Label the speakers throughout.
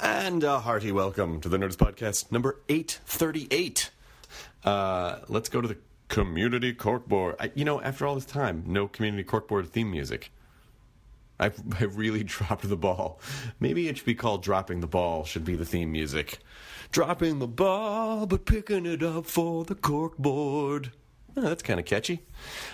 Speaker 1: And a hearty welcome to the Nerds Podcast number 838. Uh, let's go to the Community Corkboard. I, you know, after all this time, no Community Corkboard theme music. I, I really dropped the ball. Maybe it should be called Dropping the Ball, should be the theme music. Dropping the ball, but picking it up for the corkboard. Oh, that's kind of catchy.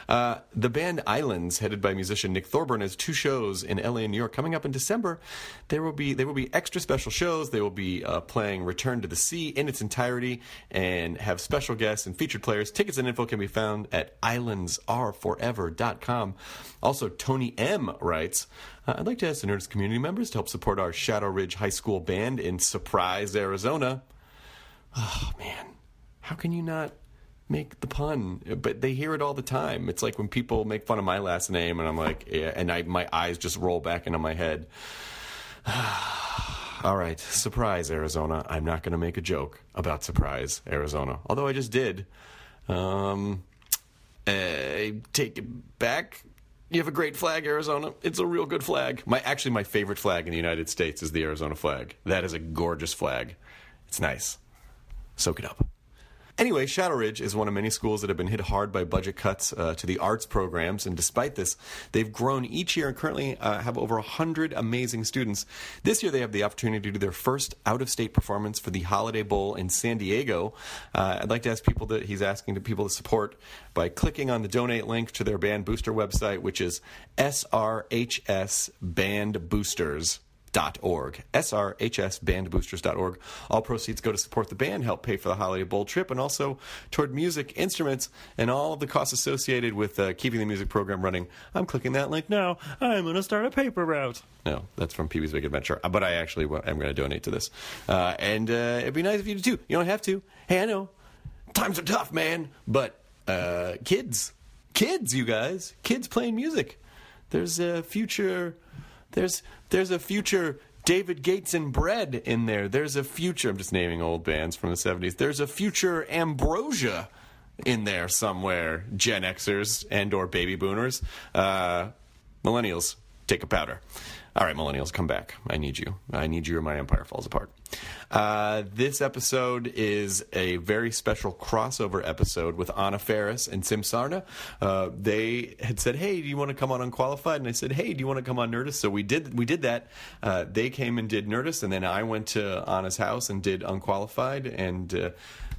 Speaker 1: Uh, the band Islands, headed by musician Nick Thorburn, has two shows in LA and New York coming up in December. There will be there will be extra special shows. They will be uh, playing Return to the Sea in its entirety and have special guests and featured players. Tickets and info can be found at islandsareforever.com. Also, Tony M writes. Uh, I'd like to ask the Nerdist community members to help support our Shadow Ridge High School band in Surprise, Arizona. Oh, man. How can you not make the pun? But they hear it all the time. It's like when people make fun of my last name, and I'm like, yeah, and I, my eyes just roll back into my head. all right, Surprise, Arizona. I'm not going to make a joke about Surprise, Arizona. Although I just did. Um, uh, take it back. You have a great flag, Arizona. It's a real good flag. My actually my favorite flag in the United States is the Arizona flag. That is a gorgeous flag. It's nice. Soak it up. Anyway, Shadow Ridge is one of many schools that have been hit hard by budget cuts uh, to the arts programs, and despite this, they've grown each year and currently uh, have over 100 amazing students. This year, they have the opportunity to do their first out of state performance for the Holiday Bowl in San Diego. Uh, I'd like to ask people that he's asking to people to support by clicking on the donate link to their band booster website, which is srhsbandboosters.com bandboosters.org. srhsbandboosters.org. All proceeds go to support the band, help pay for the Holiday Bowl trip, and also toward music, instruments, and all of the costs associated with uh, keeping the music program running. I'm clicking that link now. I'm going to start a paper route. No, that's from Pee Wee's Big Adventure, Uh, but I actually wa- am going to donate to this. Uh, and uh, it'd be nice if you did too. You don't have to. Hey, I know times are tough, man. But uh, kids, kids, you guys, kids playing music. There's a future. There's there's a future. David Gates and Bread in there. There's a future. I'm just naming old bands from the 70s. There's a future Ambrosia in there somewhere. Gen Xers and or baby boomers. Uh, millennials, take a powder. All right, millennials, come back. I need you. I need you, or my empire falls apart. Uh, this episode is a very special crossover episode with Anna Ferris and Sim Sarna. Uh, they had said, "Hey, do you want to come on Unqualified?" And I said, "Hey, do you want to come on Nerdist?" So we did. We did that. Uh, they came and did Nerdist, and then I went to Anna's house and did Unqualified. And uh,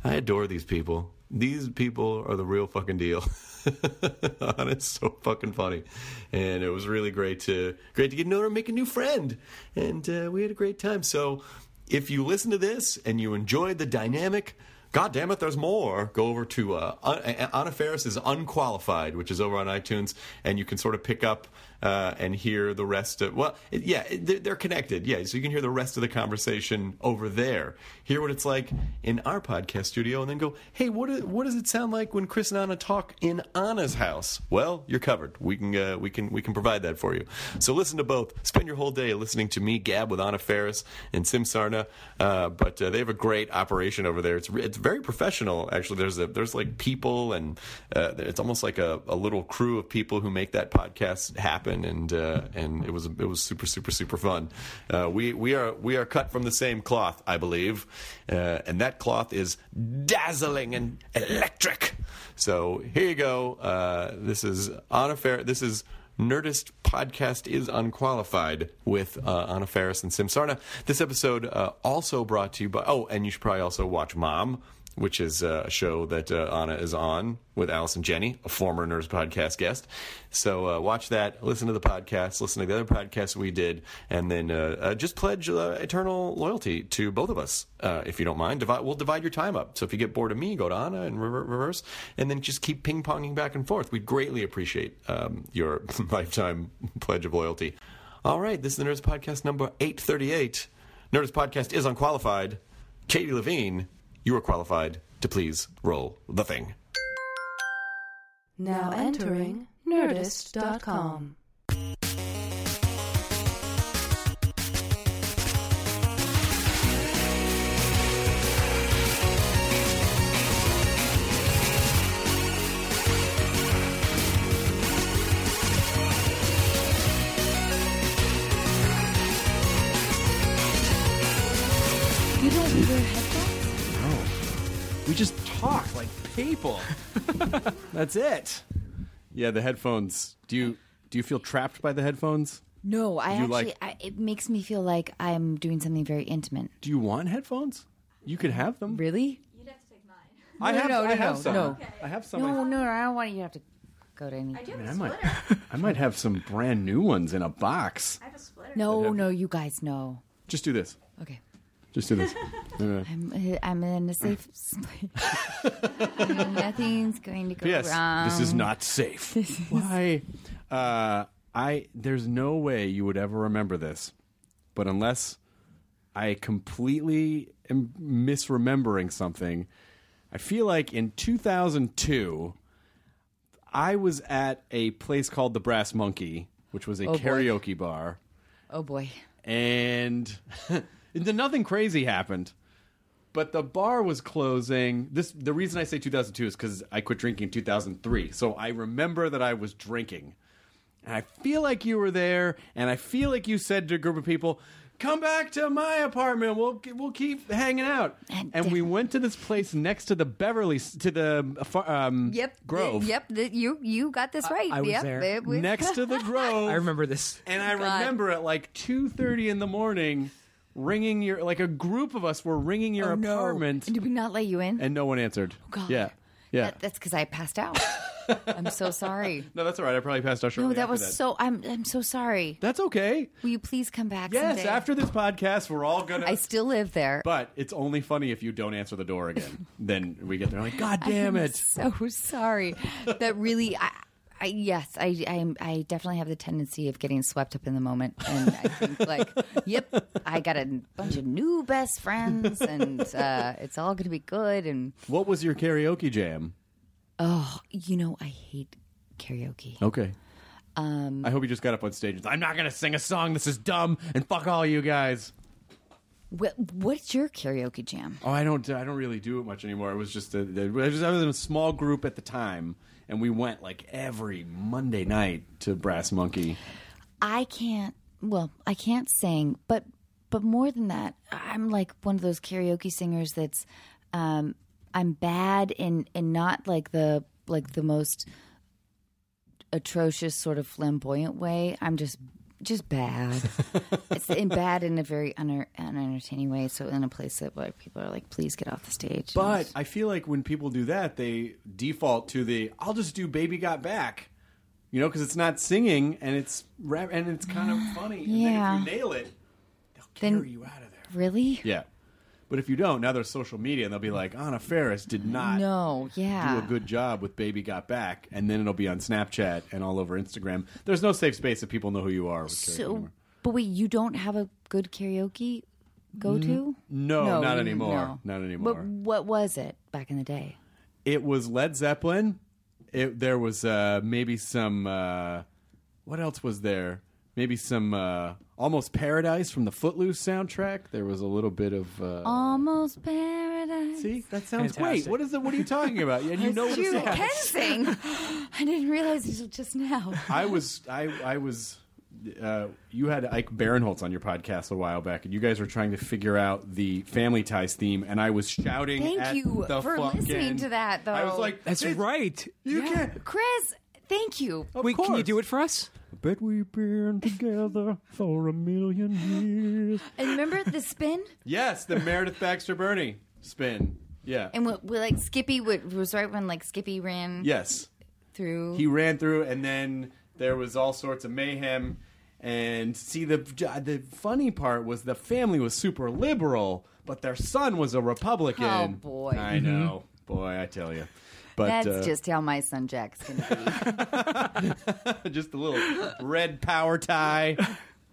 Speaker 1: I adore these people. These people are the real fucking deal. and it's so fucking funny. And it was really great to great to get to know her and make a new friend. And uh, we had a great time. So if you listen to this and you enjoyed the dynamic, God damn it, there's more. Go over to uh, Un- A- Anna Ferris is Unqualified, which is over on iTunes, and you can sort of pick up uh, and hear the rest of. Well, it- yeah, it- they're, they're connected. Yeah, so you can hear the rest of the conversation over there. Hear what it's like in our podcast studio, and then go, hey, what, i- what does it sound like when Chris and Anna talk in Anna's house? Well, you're covered. We can uh, we can we can provide that for you. So listen to both. Spend your whole day listening to me gab with Anna Ferris and Sim Sarna. Uh, but uh, they have a great operation over there. It's re- it's very professional. Actually, there's a there's like people and uh, it's almost like a, a little crew of people who make that podcast happen. And uh, and it was it was super super super fun. Uh, we we are we are cut from the same cloth, I believe, uh, and that cloth is dazzling and electric. So here you go. Uh, this is Anna Fer. This is Nerdist podcast is unqualified with uh, Anna Faris and Sim Sarna. This episode uh, also brought to you by. Oh, and you should probably also watch Mom which is uh, a show that uh, Anna is on with Allison Jenny, a former Nerds podcast guest. So uh, watch that, listen to the podcast, listen to the other podcasts we did, and then uh, uh, just pledge uh, eternal loyalty to both of us, uh, if you don't mind. Divide, we'll divide your time up. So if you get bored of me, go to Anna and rever- reverse, and then just keep ping ponging back and forth. We greatly appreciate um, your lifetime pledge of loyalty. All right, this is the Nerds Podcast number 838. Nerds Podcast is unqualified. Katie Levine, you are qualified to please roll the thing.
Speaker 2: Now entering Nerdist.com.
Speaker 3: You don't wear headphones?
Speaker 4: We just talk like people. That's it. Yeah, the headphones. Do you do you feel trapped by the headphones?
Speaker 3: No, I
Speaker 4: You
Speaker 3: actually,
Speaker 4: like-
Speaker 3: I, it makes me feel like I'm doing something very intimate.
Speaker 4: Do you want headphones? You could have them.
Speaker 3: Really?
Speaker 4: I
Speaker 3: No,
Speaker 4: have.
Speaker 3: no,
Speaker 4: I
Speaker 3: no,
Speaker 4: have
Speaker 3: no,
Speaker 4: some.
Speaker 3: no.
Speaker 4: I have some.
Speaker 3: No, no, I don't want you to have to go to any.
Speaker 4: I, mean, I might. I might have some brand new ones in a box.
Speaker 3: No, no, you guys know.
Speaker 4: Just do this.
Speaker 3: Okay.
Speaker 4: Just do this.
Speaker 3: I'm, uh, I'm in a safe place. Nothing's going to go
Speaker 4: Yes,
Speaker 3: wrong.
Speaker 4: this is not safe. Why? Uh, I there's no way you would ever remember this, but unless I completely am misremembering something, I feel like in 2002, I was at a place called the Brass Monkey, which was a
Speaker 3: Oh, boy.
Speaker 4: karaoke bar
Speaker 3: Oh boy.
Speaker 4: and nothing crazy happened. But the bar was closing. This the reason I say 2002 is because I quit drinking in 2003. So I remember that I was drinking, and I feel like you were there, and I feel like you said to a group of people, "Come back to my apartment. We'll we'll keep hanging out."
Speaker 3: And
Speaker 4: And, we went to this place next to the Beverly to the uh, far- um, Grove.
Speaker 3: Yep. th- you you got this right.
Speaker 5: I was
Speaker 3: yep.
Speaker 5: there.
Speaker 3: it was-
Speaker 4: Next to the Grove.
Speaker 5: I remember this.
Speaker 4: And
Speaker 3: Oh,
Speaker 4: I remember at like two thirty in the morning, ringing your like a group of us were ringing your
Speaker 5: Oh, no.
Speaker 4: apartment,
Speaker 3: Did we not let you in?
Speaker 4: and no one answered.
Speaker 3: Oh, God.
Speaker 4: Yeah, yeah.
Speaker 3: That- that's because I passed out. I'm so sorry.
Speaker 4: no, that's all right. I probably passed out shortly.
Speaker 3: No, that
Speaker 4: after
Speaker 3: was so. I'm I'm so sorry.
Speaker 4: That's okay.
Speaker 3: Will you please come back?
Speaker 4: Yes,
Speaker 3: someday?
Speaker 4: after this podcast, we're all gonna.
Speaker 3: I still live there.
Speaker 4: but it's only funny if you don't answer the door again. then we get there like, God damn
Speaker 3: I'm
Speaker 4: it!
Speaker 3: So sorry. That really. I, I, yes, I, I I definitely have the tendency of getting swept up in the moment, and I think like, yep, I got a bunch of new best friends, and uh, it's all going to be good. And oh,
Speaker 4: What was your karaoke jam?
Speaker 3: you know, I hate karaoke.
Speaker 4: Okay. Um, I hope you just got up on stage. and said, I'm not gonna sing a song. This is dumb, and fuck all you guys.
Speaker 3: What, what's your karaoke jam?
Speaker 4: Oh, I don't. I don't really do it much anymore. It was just a, I was I was in a small group at the time, and we went like every Monday night to Brass Monkey.
Speaker 3: I can't. Well, I can't sing, but but more than that, I'm like one of those karaoke singers that's um, I'm bad and and not like the like the most atrocious sort of flamboyant way. I'm just just bad. it's and bad in a very uner, unentertaining way. So in a place that where people are like, please get off the stage.
Speaker 4: But I feel like when people do that, they default to the "I'll just do Baby Got Back," you know, because it's not singing and it's rap and it's kind of funny.
Speaker 3: Yeah.
Speaker 4: And then if you nail it, they'll
Speaker 3: Then-
Speaker 4: carry you out of there.
Speaker 3: really,
Speaker 4: Yeah. But if you don't, now there's social media, and they'll be like, "Anna Ferris did not."
Speaker 3: no, yeah,
Speaker 4: do a good job with Baby Got Back, and then it'll be on Snapchat and all over Instagram. There's no safe space if people know who you are. With karaoke
Speaker 3: So,
Speaker 4: anymore.
Speaker 3: but wait, you don't have a good karaoke go
Speaker 4: Mm,
Speaker 3: to?
Speaker 4: no, not
Speaker 3: you-
Speaker 4: anymore.
Speaker 3: no.
Speaker 4: Not anymore.
Speaker 3: But what was it back in the day?
Speaker 4: it was Led Zeppelin. It, there was uh, maybe some. Uh, what else was there? Maybe some uh, Almost Paradise from the Footloose soundtrack. There was a little bit of. Uh,
Speaker 3: Almost paradise.
Speaker 4: see, that sounds
Speaker 5: Fantastic.
Speaker 4: great. What is the? What are you talking about? And you know what
Speaker 3: you
Speaker 4: it sounds.
Speaker 3: can sing. I didn't realize until just now.
Speaker 4: I was I I was uh, you had Ike Barinholtz on your podcast a while back, and you guys were trying to figure out the Family Ties theme, and I was shouting.
Speaker 3: Thank
Speaker 4: at
Speaker 3: you
Speaker 4: the
Speaker 3: for
Speaker 4: fucking-
Speaker 3: listening to that, though.
Speaker 4: I was like,
Speaker 5: That's
Speaker 4: "It's-
Speaker 5: right.
Speaker 4: You can't.
Speaker 3: Chris, thank you.
Speaker 4: Of
Speaker 5: Wait, can you
Speaker 4: course.
Speaker 5: do it for us?
Speaker 4: I bet we've been together for a million years.
Speaker 3: And remember the spin?
Speaker 4: Yes, the Meredith Baxter Bernie spin. Yeah.
Speaker 3: And what, we, like Skippy would, was right when like Skippy ran
Speaker 4: yes.
Speaker 3: through.
Speaker 4: He ran through, and then there was all sorts of mayhem. And see, the the funny part was the family was super liberal, but their son was a Republican.
Speaker 3: Oh, boy.
Speaker 4: I know, boy, I tell you. But
Speaker 3: That's
Speaker 4: uh,
Speaker 3: just how my son Jack's gonna be.
Speaker 4: just a little red power tie,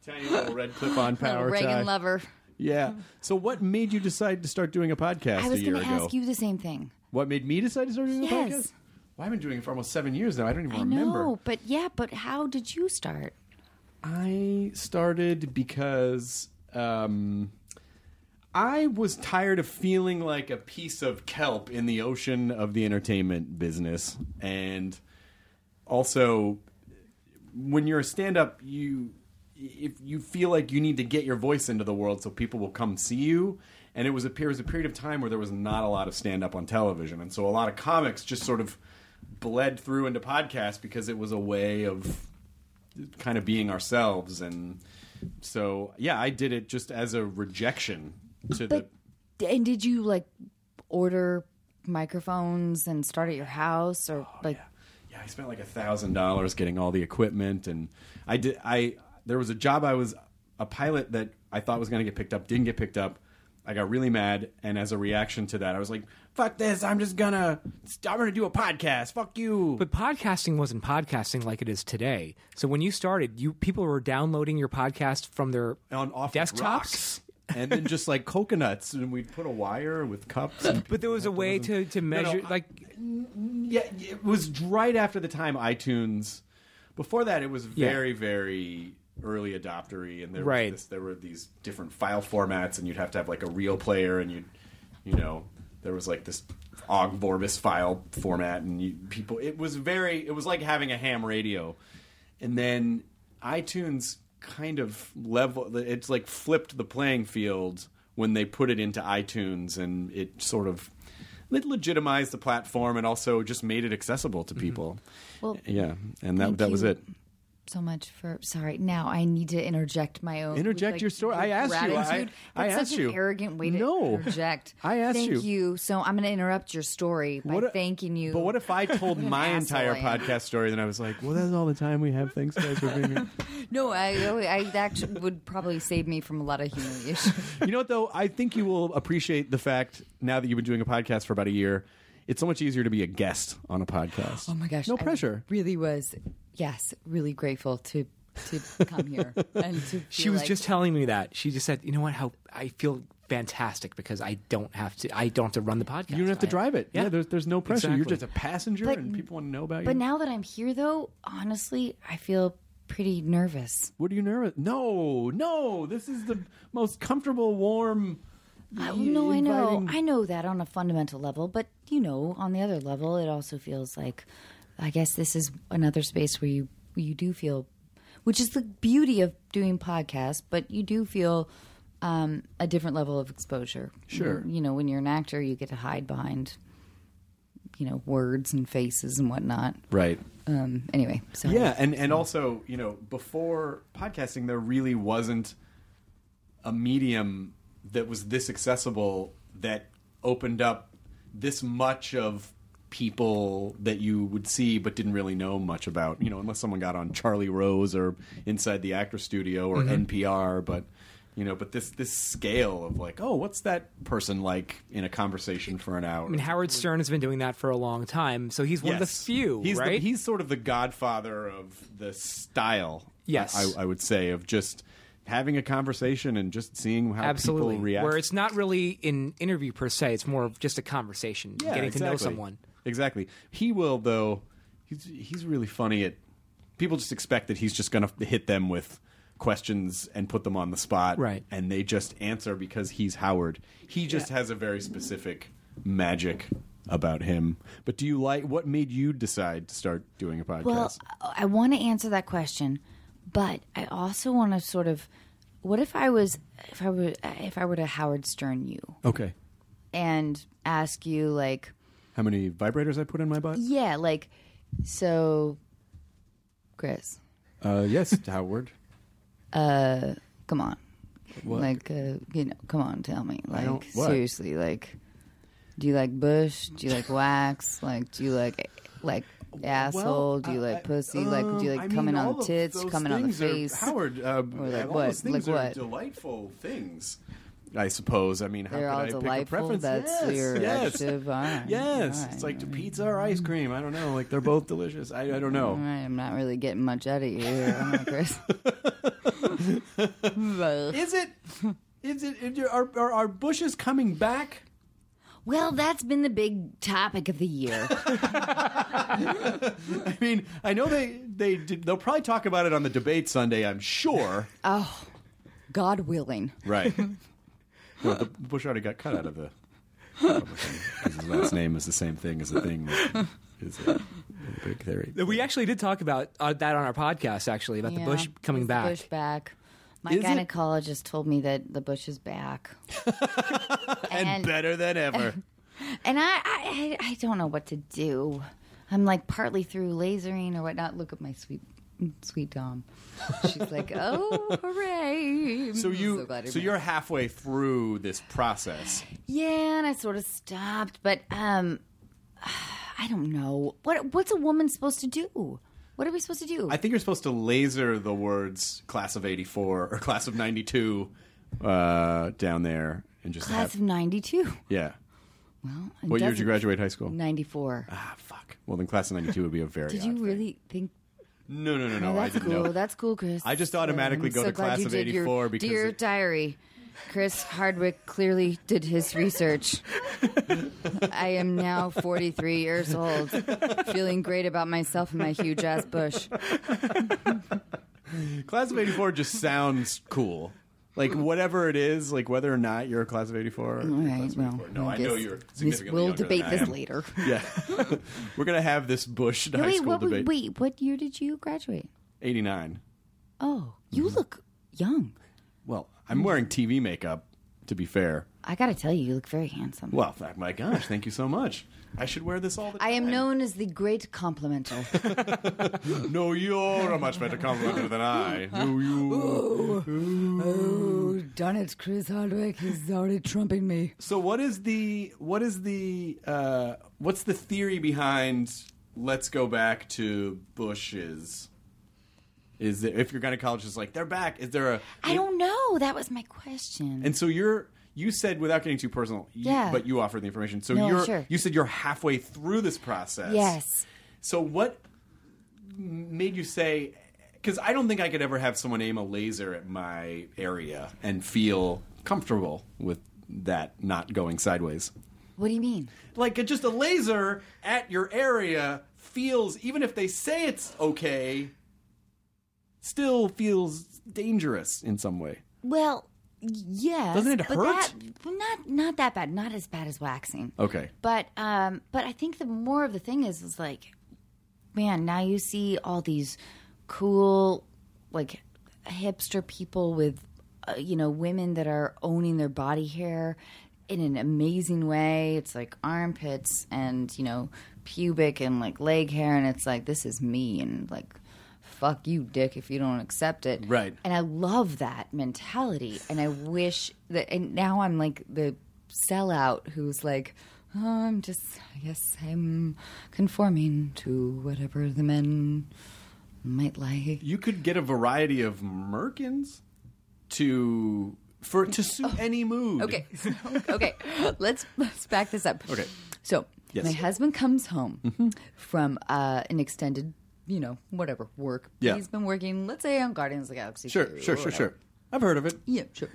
Speaker 4: tiny little red clip-on
Speaker 3: Little
Speaker 4: power tie.
Speaker 3: Reagan lover.
Speaker 4: Yeah. So, what made you decide to start doing a podcast
Speaker 3: I was
Speaker 4: a year
Speaker 3: gonna
Speaker 4: ago?
Speaker 3: ask you the same thing.
Speaker 4: What made me decide to start doing a
Speaker 3: Yes.
Speaker 4: podcast? Well, I've been doing it for almost seven years now. I don't even
Speaker 3: I
Speaker 4: remember.
Speaker 3: know, but yeah, but how did you start?
Speaker 4: I started because um, I was tired of feeling like a piece of kelp in the ocean of the entertainment business, and also when you're a stand-up, you if you feel like you need to get your voice into the world so people will come see you. And it was a period was a period of time where there was not a lot of stand-up on television, and so a lot of comics just sort of bled through into podcasts because it was a way of kind of being ourselves and so yeah i did it just as a rejection to the
Speaker 3: But and did you like order microphones and start at your house or like
Speaker 4: Oh, yeah i spent like a thousand dollars getting all the equipment and i did i there was a job i was a pilot that i thought was going to get picked up didn't get picked up i got really mad and as a reaction to that i was like fuck this i'm just gonna i'm gonna do a podcast fuck you
Speaker 5: But podcasting wasn't podcasting like it is today. So when you started, you people were downloading your podcast from their
Speaker 4: on off
Speaker 5: desktops.
Speaker 4: rocks. and then just like coconuts and we'd put a wire with cups and
Speaker 5: But there was a way to, to
Speaker 4: No, no,
Speaker 5: measure,
Speaker 4: I-
Speaker 5: like,
Speaker 4: yeah, it was right after the time iTunes. Before that, it was
Speaker 5: Yeah.
Speaker 4: very, very early adoptery, and there
Speaker 5: Right.
Speaker 4: was this, there were these different file formats, and you'd have to have like a real player, and you'd, you know, there was like this Og Vorbis file format, and you, people, it was very, it was like having a ham radio, and then iTunes kind of level, it's like flipped the playing field when they put it into iTunes, and it sort of. It legitimized the platform and also just made it accessible to people.
Speaker 3: Well,
Speaker 4: yeah, and that
Speaker 3: thank
Speaker 4: that was
Speaker 3: you.
Speaker 4: it.
Speaker 3: so much for sorry now i need to interject my own
Speaker 4: Interject your story. I asked you. I-
Speaker 3: gratitude.
Speaker 4: I
Speaker 3: That's
Speaker 4: asked
Speaker 3: such
Speaker 4: you.
Speaker 3: an arrogant way to
Speaker 4: No.
Speaker 3: interject
Speaker 4: I asked
Speaker 3: thank
Speaker 4: you.
Speaker 3: so i'm going to interrupt your story by
Speaker 4: What a-
Speaker 3: thanking you
Speaker 4: But what if I told
Speaker 3: an
Speaker 4: my
Speaker 3: asshole
Speaker 4: entire
Speaker 3: I am.
Speaker 4: podcast story? Then I was like, "Well, that's all the time we have. Thanks, guys, for being here."
Speaker 3: no i i that actually would probably save me from a lot of humiliation
Speaker 4: you know what, though? I think you will appreciate the fact now that you've been doing a podcast for about a year. It's so much easier to be a guest on a podcast.
Speaker 3: oh my gosh
Speaker 4: no
Speaker 3: I
Speaker 4: pressure.
Speaker 3: really was yes really grateful to to come here and to
Speaker 5: she
Speaker 3: be
Speaker 5: was
Speaker 3: like-
Speaker 5: just telling me that. She just said, you know what, how I feel fantastic because I don't have to, I don't have to run the podcast.
Speaker 4: You don't have to drive it. Yeah, there's there's no pressure. You're
Speaker 5: Exactly.
Speaker 4: just a passenger,
Speaker 3: But-
Speaker 4: and people want to know about you.
Speaker 3: but now that i'm here though honestly i feel pretty nervous
Speaker 4: what are you nervous? No, no. This is the most comfortable, warm.
Speaker 3: I, no, I know,
Speaker 4: inviting-
Speaker 3: I know that on a fundamental level, but you know, on the other level, it also feels like, I guess this is another space where you where you do feel, which is the beauty of doing podcasts, but you do feel um, a different level of exposure.
Speaker 4: Sure.
Speaker 3: you know, when you're an actor, you get to hide behind, you know, words and faces and whatnot.
Speaker 4: Right.
Speaker 3: Um, anyway, so
Speaker 4: Yeah, and and also you know before podcasting, there really wasn't a medium that was this accessible that opened up this much of people that you would see but didn't really know much about. You know, unless someone got on Charlie Rose or Inside the Actor Studio
Speaker 5: Mm-hmm.
Speaker 4: or NPR, but. You know, but this this scale of like, oh, what's that person like in a conversation for an hour?
Speaker 5: I mean, Howard Stern has been doing that for a long time, so he's one of the
Speaker 4: Yes.
Speaker 5: few,
Speaker 4: He's the-
Speaker 5: right?
Speaker 4: he's sort of the godfather of the style.
Speaker 5: Yes.
Speaker 4: I, I would say of just having a conversation and just seeing how
Speaker 5: absolutely
Speaker 4: people react.
Speaker 5: Where it's not really an interview per se; it's more of just a conversation,
Speaker 4: Yeah,
Speaker 5: getting to know
Speaker 4: exactly.
Speaker 5: someone.
Speaker 4: Exactly. He will though. He's he's really funny at. People just expect that he's just going to hit them with questions and put them on the spot,
Speaker 5: Right.
Speaker 4: And they just answer because he's Howard. He just has a very specific magic about him. But do you like what made you decide to start doing a podcast?
Speaker 3: Well, I want to answer that question, but I also want to sort of what if I was if I were if I were to Howard Stern you
Speaker 4: okay.
Speaker 3: and ask you like
Speaker 4: how many vibrators I put in my butt?
Speaker 3: yeah like so Chris
Speaker 4: Uh, yes, Howard.
Speaker 3: come on like uh, you know come on tell me like
Speaker 4: don't- what?
Speaker 3: seriously like Do you like bush? Do you like wax? Like, do you like like asshole? do you like pussy? like, do
Speaker 4: um,
Speaker 3: you like coming on the tits? Coming on the face?
Speaker 4: Howard, uh,
Speaker 3: Or like
Speaker 4: all
Speaker 3: what?
Speaker 4: those things
Speaker 3: Like
Speaker 4: are
Speaker 3: what?
Speaker 4: delightful things. I suppose. I mean, how
Speaker 3: They're
Speaker 4: could
Speaker 3: all
Speaker 4: I pick a
Speaker 3: delightful.
Speaker 4: preference?
Speaker 3: That's
Speaker 4: yes,
Speaker 3: your
Speaker 4: yes,
Speaker 3: adjective. All right,
Speaker 4: yes.
Speaker 3: all
Speaker 4: It's
Speaker 3: right,
Speaker 4: like pizza or ice cream. I don't know. Like they're both delicious. I, I don't know.
Speaker 3: All right, I'm not really getting much out of you, here, am I, Chris. Well-
Speaker 4: Is it? Is it? is your- Are, are, are bushes coming back?
Speaker 3: well, that's been the big topic of the year.
Speaker 4: I mean, I know they they did, they'll probably talk about it on the debate Sunday. I'm sure.
Speaker 3: Oh, God willing.
Speaker 4: Right. no, the Bush already got cut out of the. Because his last name is the same thing as the thing that is a, a big theory.
Speaker 5: We actually did talk about uh, that on our podcast, actually, about the
Speaker 3: Yeah.
Speaker 5: bush coming
Speaker 3: Is the
Speaker 5: back.
Speaker 3: Bush back. My
Speaker 4: Is it-
Speaker 3: gynecologist told me that the bush is back.
Speaker 4: And,
Speaker 3: And-
Speaker 4: better than ever.
Speaker 3: And I, I, I- I don't know what to do. I'm like partly through lasering or whatnot. Look at my sweet, sweet Dom. She's like, oh, hooray!
Speaker 4: so
Speaker 3: I'm
Speaker 4: you,
Speaker 3: glad I
Speaker 4: so
Speaker 3: made
Speaker 4: you're halfway through this process.
Speaker 3: Yeah, and I sort of stopped, but um, I don't know what what's a woman supposed to do. What are we supposed to do?
Speaker 4: I think you're supposed to laser the words "class of '84" or "class of '92" uh, down there, and just
Speaker 3: Class of
Speaker 4: have
Speaker 3: '92.
Speaker 4: yeah.
Speaker 3: Well,
Speaker 4: What year did you graduate high school?
Speaker 3: '94.
Speaker 4: Ah, fuck. Well, then class of '92 would be a very.
Speaker 3: Did
Speaker 4: odd
Speaker 3: you
Speaker 4: thing.
Speaker 3: really think?
Speaker 4: No, no, no, no.
Speaker 3: Oh,
Speaker 4: I
Speaker 3: that's
Speaker 4: didn't
Speaker 3: cool.
Speaker 4: know.
Speaker 3: That's cool, Chris.
Speaker 4: I just automatically
Speaker 3: I'm
Speaker 4: go
Speaker 3: so
Speaker 4: to
Speaker 3: glad
Speaker 4: class
Speaker 3: you
Speaker 4: of
Speaker 3: did your
Speaker 4: '84 because
Speaker 3: dear
Speaker 4: it-
Speaker 3: diary, Chris Hardwick clearly did his research. I am now 43 years old, feeling great about myself and my huge ass bush.
Speaker 4: Class of '84 just sounds cool. Like whatever it is, like whether or not you're a class of '84.
Speaker 3: All right, well,
Speaker 4: No, I know
Speaker 3: guess
Speaker 4: you're
Speaker 3: this-
Speaker 4: significantly
Speaker 3: We'll
Speaker 4: younger than
Speaker 3: debate
Speaker 4: I
Speaker 3: this
Speaker 4: am.
Speaker 3: later.
Speaker 4: Yeah, we're gonna have this Bush high
Speaker 3: wait,
Speaker 4: school
Speaker 3: what,
Speaker 4: debate.
Speaker 3: wait, what year did you graduate?
Speaker 4: '89.
Speaker 3: Oh, you
Speaker 4: Mm-hmm.
Speaker 3: look young.
Speaker 4: Well, I'm wearing TV makeup. To be fair.
Speaker 3: I gotta tell you, you look very handsome.
Speaker 4: Well, th- my gosh, thank you so much. I should wear this all the time.
Speaker 3: I am known as the great complimenter.
Speaker 4: No, you're a much better complimenter than I. No, you.
Speaker 3: oh, darn it, Chris Hardwick is already trumping me.
Speaker 4: So, what is the what is the uh, what's the theory behind? Let's go back to bushes. Is there, if your gynecologist is like they're back? Is there a
Speaker 3: I don't know. That was my question.
Speaker 4: and so you're you said without getting too personal, you-
Speaker 3: Yeah.
Speaker 4: But you offered the information, so
Speaker 3: No,
Speaker 4: you're
Speaker 3: sure.
Speaker 4: you said you're halfway through this process.
Speaker 3: yes.
Speaker 4: So what made you say? Because I don't think I could ever have someone aim a laser at my area and feel comfortable with that not going sideways.
Speaker 3: What do you mean?
Speaker 4: Like just a laser at your area feels, even if they say it's okay, still feels dangerous in some way.
Speaker 3: Well, yes.
Speaker 4: Doesn't it
Speaker 3: but
Speaker 4: hurt?
Speaker 3: that- but not not that bad. Not as bad as waxing.
Speaker 4: Okay.
Speaker 3: But um, but I think the more of the thing is is like, man, now you see all these cool like hipster people with uh, you know women that are owning their body hair in an amazing way. It's like armpits and you know pubic and like leg hair, and it's like this is me and like. Fuck you, dick, if you don't accept it.
Speaker 4: Right.
Speaker 3: And I love that mentality. And I wish that, and now I'm like the sellout who's like, oh, I'm just, yes, I'm conforming to whatever the men might like.
Speaker 4: You could get a variety of merkins to for to suit any mood.
Speaker 3: Oh. Okay, so- okay, let's, let's back this up.
Speaker 4: Okay.
Speaker 3: So
Speaker 4: Yes. Mm-hmm.
Speaker 3: my husband comes home from uh, an extended, you know, whatever work.
Speaker 4: Yeah.
Speaker 3: He's been working, let's say, on Guardians of the Galaxy.
Speaker 4: Sure,
Speaker 3: 2
Speaker 4: sure,
Speaker 3: or
Speaker 4: sure,
Speaker 3: whatever.
Speaker 4: sure. I've heard of it.
Speaker 3: Yeah, sure.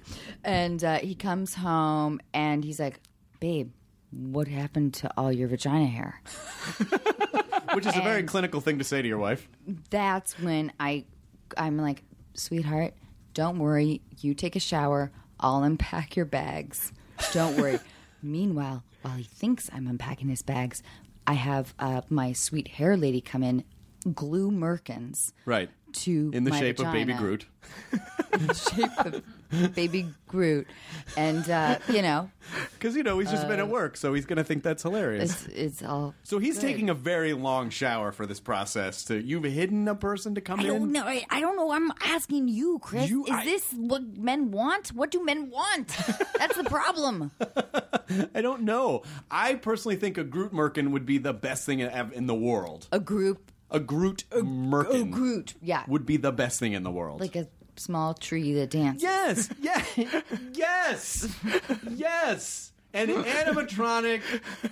Speaker 3: And uh, he comes home and he's like, Babe, what happened to all your vagina hair?
Speaker 4: Which is a very clinical thing to say to your wife.
Speaker 3: That's when I, I'm like, Sweetheart, don't worry. You take a shower. I'll unpack your bags. Don't worry. Meanwhile, while he thinks I'm unpacking his bags, I have uh, my sweet hair lady come in, glue merkins
Speaker 4: Right.
Speaker 3: to
Speaker 4: in the
Speaker 3: my
Speaker 4: shape of Baby
Speaker 3: vagina.
Speaker 4: Groot.
Speaker 3: shape of baby Groot, and uh, you know,
Speaker 4: Because you know he's just
Speaker 3: Uh,
Speaker 4: been at work, so he's going to think that's hilarious.
Speaker 3: it's, it's all.
Speaker 4: So he's
Speaker 3: good.
Speaker 4: taking a very long shower for this process. To you've hidden a person to come
Speaker 3: I
Speaker 4: in.
Speaker 3: don't know. I, I don't know. I'm asking you, Chris.
Speaker 4: You-
Speaker 3: is
Speaker 4: I-
Speaker 3: this what men want? What do men want? That's the problem.
Speaker 4: I don't know. I personally think a Groot Merkin would be the best thing ev- in the world.
Speaker 3: A group,
Speaker 4: A Groot Merkin
Speaker 3: a Groot, yeah,
Speaker 4: would be the best thing in the world.
Speaker 3: like a small tree that dances.
Speaker 4: yes, yeah, yes, yes. An animatronic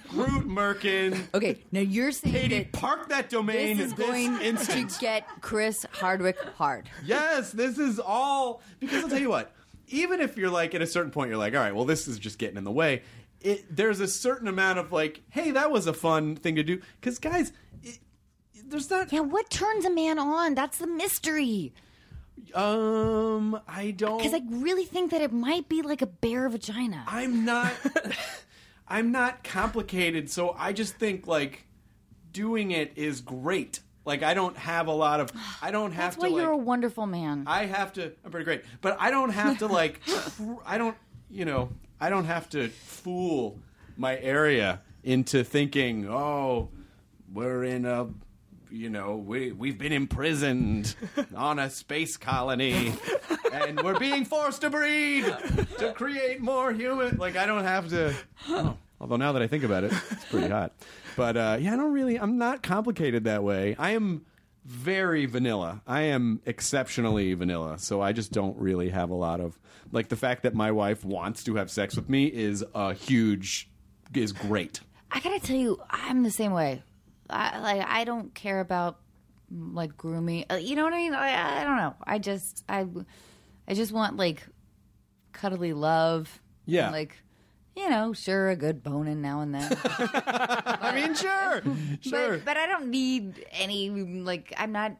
Speaker 4: Groot Merkin.
Speaker 3: Okay, now you're saying
Speaker 4: Katie,
Speaker 3: that
Speaker 4: park that domain
Speaker 3: this is
Speaker 4: in this
Speaker 3: going
Speaker 4: instant.
Speaker 3: to get Chris Hardwick hard.
Speaker 4: Yes, this is all because I'll tell you what. Even if you're like at a certain point, you're like, all right, well, this is just getting in the way. It, there's a certain amount of like, hey, that was a fun thing to do. Because guys, it, there's not.
Speaker 3: Yeah, what turns a man on? That's the mystery.
Speaker 4: Um, I don't.
Speaker 3: Because I really think that it might be like a bear vagina.
Speaker 4: I'm not. I'm not complicated, so I just think like doing it is great. Like I don't have a lot of. I don't have
Speaker 3: That's
Speaker 4: to.
Speaker 3: why
Speaker 4: like,
Speaker 3: you're a wonderful man.
Speaker 4: I have to. I'm pretty great, but I don't have to like. fr- I don't. You know, I don't have to fool my area into thinking. Oh, we're in a. You know, we we've been imprisoned on a space colony, and we're being forced to breed to create more human. Like I don't have to. oh, Although now that I think about it, it's pretty hot. But uh, yeah, I don't really. I'm not complicated that way. I am very vanilla. I am exceptionally vanilla, so I just don't really have a lot of like the fact that my wife wants to have sex with me is a huge is great.
Speaker 3: I gotta tell you, I'm the same way. I like I don't care about like grooming. uh, You know what I mean? I, I don't know. I just I I just want like cuddly love.
Speaker 4: Yeah.
Speaker 3: And, like you know, sure a good boning now and then.
Speaker 4: I mean, sure, sure.
Speaker 3: But, but I don't need any like I'm not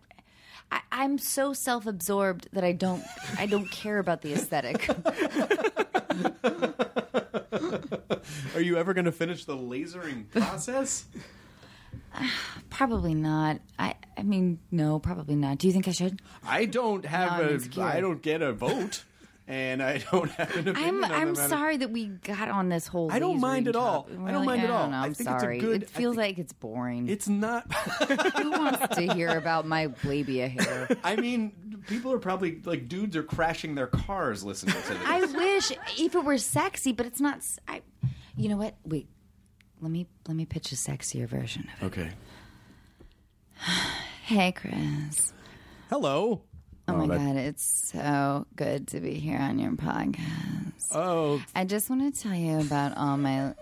Speaker 3: I, I'm so self-absorbed that I don't I don't care about the aesthetic.
Speaker 4: Are you ever going to finish the lasering process?
Speaker 3: probably not. I I mean, no, probably not. Do you think I should?
Speaker 4: I don't have
Speaker 3: No, I'm
Speaker 4: a.
Speaker 3: insecure.
Speaker 4: I don't get a vote, and I don't have an opinion.
Speaker 3: I'm
Speaker 4: on the
Speaker 3: I'm
Speaker 4: matter.
Speaker 3: sorry that we got on this whole.
Speaker 4: I don't mind
Speaker 3: lasering
Speaker 4: at all.
Speaker 3: top-
Speaker 4: I
Speaker 3: We're
Speaker 4: don't mind at all.
Speaker 3: know,
Speaker 4: I
Speaker 3: I'm
Speaker 4: think it's a
Speaker 3: sorry.
Speaker 4: good- I
Speaker 3: It feels
Speaker 4: think-
Speaker 3: like it's boring.
Speaker 4: It's not.
Speaker 3: Who wants to hear about my labia hair?
Speaker 4: I mean, people are probably like dudes are crashing their cars listening to this.
Speaker 3: I wish if it were sexy, but it's not. s- I, you know what? Wait, let me let me pitch a sexier version of it.
Speaker 4: okay.
Speaker 3: Hey, Chris.
Speaker 4: Hello.
Speaker 3: Oh, my god, it's so good to be here on your podcast.
Speaker 4: Oh,
Speaker 3: I just want to tell you about all my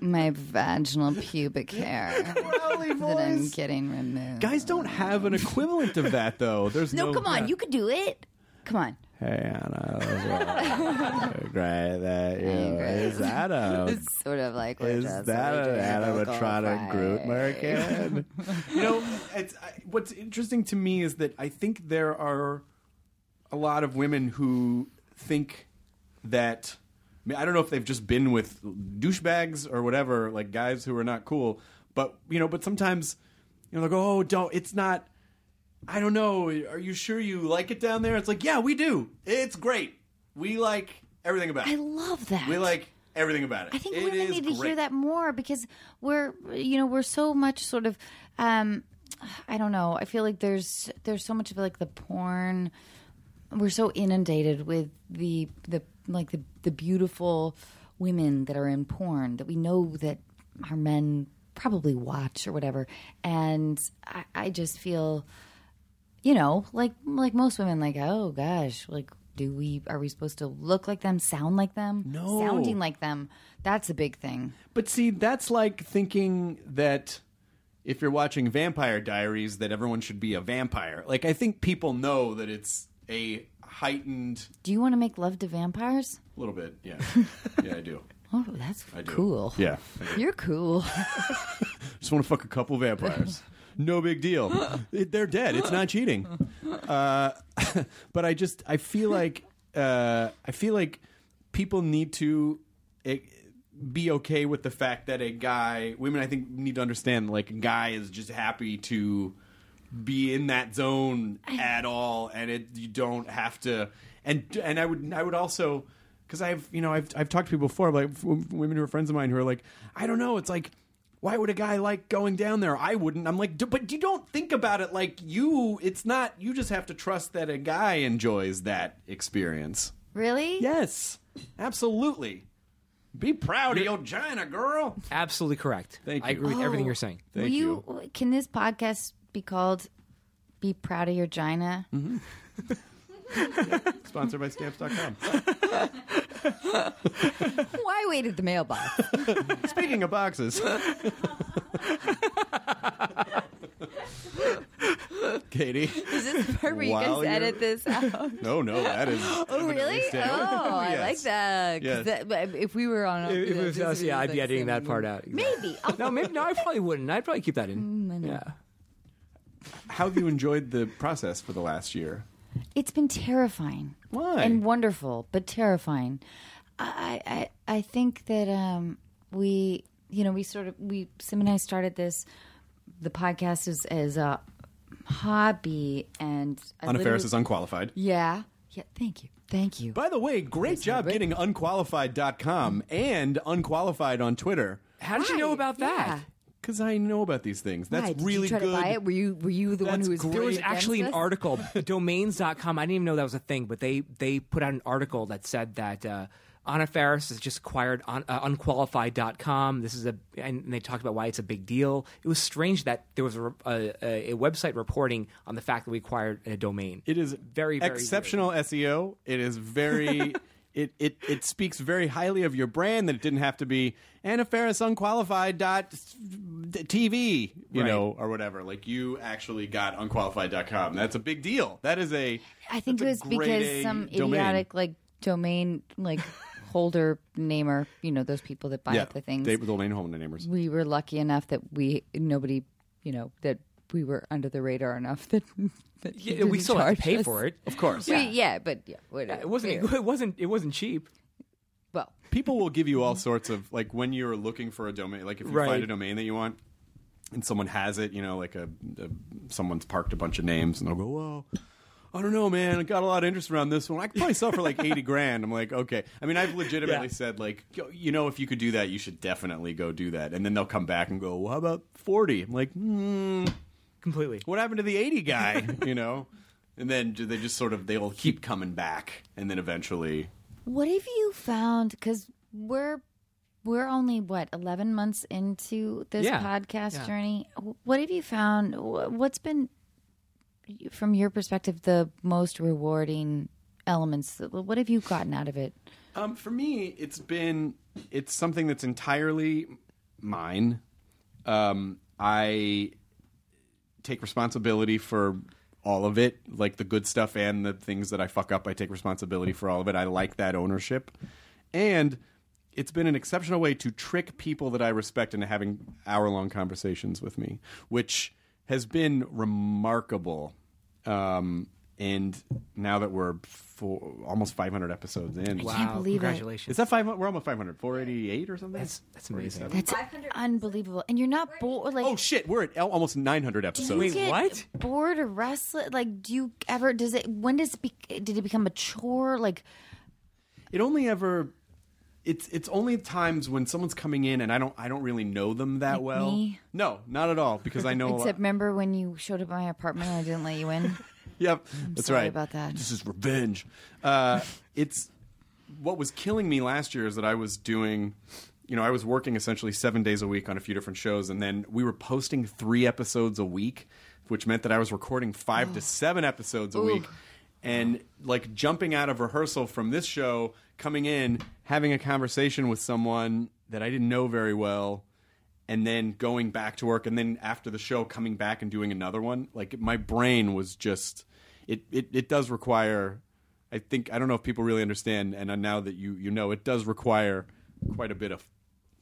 Speaker 3: my vaginal pubic hair that I'm getting removed.
Speaker 4: guys don't have an equivalent of that though. There's no.
Speaker 3: No, come on, you could do it. Come on.
Speaker 4: Hey Anna, that was, uh, great that you. Is that a
Speaker 3: It's sort of like we're
Speaker 4: is
Speaker 3: just
Speaker 4: that
Speaker 3: really
Speaker 4: an
Speaker 3: doing a local
Speaker 4: animatronic
Speaker 3: fry.
Speaker 4: Groot Merkin? you know, it's I, what's interesting to me is that I think there are a lot of women who think that I mean I don't know if they've just been with douchebags or whatever, like guys who are not cool, but you know, but sometimes you know they go, "Oh, don't it's not I don't know, are you sure you like it down there?" It's like, "Yeah, we do. It's great. We like everything about
Speaker 3: I
Speaker 4: it.
Speaker 3: love that.
Speaker 4: we like everything about it."
Speaker 3: I think
Speaker 4: It
Speaker 3: women
Speaker 4: is
Speaker 3: need to hear
Speaker 4: great.
Speaker 3: that more because we're you know we're so much sort of um, I don't know. I feel like there's there's so much of like the porn. We're so inundated with the the like the the beautiful women that are in porn that we know that our men probably watch or whatever, and I, I just feel you know, like like most women, like oh gosh, like do we are we supposed to look like them, sound like them,
Speaker 4: No.
Speaker 3: sounding like them? That's a big thing.
Speaker 4: But see, that's like thinking that if you're watching Vampire Diaries, that everyone should be a vampire. Like, I think people know that it's a heightened
Speaker 3: Do you want to make love to vampires?
Speaker 4: little bit. Yeah, yeah, I do.
Speaker 3: Oh, that's cool.
Speaker 4: Yeah,
Speaker 3: You're cool.
Speaker 4: just want to fuck a couple vampires. No big deal. It- They're dead. It's not cheating. Uh, but I just I feel like uh, I feel like people need to eh, be okay with the fact that a guy, women I think need to understand like a guy is just happy to be in that zone at all, and it you don't have to. And and I would I would also because I've you know I've I've talked to people before like f- women who are friends of mine who are like I don't know it's like why would a guy like going down there? I wouldn't. I'm like, D- but you don't think about it like you. It's not. You just have to trust that a guy enjoys that experience.
Speaker 3: Really?
Speaker 4: Yes, absolutely. Be proud of your China girl.
Speaker 5: Absolutely correct.
Speaker 4: Thank
Speaker 5: I
Speaker 4: you.
Speaker 5: agree with everything
Speaker 3: Oh.
Speaker 5: you're saying.
Speaker 4: Thank
Speaker 3: Will you, Can this podcast be called "Be Proud of Your Gina"?
Speaker 5: Mm-hmm.
Speaker 4: Sponsored by stamps.com.
Speaker 3: Why wait at the mailbox?
Speaker 4: Speaking of boxes. Katie.
Speaker 3: Is this part where you
Speaker 4: While
Speaker 3: guys
Speaker 4: you're-
Speaker 3: edit this out?
Speaker 4: No, no, that is.
Speaker 3: Oh, really? Oh, I like that. 'Cause
Speaker 4: Yes.
Speaker 3: that- but if we were on,
Speaker 5: If it was
Speaker 3: this
Speaker 5: us,
Speaker 3: would
Speaker 5: yeah,
Speaker 3: be
Speaker 5: I'd be
Speaker 3: like
Speaker 5: editing that
Speaker 3: seven
Speaker 5: part
Speaker 3: years.
Speaker 5: out.
Speaker 3: Maybe. I'll-
Speaker 5: No, maybe no. I probably wouldn't. I'd probably keep that in.
Speaker 3: I know.
Speaker 5: Yeah.
Speaker 4: How have you enjoyed the process for the last year?
Speaker 3: It's been terrifying.
Speaker 4: Why?
Speaker 3: And wonderful, but terrifying. I I I I think that um we you know we sort of we Sim and I started this the podcast is as a hobby and I
Speaker 4: Anna Ferris
Speaker 3: literally-
Speaker 4: is unqualified.
Speaker 3: yeah yeah thank you thank you
Speaker 4: By the way, great job getting unqualified.com and unqualified on Twitter.
Speaker 5: How did you know
Speaker 3: Right,
Speaker 5: about that?
Speaker 3: yeah.
Speaker 4: Because I know about these things. That's
Speaker 3: Why, did
Speaker 4: really
Speaker 3: you try
Speaker 4: good.
Speaker 3: to buy it were you were you the one
Speaker 4: That's
Speaker 3: who was
Speaker 4: great.
Speaker 5: There was
Speaker 3: against
Speaker 5: actually an
Speaker 3: us?
Speaker 5: article, domains.com. I didn't even know that was a thing, but they they put out an article that said that uh, Anna Faris has just acquired on, uh, unqualified.com. This is a and they talked about why it's a big deal. It was strange that there was a, re- a, a, a website reporting on the fact that we acquired a domain.
Speaker 4: It is
Speaker 5: very very
Speaker 4: exceptional SEO. It is very it, it it speaks very highly of your brand that it didn't have to be Anna Ferris unqualified dot TV, you
Speaker 5: Right.
Speaker 4: know, or whatever. Like you actually got unqualified.com. That's a big deal. That is a
Speaker 3: I think it
Speaker 4: that's
Speaker 3: was
Speaker 4: a grade
Speaker 3: because
Speaker 4: A
Speaker 3: some
Speaker 4: domain.
Speaker 3: idiotic like domain like holder namer you know those people that buy
Speaker 4: yeah,
Speaker 3: up the things
Speaker 4: They, the domain home namers.
Speaker 3: we were lucky enough that we nobody you know that we were under the radar enough that, that he
Speaker 5: Yeah, we
Speaker 3: didn't
Speaker 5: still have to
Speaker 3: charge
Speaker 5: pay
Speaker 3: us.
Speaker 5: for it.
Speaker 4: Of course.
Speaker 3: We- yeah. but yeah, whatever.
Speaker 5: It wasn't
Speaker 3: Anyway,
Speaker 5: it wasn't it wasn't cheap.
Speaker 3: well,
Speaker 4: people will give you all sorts of like when you're looking for a domain like if you
Speaker 5: Right.
Speaker 4: find a domain that you want and someone has it you know like a, a someone's parked a bunch of names and they'll go well I don't know, man. I got a lot of interest around this one. I could probably sell for like eighty grand. I'm like, okay. I mean, I've legitimately
Speaker 5: Yeah.
Speaker 4: said like, yo- you know, if you could do that, you should definitely go do that. And then they'll come back and go, well, how about forty? I'm like, hmm,
Speaker 5: Completely.
Speaker 4: what happened to the 80 guy you know and then do they just sort of they'll keep coming back and then eventually
Speaker 3: what have you found? Because we're we're only what eleven months into this
Speaker 5: Yeah,
Speaker 3: podcast
Speaker 5: yeah.
Speaker 3: journey. What have you found? Wh- What's been, from your perspective, the most rewarding elements? What have you gotten out of it?
Speaker 4: um, for me it's been it's something that's entirely mine um, i take responsibility for all of it like the good stuff and the things that i fuck up i take responsibility for all of it i like that ownership and it's been an exceptional way to trick people that i respect into having hour-long conversations with me which has been remarkable um, and now that we're four, almost 500 episodes in
Speaker 5: Wow.
Speaker 3: believe it.
Speaker 5: congratulations.
Speaker 4: is that five? We're almost 500. 488 or something.
Speaker 5: That's that's amazing.
Speaker 3: That's unbelievable, and you're not bored. Like,
Speaker 4: oh shit, we're at al- almost 900 episodes.
Speaker 5: Wait,
Speaker 3: get
Speaker 5: what?
Speaker 3: Bored or restless? Like, do you ever? Does it? When does it? Be, did it become a chore? Like,
Speaker 4: It only ever. It's it's only times when someone's coming in and I don't I don't really know them that well.
Speaker 3: me?
Speaker 4: No, not at all because I know. a lot-
Speaker 3: except
Speaker 5: uh,
Speaker 3: remember when you showed up at my apartment and I didn't let you in?
Speaker 4: Yep, that's
Speaker 3: sorry
Speaker 4: right.
Speaker 3: about that.
Speaker 4: This is revenge. Uh, it's what was killing me last year is that I was doing, you know, I was working essentially seven days a week on a few different shows, and then we were posting three episodes a week, which meant that I was recording five to seven episodes a week, and like jumping out of rehearsal from this show, coming in, having a conversation with someone that I didn't know very well and then going back to work and then after the show coming back and doing another one like my brain was just it it, it does require i think i don't know if people really understand and now that you you know it does require quite a bit of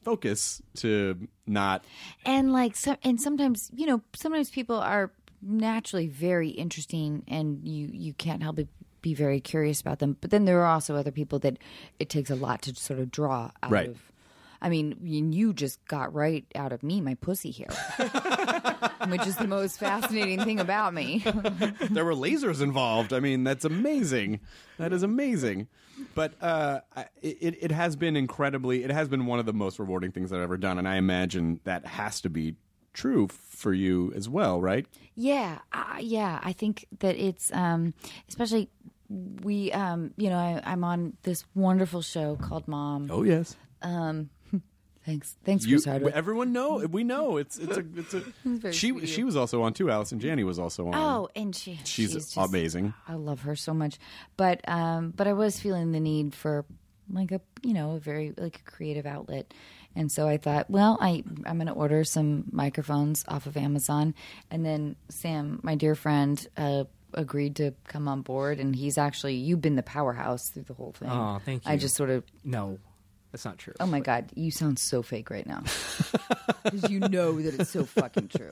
Speaker 4: focus to not
Speaker 3: And like, some and sometimes you know, sometimes people are naturally very interesting, and you you can't help but be very curious about them. But then there are also other people that it takes a lot to sort of draw out
Speaker 4: Right.
Speaker 3: of. I mean, you you just got right out of me my pussy hair, which is the most fascinating thing about me.
Speaker 4: there were lasers involved. I mean, that's amazing. That is amazing. But uh, I- it it has been incredibly. It has been one of the most rewarding things I've ever done, and I imagine that has to be true f- for you as well, right?
Speaker 3: Yeah, uh, yeah. I think that it's um, especially we. Um, you know, I, I'm on this wonderful show called Mom.
Speaker 4: Oh yes.
Speaker 3: Thanks, thanks,
Speaker 4: You,
Speaker 3: Chris Hardwick.
Speaker 4: everyone know we know it's it's a it's a
Speaker 3: very
Speaker 4: she
Speaker 3: sweet of
Speaker 4: she
Speaker 3: you.
Speaker 4: was also on too. Allison Janney was also on.
Speaker 3: Oh, and she
Speaker 4: She's
Speaker 3: just-
Speaker 4: amazing.
Speaker 3: I love her so much. But um but I was feeling the need for like a you know, a very like a creative outlet. And so I thought, well, I I'm going to order some microphones off of Amazon and then Sam, my dear friend, uh agreed to come on board and he's actually you've been the powerhouse through the whole thing.
Speaker 5: Aw, thank
Speaker 3: I
Speaker 5: you.
Speaker 3: just sort of
Speaker 5: No, that's not true.
Speaker 3: Oh my god, you sound so fake right now. Cuz you know that it's so fucking true.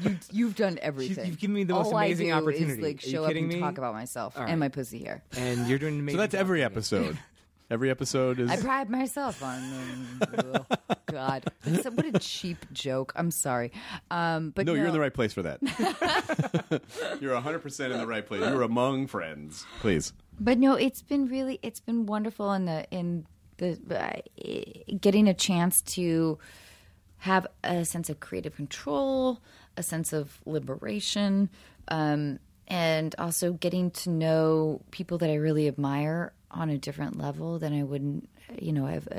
Speaker 3: You, you've done everything.
Speaker 5: you've given me the most
Speaker 3: All I
Speaker 5: amazing
Speaker 3: do is,
Speaker 5: opportunity.
Speaker 3: like
Speaker 5: Are you
Speaker 3: show up
Speaker 5: kidding
Speaker 3: and
Speaker 5: me?
Speaker 3: talk about myself
Speaker 5: All right.
Speaker 3: and my pussy hair.
Speaker 5: And you're doing an
Speaker 4: so
Speaker 5: amazing.
Speaker 4: that's
Speaker 5: job.
Speaker 4: every episode. every episode is
Speaker 3: I pride myself on. oh, God, That's- what a cheap joke. I'm sorry, um, but
Speaker 4: no, you're in the right place for that. you're 100% in the right place. You're among friends. Please.
Speaker 3: But no, it's been really, it's been wonderful in the in the uh, getting a chance to have a sense of creative control, a sense of liberation, um, and also getting to know people that I really admire on a different level than I wouldn't, you know, have uh,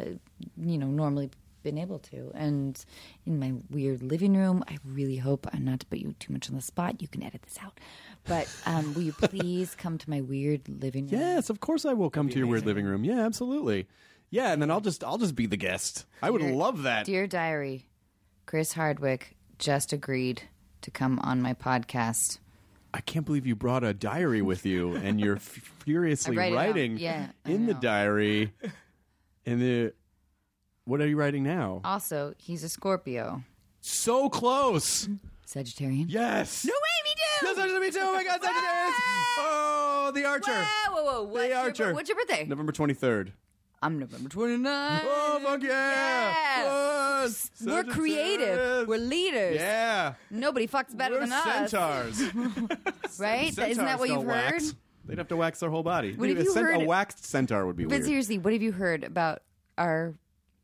Speaker 3: you know normally been able to. And in my weird living room, I really hope I'm not to put you too much on the spot. You can edit this out, but um, will you please come to my weird living room?
Speaker 4: Yes, of course I will come to your weird living room. Yeah, absolutely. Yeah, and then I'll just I'll just be the guest. I would love that.
Speaker 3: Dear diary, Chris Hardwick just agreed to come on my podcast.
Speaker 4: I can't believe you brought a diary with you and you're f- furiously
Speaker 3: I write it out.
Speaker 4: writing
Speaker 3: Yeah, I
Speaker 4: in the
Speaker 3: know.
Speaker 4: diary. And the what are you writing now?
Speaker 3: Also, he's a Scorpio,
Speaker 4: So close.
Speaker 3: Sagittarian.
Speaker 4: Yes. No way, me too. No, Sagittarius, me too. Oh my God, Sagittarius. Oh, the Archer.
Speaker 3: Whoa, whoa, whoa! What's,
Speaker 4: The Archer.
Speaker 3: Your, what's your birthday?
Speaker 4: November twenty third.
Speaker 3: I'm November 29.
Speaker 4: Oh fuck yeah! Yes.
Speaker 3: We're
Speaker 4: Sagittarius.
Speaker 3: creative. We're leaders.
Speaker 4: Yeah.
Speaker 3: Nobody fucks better
Speaker 4: We're
Speaker 3: than us,
Speaker 4: centaurs.
Speaker 3: right?
Speaker 4: Centaurs
Speaker 3: Isn't that what
Speaker 4: don't
Speaker 3: you've
Speaker 4: wax.
Speaker 3: heard?
Speaker 4: They'd have to wax their whole body.
Speaker 3: What have
Speaker 4: a,
Speaker 3: you
Speaker 4: cent-
Speaker 3: heard-
Speaker 4: a waxed centaur would be
Speaker 3: But
Speaker 4: weird.
Speaker 3: seriously, what have you heard about our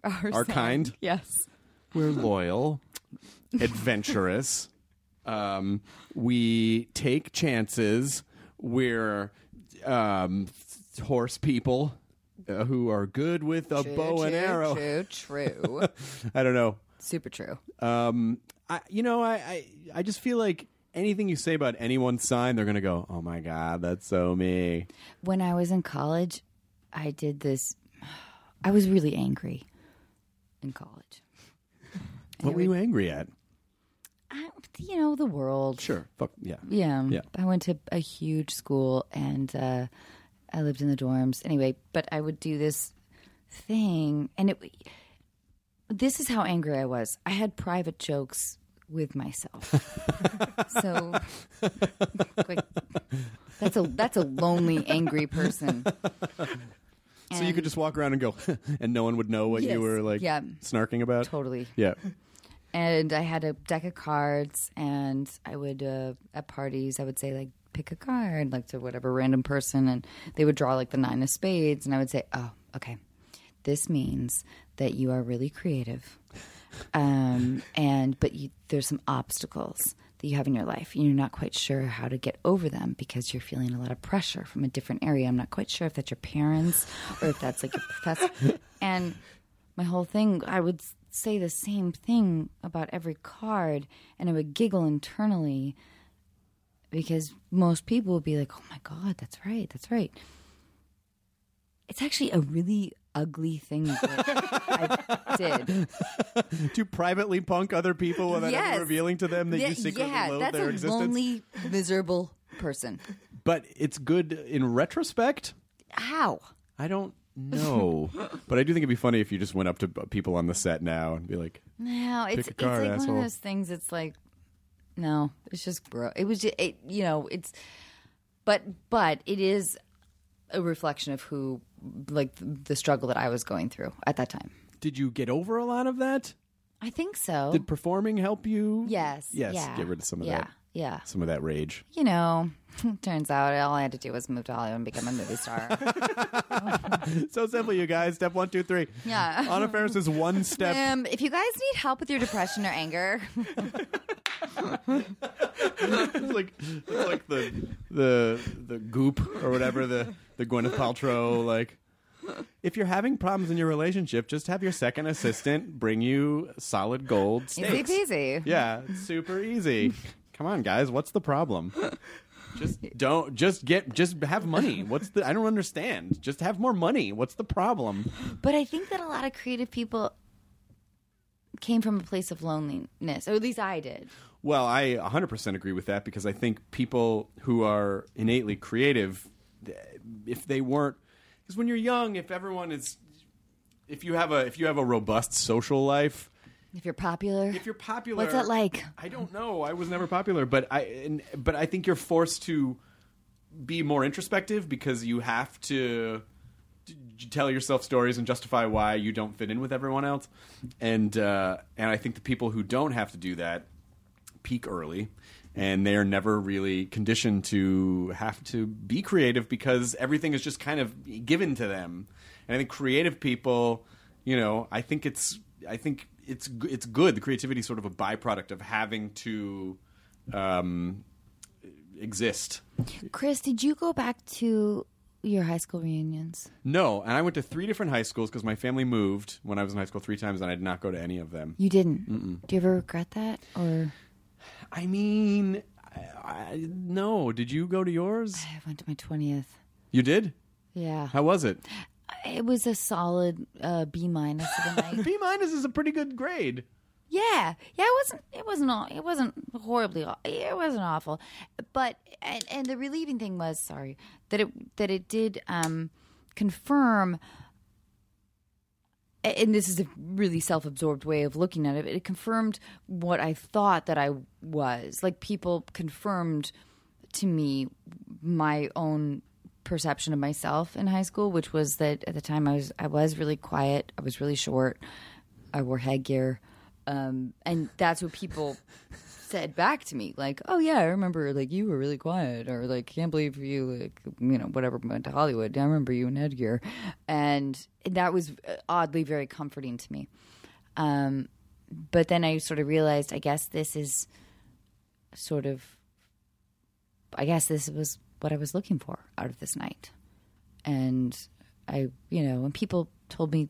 Speaker 3: our,
Speaker 4: Our
Speaker 3: sign?
Speaker 4: kind?
Speaker 3: Yes.
Speaker 4: We're loyal, adventurous. Um, we take chances. We're um, horse people uh, who are good with a bow and
Speaker 3: true,
Speaker 4: arrow.
Speaker 3: True, true.
Speaker 4: I don't know.
Speaker 3: Super true.
Speaker 4: Um, I, you know, I, I, I just feel like anything you say about anyone's sign, they're gonna go, "Oh my god, that's so me."
Speaker 3: When I was in college, I did this. I was really angry in college.
Speaker 4: What were you angry at?
Speaker 3: I, you know, the world.
Speaker 4: Sure, fuck yeah,
Speaker 3: Yeah.
Speaker 4: Yeah.
Speaker 3: I went to a huge school and uh, I lived in the dorms. Anyway, but I would do this thing and it this is how angry I was. I had private jokes with myself. so like, that's a that's a lonely angry person.
Speaker 4: So you could just walk around and go, and no one would know what
Speaker 3: Yes,
Speaker 4: you were like
Speaker 3: yeah.
Speaker 4: snarking about.
Speaker 3: Totally.
Speaker 4: Yeah.
Speaker 3: and I had a deck of cards, and I would uh, at parties I would say like pick a card like to whatever random person, and they would draw like the nine of spades, and I would say, oh, okay, this means that you are really creative, um, and but you, there's some obstacles that you have in your life, and you're not quite sure how to get over them because you're feeling a lot of pressure from a different area. I'm not quite sure if that's your parents or if that's like your professor, and my whole thing i would s- say the same thing about every card and i would giggle internally because most people would be like oh my god that's right that's right it's actually a really ugly thing that i did
Speaker 4: Do you privately punk other people without ever
Speaker 3: Yes.
Speaker 4: revealing to them that you
Speaker 3: Th-
Speaker 4: secretly
Speaker 3: yeah
Speaker 4: loathe
Speaker 3: that's
Speaker 4: their
Speaker 3: a
Speaker 4: existence?
Speaker 3: lonely miserable person
Speaker 4: But it's good in retrospect.
Speaker 3: how
Speaker 4: I don't know, but I do think it'd be funny if you just went up to b- people on the set now and be like,
Speaker 3: no it's,
Speaker 4: a
Speaker 3: it's like
Speaker 4: card,
Speaker 3: one
Speaker 4: asshole.
Speaker 3: of those things it's like no it's just bro it was just, it, you know it's but but it is a reflection of who like the struggle that I was going through at that time.
Speaker 4: Did you get over a lot of that?
Speaker 3: I think so.
Speaker 4: Did performing help you?
Speaker 3: yes.
Speaker 4: Yes.
Speaker 3: Oh. Yeah.
Speaker 4: Get rid of some of
Speaker 3: yeah.
Speaker 4: that.
Speaker 3: Yeah.
Speaker 4: Some of that rage.
Speaker 3: You know, turns out all I had to do was move to Hollywood and become a movie star.
Speaker 4: so simple, you guys. Step one, two, three.
Speaker 3: Yeah.
Speaker 4: Anna Ferris is one step.
Speaker 3: Um, if you guys need help with your depression or anger,
Speaker 4: it's like it's like the the the goop or whatever the the Gwyneth Paltrow like. If you're having problems in your relationship, just have your second assistant bring you solid gold
Speaker 3: easy
Speaker 4: steaks.
Speaker 3: peasy.
Speaker 4: Yeah, it's super easy. Come on, guys, what's the problem? Just don't. Just get. Just have money. What's the? I don't understand. Just have more money. What's the problem?
Speaker 3: But I think that a lot of creative people came from a place of loneliness, or at least I did.
Speaker 4: Well, I 100% agree with that because I think people who are innately creative, th- if they weren't, because when you're young, if everyone is, if you have a if you have a robust social life,
Speaker 3: If you're popular,
Speaker 4: if you're popular,
Speaker 3: what's that like?
Speaker 4: I don't know. I was never popular, but I and, but I think you're forced to be more introspective because you have to d- d- tell yourself stories and justify why you don't fit in with everyone else. And uh, and I think the people who don't have to do that peak early and they are never really conditioned to have to be creative because everything is just kind of given to them. And I think creative people, you know, I think it's I think it's g- it's good. The creativity is sort of a byproduct of having to um, exist.
Speaker 3: Chris, did you go back to your high school reunions?
Speaker 4: No, and I went to three different high schools because my family moved when I was in high school three times, and I did not go to any of them.
Speaker 3: You didn't. Do you ever regret that? Or
Speaker 4: I mean, I, I, no. Did you go to yours?
Speaker 3: I went to my twentieth.
Speaker 4: You did.
Speaker 3: Yeah,
Speaker 4: How was it?
Speaker 3: it was a solid uh, B minus of the night.
Speaker 4: B minus is a pretty good grade.
Speaker 3: Yeah, yeah, it wasn't. It wasn't. All, it wasn't horribly. aw- It wasn't awful, but and, and the relieving thing was sorry that it that it did um, confirm. a- And this is a really self-absorbed way of looking at it. It confirmed what I thought that I was. Like people confirmed to me my own perception of myself in high school, which was that at the time I was I was really quiet. I was really short. I wore headgear. Um, and that's what people said back to me, like, "Oh yeah, I remember. Like you were really quiet, or like, can't believe you, like, you know, whatever went to Hollywood. I remember you in headgear," and that was uh, oddly very comforting to me. Um, but then I sort of realized, I guess this is sort of, I guess this was what I was looking for out of this night, and I, you know, and people told me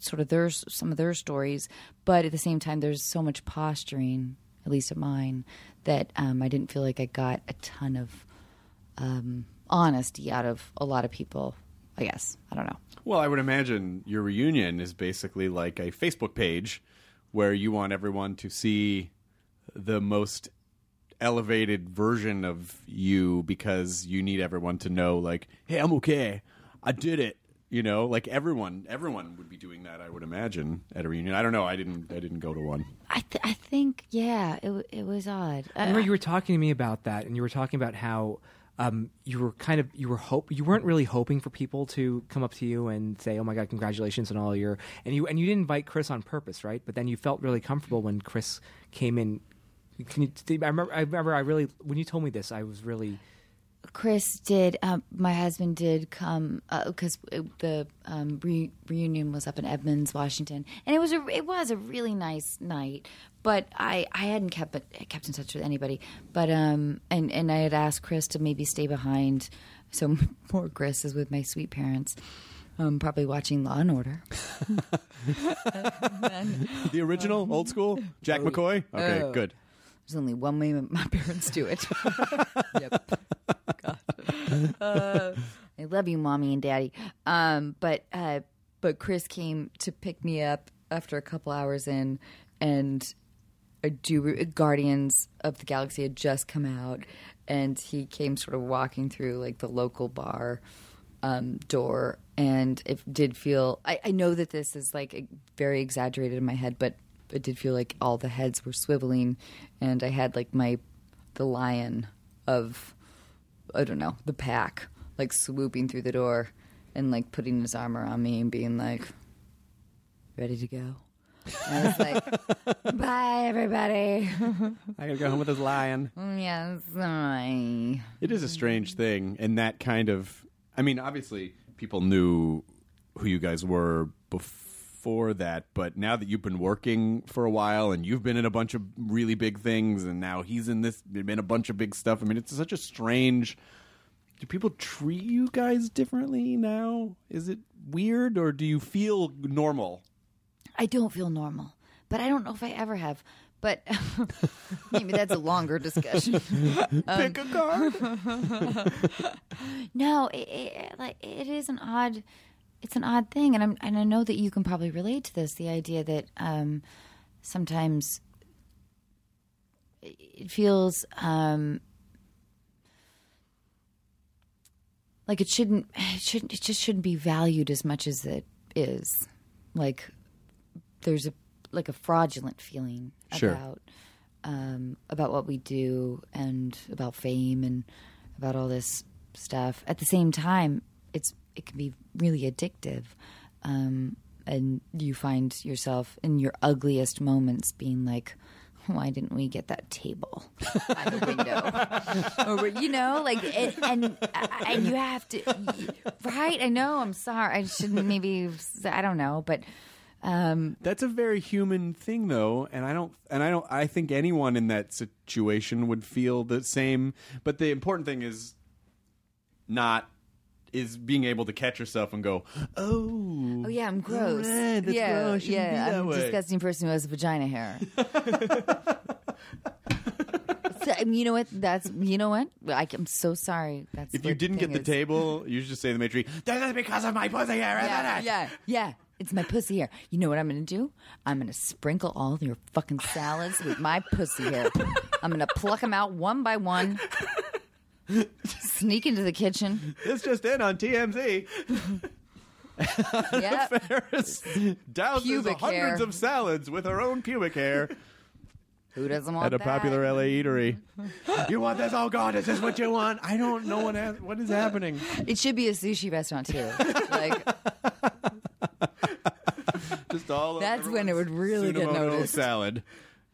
Speaker 3: sort of their some of their stories, but at the same time, there's so much posturing, at least of mine, that um, I didn't feel like I got a ton of um, honesty out of a lot of people. I guess I don't know.
Speaker 4: Well, I would imagine your reunion is basically like a Facebook page where you want everyone to see the most elevated version of you because you need everyone to know like, "Hey, I'm okay. I did it." You know, like everyone everyone would be doing that, I would imagine, at a reunion. I don't know. I didn't I didn't go to one.
Speaker 3: I th- I think yeah, it w- it was odd.
Speaker 5: I
Speaker 3: Uh,
Speaker 5: remember you were talking to me about that, and you were talking about how um, you were kind of you were hope you weren't really hoping for people to come up to you and say, "Oh my god, congratulations on all your," and you and you didn't invite Chris on purpose, right? But then you felt really comfortable when Chris came in. Can you? I remember. I remember. I really when you told me this, I was really.
Speaker 3: Chris did. Um, my husband did come because the um, re- reunion was up in Edmonds, Washington, and it was a it was a really nice night. But I, I hadn't kept kept in touch with anybody. But um and and I had asked Chris to maybe stay behind, so more Chris is with my sweet parents, um probably watching Law and Order.
Speaker 4: The original old school Jack McCoy? Okay,
Speaker 3: Oh.
Speaker 4: good.
Speaker 3: There's only one way my parents do it. yep. God. Uh, I love you, mommy and daddy. Um, but uh, but Chris came to pick me up after a couple hours in, and a do Guardians of the Galaxy had just come out, and he came sort of walking through like the local bar um, door, and it did feel. I, I know that this is like very exaggerated in my head, but it did feel like all the heads were swiveling, and I had like my the lion of I don't know the pack like swooping through the door and like putting his arm around me and being like, ready to go. And I was like, bye, everybody.
Speaker 4: I gotta go home with this lion.
Speaker 3: yes. I...
Speaker 4: It is a strange thing, and that kind of. I mean, obviously, people knew who you guys were before that, but now that you've been working for a while and you've been in a bunch of really big things, and now he's in this, been in a bunch of big stuff. I mean, it's such a strange. Do people treat you guys differently now? Is it weird, or do you feel normal?
Speaker 3: I don't feel normal, but I don't know if I ever have. But maybe that's a longer discussion. Um,
Speaker 4: Pick a card.
Speaker 3: No, it, it, like it is an odd, it's an odd thing, and I'm and I know that you can probably relate to this. The idea that um, sometimes it feels um, like it shouldn't, it shouldn't, it just shouldn't be valued as much as it is. Like there's a like a fraudulent feeling
Speaker 4: Sure.
Speaker 3: about um, about what we do and about fame and about all this stuff. At the same time, it's it can be really addictive, um, and you find yourself in your ugliest moments being like. Why didn't we get that table by the window? or you know, like, and, and and you have to, right? I know. I'm sorry. I shouldn't. Maybe I don't know, but um,
Speaker 4: That's a very human thing, though, and I don't, and I don't, I think anyone in that situation would feel the same. But the important thing is not is being able to catch yourself and go, oh,
Speaker 3: Oh yeah, I'm gross.
Speaker 4: right, that's
Speaker 3: yeah,
Speaker 4: gross. Shouldn't
Speaker 3: yeah,
Speaker 4: be that
Speaker 3: I'm a
Speaker 4: way.
Speaker 3: disgusting person who has vagina hair. So, I mean, you know what? That's you know what? I, am so sorry. That's
Speaker 4: if
Speaker 3: what
Speaker 4: you didn't get
Speaker 3: thing
Speaker 4: the
Speaker 3: is.
Speaker 4: table, you should just say to the matron, "This is because of my pussy hair." isn't
Speaker 3: Yeah,
Speaker 4: it?"
Speaker 3: yeah, yeah. It's my pussy hair. You know what I'm gonna do? I'm gonna sprinkle all your fucking salads with my pussy hair. I'm gonna pluck them out one by one. Sneak into the kitchen.
Speaker 4: This just in on TMZ.
Speaker 3: Yeah.
Speaker 4: Ferris douses
Speaker 3: Uh, Pubic
Speaker 4: hundreds
Speaker 3: hair.
Speaker 4: of salads with her own pubic hair
Speaker 3: Who doesn't want
Speaker 4: at a
Speaker 3: that?
Speaker 4: popular LA eatery. you want this? Oh God, is this what you want? I don't know what ha- what is happening.
Speaker 3: It should be a sushi restaurant too. Like
Speaker 4: Just all
Speaker 3: That's when it would really get
Speaker 4: Tsunamoto
Speaker 3: noticed.
Speaker 4: Salad.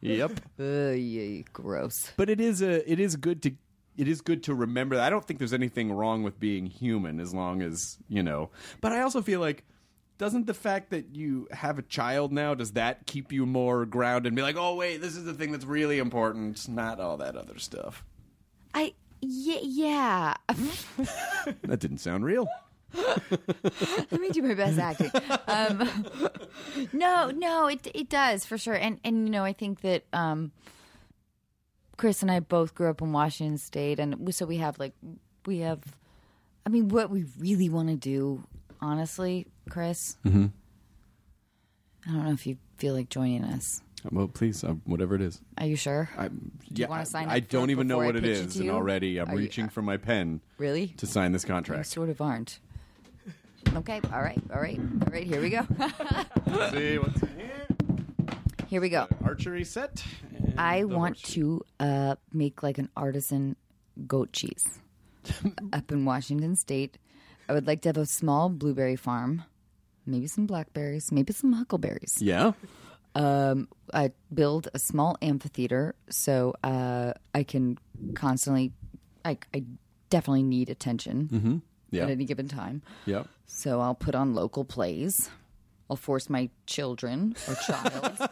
Speaker 4: Yep.
Speaker 3: Ugh, yeah, gross.
Speaker 4: But it is a it is good to it is good to remember. that. I don't think there's anything wrong with being human as long as you know. But I also feel like doesn't the fact that you have a child now does that keep you more grounded and be like, oh wait, this is the thing that's really important, not all that other stuff.
Speaker 3: I yeah, yeah.
Speaker 4: That didn't sound real.
Speaker 3: Let me do my best acting. Um, no, no, it it does for sure. And and you know, I think that um, Chris and I both grew up in Washington State, and we- so we have like we have. I mean, what we really want to do, honestly, Chris. I don't know if you feel like joining us.
Speaker 4: Well, please, um, whatever it is.
Speaker 3: Are you sure?
Speaker 4: I'm,
Speaker 3: you
Speaker 4: yeah,
Speaker 3: wanna
Speaker 4: I-
Speaker 3: sign
Speaker 4: I
Speaker 3: up for
Speaker 4: don't
Speaker 3: it
Speaker 4: even know
Speaker 3: before I
Speaker 4: what it
Speaker 3: pitch it
Speaker 4: is,
Speaker 3: to
Speaker 4: and
Speaker 3: you?
Speaker 4: already I'm
Speaker 3: Are you- uh,
Speaker 4: reaching for my pen
Speaker 3: really?
Speaker 4: to sign this
Speaker 3: You
Speaker 4: contract.
Speaker 3: sort of aren't. Okay. All right. All right. All right. Here we go.
Speaker 4: See what's in here.
Speaker 3: here we go.
Speaker 4: Archery set.
Speaker 3: I want to uh, make like an artisan goat cheese up in Washington State. I would like to have a small blueberry farm, maybe some blackberries, maybe some huckleberries.
Speaker 4: Yeah.
Speaker 3: I build a small amphitheater so uh, I can constantly. I, I definitely need attention
Speaker 4: Yeah.
Speaker 3: at any given time.
Speaker 4: Yeah.
Speaker 3: So I'll put on local plays. I'll force my children or child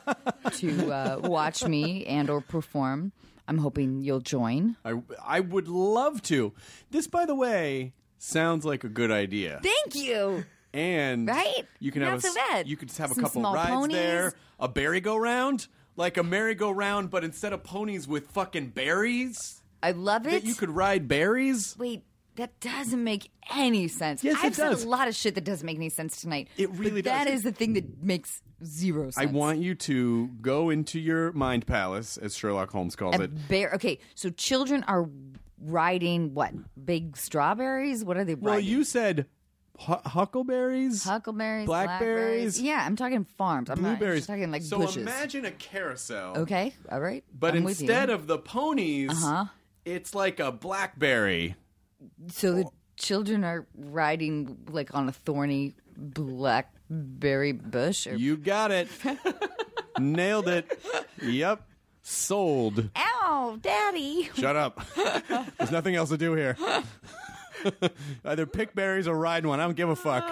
Speaker 3: to uh, watch me and or perform. I'm hoping you'll join.
Speaker 4: I I would love to. This, by the way, sounds like a good idea.
Speaker 3: Thank you.
Speaker 4: and
Speaker 3: Right?
Speaker 4: you can
Speaker 3: Not
Speaker 4: have a,
Speaker 3: so
Speaker 4: s-
Speaker 3: bad.
Speaker 4: You could have a
Speaker 3: Some
Speaker 4: couple
Speaker 3: small
Speaker 4: rides
Speaker 3: ponies.
Speaker 4: there. A merry-go-round, like a merry-go-round, but instead of ponies with fucking berries.
Speaker 3: I love it.
Speaker 4: That you could ride berries.
Speaker 3: Wait, that doesn't make any sense.
Speaker 4: Yes, it
Speaker 3: I've said
Speaker 4: does.
Speaker 3: a lot of shit that doesn't make any sense tonight.
Speaker 4: It really
Speaker 3: but That
Speaker 4: does.
Speaker 3: is the thing that makes zero
Speaker 4: I
Speaker 3: sense.
Speaker 4: want you to go into your mind palace, as Sherlock Holmes calls
Speaker 3: a
Speaker 4: it.
Speaker 3: bear. Okay, so children are riding what? Big strawberries? What are they
Speaker 4: Well,
Speaker 3: riding?
Speaker 4: you said hu- huckleberries.
Speaker 3: Huckleberries,
Speaker 4: Blackberries.
Speaker 3: blackberries. Yeah, I'm talking farms. I'm not
Speaker 4: Blueberries.
Speaker 3: just talking like
Speaker 4: so
Speaker 3: bushes.
Speaker 4: imagine a carousel.
Speaker 3: Okay, all right.
Speaker 4: But
Speaker 3: I'm with you. Uh-huh.
Speaker 4: instead of the ponies, it's like a blackberry.
Speaker 3: so the children are riding like on a thorny blackberry bush. Or...
Speaker 4: You got it. Nailed it. Yep. Sold.
Speaker 3: Ow, daddy!
Speaker 4: Shut up. There's nothing else to do here. Either pick berries or ride one. I don't give a fuck.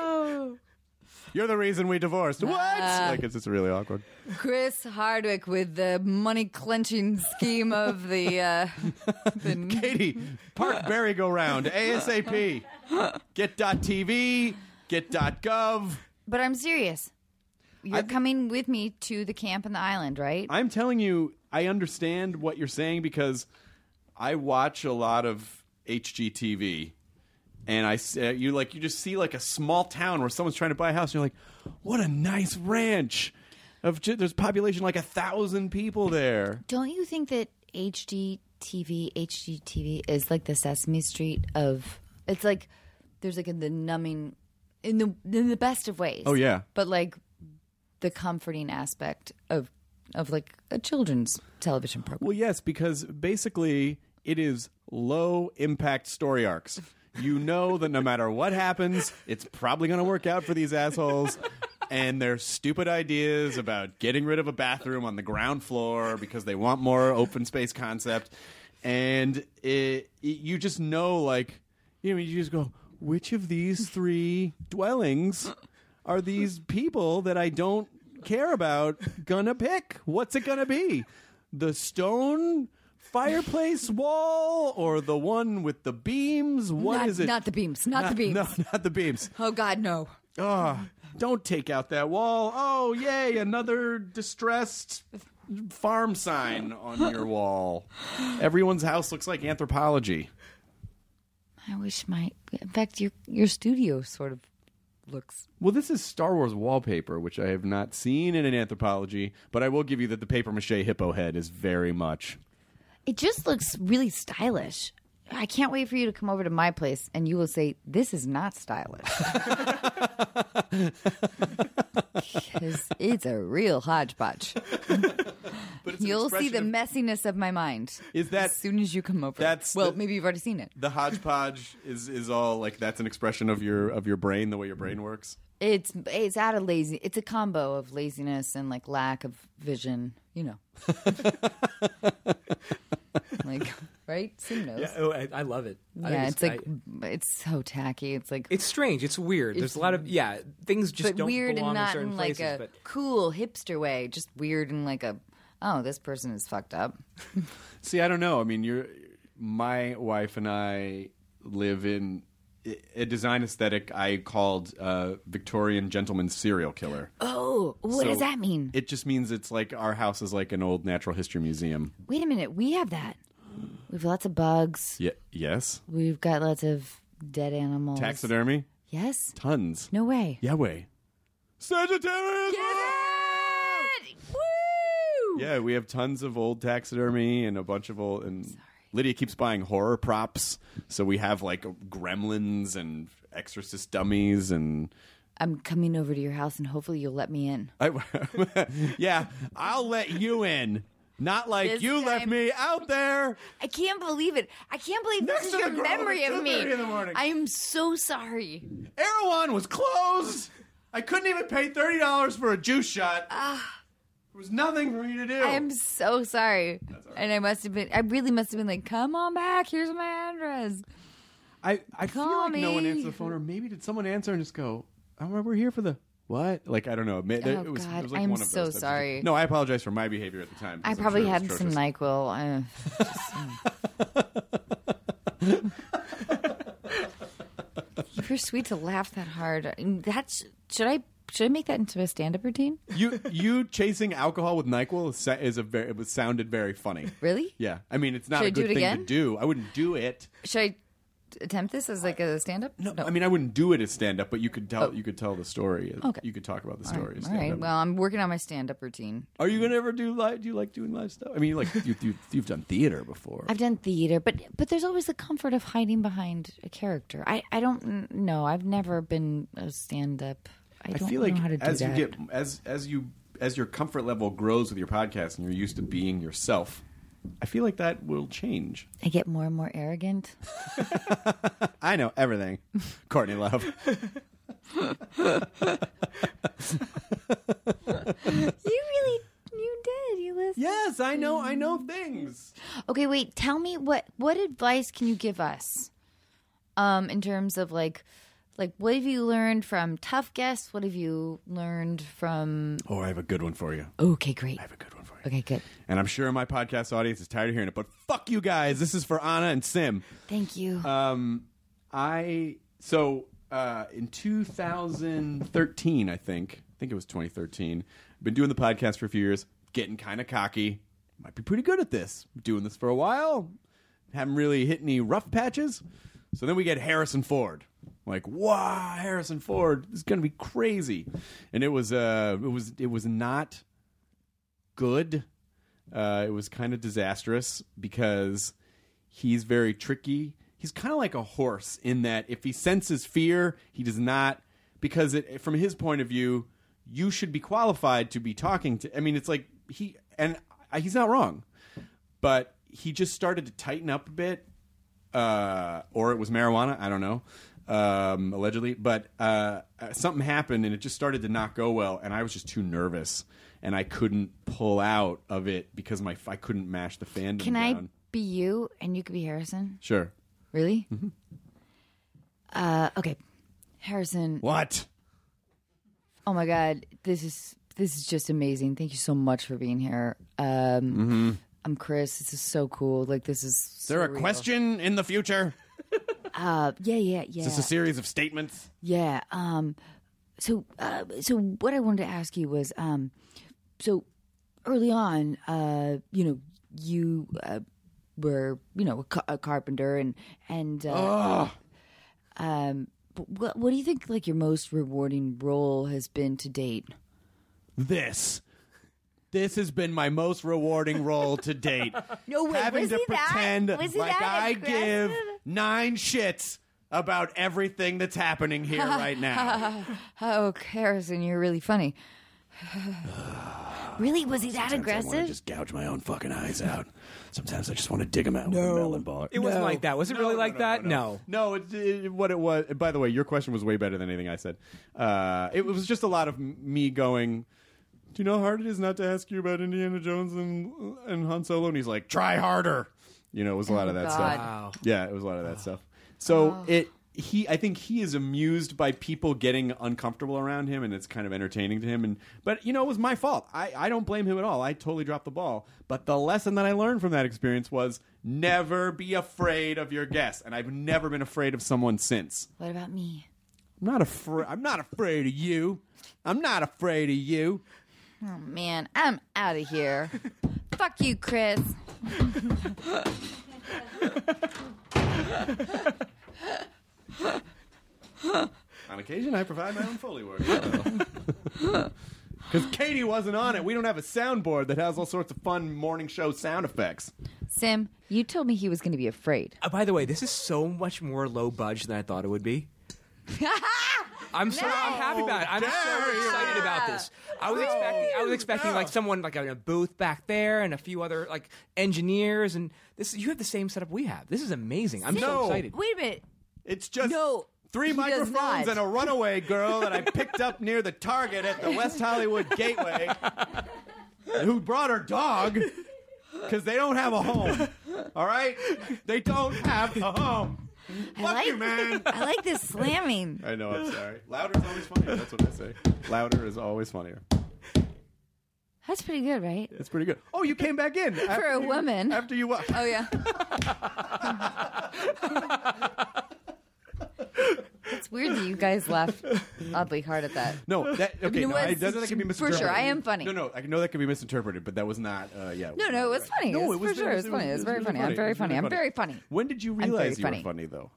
Speaker 4: You're the reason we divorced. What? Like it's just really awkward.
Speaker 3: Chris Hardwick with the money clenching scheme of the. Uh, the...
Speaker 4: Katie, park berry go round ASAP. Get .tv. Get .gov.
Speaker 3: But I'm serious. You're coming with me to the camp in the island, right?
Speaker 4: I'm telling you, I understand what you're saying because I watch a lot of HGTV, and I s- uh, you like you just see like a small town where someone's trying to buy a house, and you're like, what a nice ranch. Of ju- there's population like a thousand people there.
Speaker 3: Don't you think that HGTV, HGTV is like the Sesame Street of? It's like there's like in the numbing, in the in the best of ways.
Speaker 4: Oh, yeah.
Speaker 3: but like the comforting aspect of of like a children's television program.
Speaker 4: Well, yes, because basically it is low impact story arcs. You know that no matter what happens, it's probably going to work out for these assholes. And their stupid ideas about getting rid of a bathroom on the ground floor because they want more open space concept. And it, it- you just know, like, you know, you just go, which of these three dwellings are these people that I don't care about gonna pick? What's it gonna be? The stone fireplace wall or the one with the beams? What is
Speaker 3: not,
Speaker 4: it?
Speaker 3: Not the beams. Not, the beams.
Speaker 4: No, not the beams.
Speaker 3: Oh God, no.
Speaker 4: Oh, don't take out that wall. Oh, yay, another distressed farm sign on your wall. Everyone's house looks like anthropology.
Speaker 3: I wish my. In fact, your your studio sort of looks.
Speaker 4: Well, this is Star Wars wallpaper, which I have not seen in an anthropology, but I will give you that the paper mache hippo head is very much.
Speaker 3: It just looks really stylish. I can't wait for you to come over to my place and you will say, This is not stylish. 'Cause it's a real hodgepodge. You'll see the messiness of my mind
Speaker 4: Is that-
Speaker 3: as soon as you come over.
Speaker 4: that's
Speaker 3: well,
Speaker 4: the-
Speaker 3: maybe you've already seen it.
Speaker 4: The hodgepodge is is all like that's an expression of your of your brain, the way your brain works.
Speaker 3: It's it's out of lazy. It's a combo of laziness and like lack of vision. You know, like right? Sim knows.
Speaker 5: Yeah, oh, I, I love it. I
Speaker 3: Yeah,
Speaker 5: think
Speaker 3: it's like
Speaker 5: I-
Speaker 3: it's so tacky. It's like
Speaker 5: it's strange. It's weird. There's a lot of yeah things just
Speaker 3: but
Speaker 5: don't
Speaker 3: weird
Speaker 5: belong
Speaker 3: and
Speaker 5: in
Speaker 3: not
Speaker 5: certain
Speaker 3: in like
Speaker 5: places.
Speaker 3: a
Speaker 5: but
Speaker 3: cool hipster way. Just weird and like a oh, this person is fucked up.
Speaker 4: See, I don't know. I mean, you're my wife and I live in a design aesthetic I called uh, Victorian gentleman serial killer.
Speaker 3: Oh, what does
Speaker 4: So
Speaker 3: that mean?
Speaker 4: It just means it's like our house is like an old natural history museum.
Speaker 3: Wait a minute, we have that. We've lots of bugs.
Speaker 4: Yeah. Yes.
Speaker 3: We've got lots of dead animals.
Speaker 4: Taxidermy.
Speaker 3: Yes.
Speaker 4: Tons.
Speaker 3: No way.
Speaker 4: Yahweh. Sagittarius.
Speaker 3: Woo!
Speaker 4: Yeah, we have tons of old taxidermy and a bunch of old and Lydia keeps buying horror props, so we have like gremlins and exorcist dummies and
Speaker 3: I'm coming over to your house and hopefully you'll let me in.
Speaker 4: I, yeah, I'll let you in. Not like
Speaker 3: This
Speaker 4: you left
Speaker 3: time-
Speaker 4: me out there.
Speaker 3: I can't believe it. I can't believe
Speaker 4: Next
Speaker 3: this
Speaker 4: to
Speaker 3: is your
Speaker 4: the girl at
Speaker 3: memory of me.
Speaker 4: 2:30 in the morning.
Speaker 3: I am so sorry.
Speaker 4: Erewhon was closed. I couldn't even pay thirty dollars for a juice shot. there was nothing for me to do.
Speaker 3: Ah. I am so sorry. And I must have been I really must have been like, "Come on back. Here's my address."
Speaker 4: I, I feel
Speaker 3: Call
Speaker 4: like no one
Speaker 3: me.
Speaker 4: answered the phone, or maybe did someone answer and just go, "I remember we're here for the what?" Like I don't know. Ma- there-
Speaker 3: Oh,
Speaker 4: it was, it
Speaker 3: God,
Speaker 4: was like
Speaker 3: I'm
Speaker 4: one of
Speaker 3: so
Speaker 4: those types of-
Speaker 3: sorry.
Speaker 4: No, I apologize for my behavior at the time.
Speaker 3: I
Speaker 4: because I'm
Speaker 3: probably
Speaker 4: sure it was
Speaker 3: had some
Speaker 4: atrocious.
Speaker 3: NyQuil. Uh, you were sweet to laugh that hard. That's should I should I make that into a stand-up routine?
Speaker 4: you you chasing alcohol with Nyquil is, sa- is a very it was sounded very funny.
Speaker 3: Really?
Speaker 4: Yeah, I mean it's not
Speaker 3: Should
Speaker 4: a
Speaker 3: I do
Speaker 4: good
Speaker 3: it
Speaker 4: thing to
Speaker 3: again?
Speaker 4: do. I wouldn't do it.
Speaker 3: Should I attempt this as like a stand-up?
Speaker 4: No, I mean I wouldn't do it as stand up, but you could tell you could tell the story.
Speaker 3: Oh. Okay.
Speaker 4: you could talk about the story. as
Speaker 3: All right.
Speaker 4: stand-up.
Speaker 3: Well, I'm working on my stand-up routine.
Speaker 4: are you gonna ever do live? Do you like doing live stuff? I mean, like you, you you've done theater before.
Speaker 3: I've done theater, but but there's always the comfort of hiding behind a character. I I don't know. I've never been a stand-up. I
Speaker 4: I
Speaker 3: don't
Speaker 4: feel like
Speaker 3: know how to do
Speaker 4: as
Speaker 3: that.
Speaker 4: you get as as you as your comfort level grows with your podcast and you're used to being yourself, I feel like that will change.
Speaker 3: I get more and more arrogant.
Speaker 4: I know everything. Courtney Love.
Speaker 3: You really, you did. You listened.
Speaker 4: yes, I know. I know things.
Speaker 3: Okay, wait. Tell me what what advice can you give us, um, in terms of like, like what have you learned from tough guests? What have you learned from?
Speaker 4: Oh, I have a good one for you.
Speaker 3: Okay, great.
Speaker 4: I have a good one for you.
Speaker 3: Okay, good.
Speaker 4: And I'm sure my podcast audience is tired of hearing it, but fuck you guys. This is for Anna and Sim.
Speaker 3: Thank you.
Speaker 4: Um, I so uh, in 2013, I think, I think it was 2013. Been doing the podcast for a few years, getting kind of cocky. Might be pretty good at this. Doing this for a while, haven't really hit any rough patches. So then we get Harrison Ford. Like, wow, Harrison Ford this is going to be crazy. And it was, uh, it was, it was not good. Uh, it was kind of disastrous because he's very tricky. He's kind of like a horse in that if he senses fear, he does not because it, from his point of view, you should be qualified to be talking to. I mean, it's like he and I, he's not wrong, but he just started to tighten up a bit, uh, or it was marijuana. I don't know, um, allegedly, but uh, uh, something happened and it just started to not go well, and I was just too nervous. And I couldn't pull out of it because my I couldn't mash the fandom.
Speaker 3: can I
Speaker 4: down.
Speaker 3: be you and you could be Harrison?
Speaker 4: Sure.
Speaker 3: Really?
Speaker 4: Mm-hmm.
Speaker 3: Uh, okay, Harrison.
Speaker 4: What?
Speaker 3: Oh my God, this is this is just amazing. Thank you so much for being here. Um,
Speaker 4: Mm-hmm.
Speaker 3: I'm Chris. This is so cool. Like this is.
Speaker 4: Is there a question in the future?
Speaker 3: Uh, yeah, yeah, yeah.
Speaker 4: Is this a series of statements?
Speaker 3: Yeah. Um. So, uh, so what I wanted to ask you was, um, so early on, uh, you know, you uh, were, you know, a, ca- a carpenter, and and uh, um, but what what do you think like your most rewarding role has been to date?
Speaker 4: This. This has been my most rewarding role to date.
Speaker 3: No way.
Speaker 4: Having
Speaker 3: Was
Speaker 4: to
Speaker 3: he that-
Speaker 4: pretend
Speaker 3: was he
Speaker 4: like
Speaker 3: that
Speaker 4: I
Speaker 3: aggressive?
Speaker 4: give nine shits about everything that's happening here right now.
Speaker 3: Oh, Harrison, you're really funny. really, was he that
Speaker 4: I
Speaker 3: aggressive?
Speaker 4: just gouge my own fucking eyes out. Sometimes I just want to dig them out with a melon ball.
Speaker 5: It wasn't like that. Was it really like that? No.
Speaker 4: No, it, it, what it was. By the way, your question was way better than anything I said. Uh, it was just a lot of m- me going. Do you know how hard it is not to ask you about Indiana Jones and and Han Solo? And he's like, try harder. You know, it was a lot of that stuff.
Speaker 5: Wow.
Speaker 4: Yeah, it was a lot of that stuff. So it he I think he is amused by people getting uncomfortable around him and it's kind of entertaining to him and but you know it was my fault. I, I don't blame him at all. I totally dropped the ball. But the lesson that I learned from that experience was never be afraid of your guests. And I've never been afraid of someone since.
Speaker 3: What about me?
Speaker 4: I'm not afraid I'm not afraid of you. I'm not afraid of you.
Speaker 3: Oh man, I'm out of here. Fuck you, Chris.
Speaker 4: On occasion, I provide my own Foley work. Because Katie wasn't on it. We don't have a soundboard that has all sorts of fun morning show sound effects.
Speaker 3: Sim, you told me he was going to be afraid.
Speaker 5: Uh, by the way, this is so much more low budge than I thought it would be. I'm so I'm happy about it. I'm so excited about this. I was expecting I was expecting like someone like in a booth back there and a few other like engineers and this you have the same setup we have. This is amazing. I'm so
Speaker 4: No.
Speaker 5: excited.
Speaker 3: Wait a minute.
Speaker 4: It's just
Speaker 3: No,
Speaker 4: three
Speaker 3: he does
Speaker 4: microphones
Speaker 3: not.
Speaker 4: and a runaway girl that I picked up near the Target at the West Hollywood Gateway, who brought her dog because they don't have a home. All right, they don't have a home. Fuck
Speaker 3: like,
Speaker 4: you, man.
Speaker 3: I like this slamming.
Speaker 4: I know. I'm sorry. Louder is always funnier. That's what I say. Louder is always funnier.
Speaker 3: That's pretty good, right?
Speaker 4: That's pretty good. Oh, you came back in for
Speaker 3: a woman.
Speaker 4: after you. Wa-
Speaker 3: Oh yeah. it's weird that you guys laughed oddly hard at that.
Speaker 4: No, that okay.
Speaker 3: mean, it
Speaker 4: no, I,
Speaker 3: was-
Speaker 4: that, that can be
Speaker 3: for sure,
Speaker 4: misinterpreted.
Speaker 3: I am funny.
Speaker 4: No, no, I know that can be misinterpreted, but that was not. Uh, yeah.
Speaker 3: No, no, it was funny.
Speaker 4: No,
Speaker 3: It was
Speaker 4: it was
Speaker 3: for sure. It was funny. It was very
Speaker 4: really
Speaker 3: funny. I'm
Speaker 4: It
Speaker 3: very
Speaker 4: was really
Speaker 3: funny. I'm very funny.
Speaker 4: When did you
Speaker 3: very
Speaker 4: realize you were
Speaker 3: funny.
Speaker 4: funny though?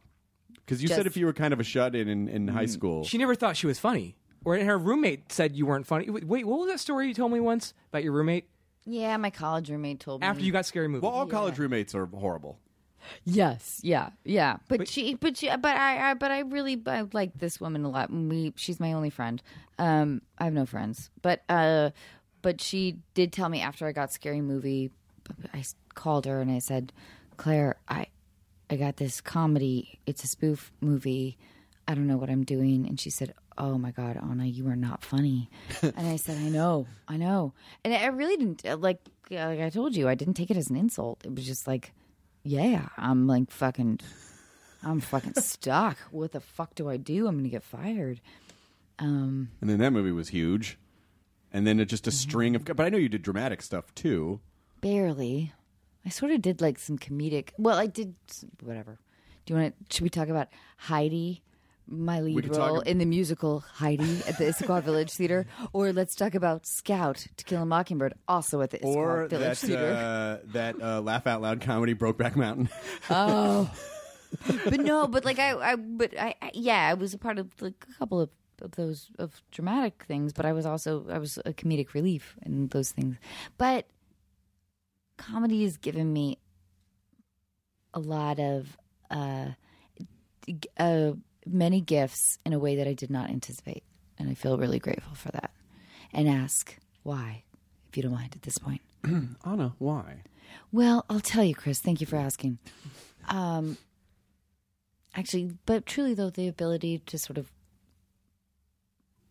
Speaker 4: Because you
Speaker 3: Just- Mm.
Speaker 4: said if you were kind of a shut in in, in high school.
Speaker 5: She never thought she was funny. Or her roommate said you weren't funny. Wait, wait, what was that story you told me once about your roommate
Speaker 3: Yeah, my college roommate told me.
Speaker 5: after you got scary movie?
Speaker 4: well, all college roommates are horrible.
Speaker 3: Yes, yeah, yeah. But, she, but she, but I, I, but I really I like this woman a lot. And we, she's my only friend. Um, I have no friends, but uh, but she did tell me after I got Scary Movie I s- called her and I said, Claire, I, I got this comedy. It's a spoof movie. I don't know what I'm doing. And she said, Oh my God, Anna, you are not funny. and I said, I know, I know. And I really didn't, uh, like, yeah, like I told you, I didn't take it as an insult. It was just like, yeah, I'm like fucking, I'm fucking stuck. What the fuck do I do? I'm going to get fired.
Speaker 4: And then that movie was huge. And then it just
Speaker 3: Mm-hmm.
Speaker 4: a string of. But I know you did dramatic stuff too.
Speaker 3: Barely. I sort of did like some comedic. Well, I did s- whatever. Do you want to? Should we talk about Heidi, my lead
Speaker 4: could talk
Speaker 3: role
Speaker 4: ab-
Speaker 3: in the musical Heidi at the Issaquah Village Theater, or let's talk about Scout to Kill a Mockingbird, also at the Issaquah
Speaker 4: Or
Speaker 3: Village
Speaker 4: that
Speaker 3: Theater.
Speaker 4: uh, that uh, laugh out loud comedy Brokeback Mountain.
Speaker 3: but no, but like I, I but I, I, yeah, I was a part of like a couple of, of those of dramatic things, but I was also I was a comedic relief in those things. But comedy has given me a lot of uh, g- uh many gifts in a way that I did not anticipate, and I feel really grateful for that. And ask why, if you don't mind, at this point.
Speaker 4: Anna, why?
Speaker 3: Well, I'll tell you, Chris. Thank you for asking. Um, actually, but truly, though, the ability to sort of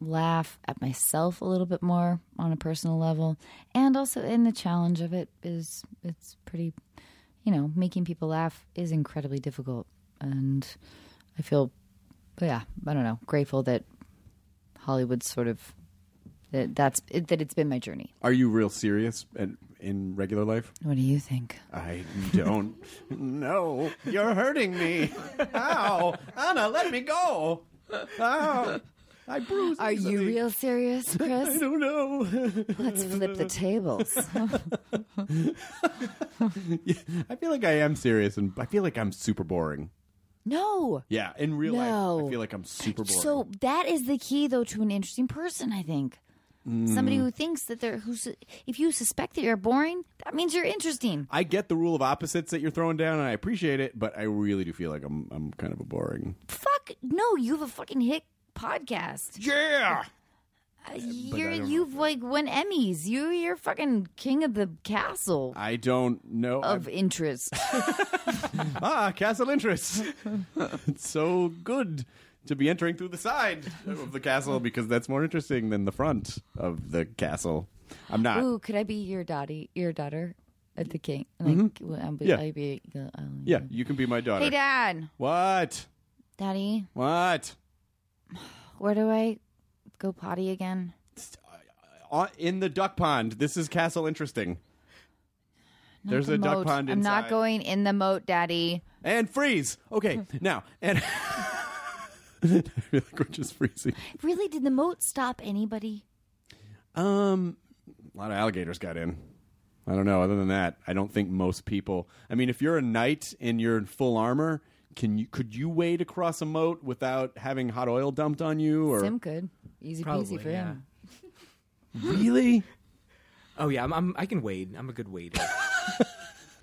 Speaker 3: laugh at myself a little bit more on a personal level, and also in the challenge of it is it's pretty, you know, making people laugh is incredibly difficult, and I feel, yeah, I don't know, grateful that Hollywood's sort of that that's that it's been my journey.
Speaker 4: Are you real serious at, in regular life?
Speaker 3: What do you think?
Speaker 4: I don't know. You're hurting me. Ow. Anna, let me go. Ow. I bruised.
Speaker 3: Are you real serious, Chris?
Speaker 4: I don't know.
Speaker 3: Let's flip the tables.
Speaker 4: I feel like I am serious, and I feel like I'm super boring.
Speaker 3: no.
Speaker 4: Yeah, in real life, I
Speaker 3: No.
Speaker 4: feel like I'm super boring.
Speaker 3: So that is the key, though, to an interesting person, I think. Somebody
Speaker 4: Mm.
Speaker 3: who thinks that they're who's if you suspect that you're boring, that means you're interesting.
Speaker 4: I get the rule of opposites that you're throwing down, and I appreciate it, but I really do feel like I'm I'm kind of a boring.
Speaker 3: Fuck no, you have a fucking hit podcast.
Speaker 4: Yeah.
Speaker 3: Uh, You're you've like won Emmys. You you're fucking king of the castle
Speaker 4: I don't know.
Speaker 3: of interest.
Speaker 4: ah, castle interests. it's so good to be entering through the side of the castle because that's more interesting than the front of the castle. I'm not.
Speaker 3: Ooh, could I be your daddy, your daughter at the king? Like, well, I'll be,
Speaker 4: Mm-hmm. Yeah.
Speaker 3: I'll be, I'll-
Speaker 4: Yeah, you can be my daughter.
Speaker 3: Hey, Dad,
Speaker 4: What?
Speaker 3: Daddy,
Speaker 4: What?
Speaker 3: where do I go potty again?
Speaker 4: Uh, In the duck pond. This is castle interesting. There's a duck pond inside.
Speaker 3: I'm not going in the moat, Daddy.
Speaker 4: And freeze. Okay, now and. I feel like we're just freezing.
Speaker 3: Really, did the moat stop anybody?
Speaker 4: Um, a lot of alligators got in. I don't know. Other than that, I don't think most people. I mean, if you're a knight and you're in full armor, can you could you wade across a moat without having hot oil dumped on you? Or
Speaker 3: Sim could. Easy
Speaker 5: Probably,
Speaker 3: peasy for
Speaker 5: yeah.
Speaker 3: him.
Speaker 4: really?
Speaker 5: Oh yeah, I'm, I'm I can wade. I'm a good wader.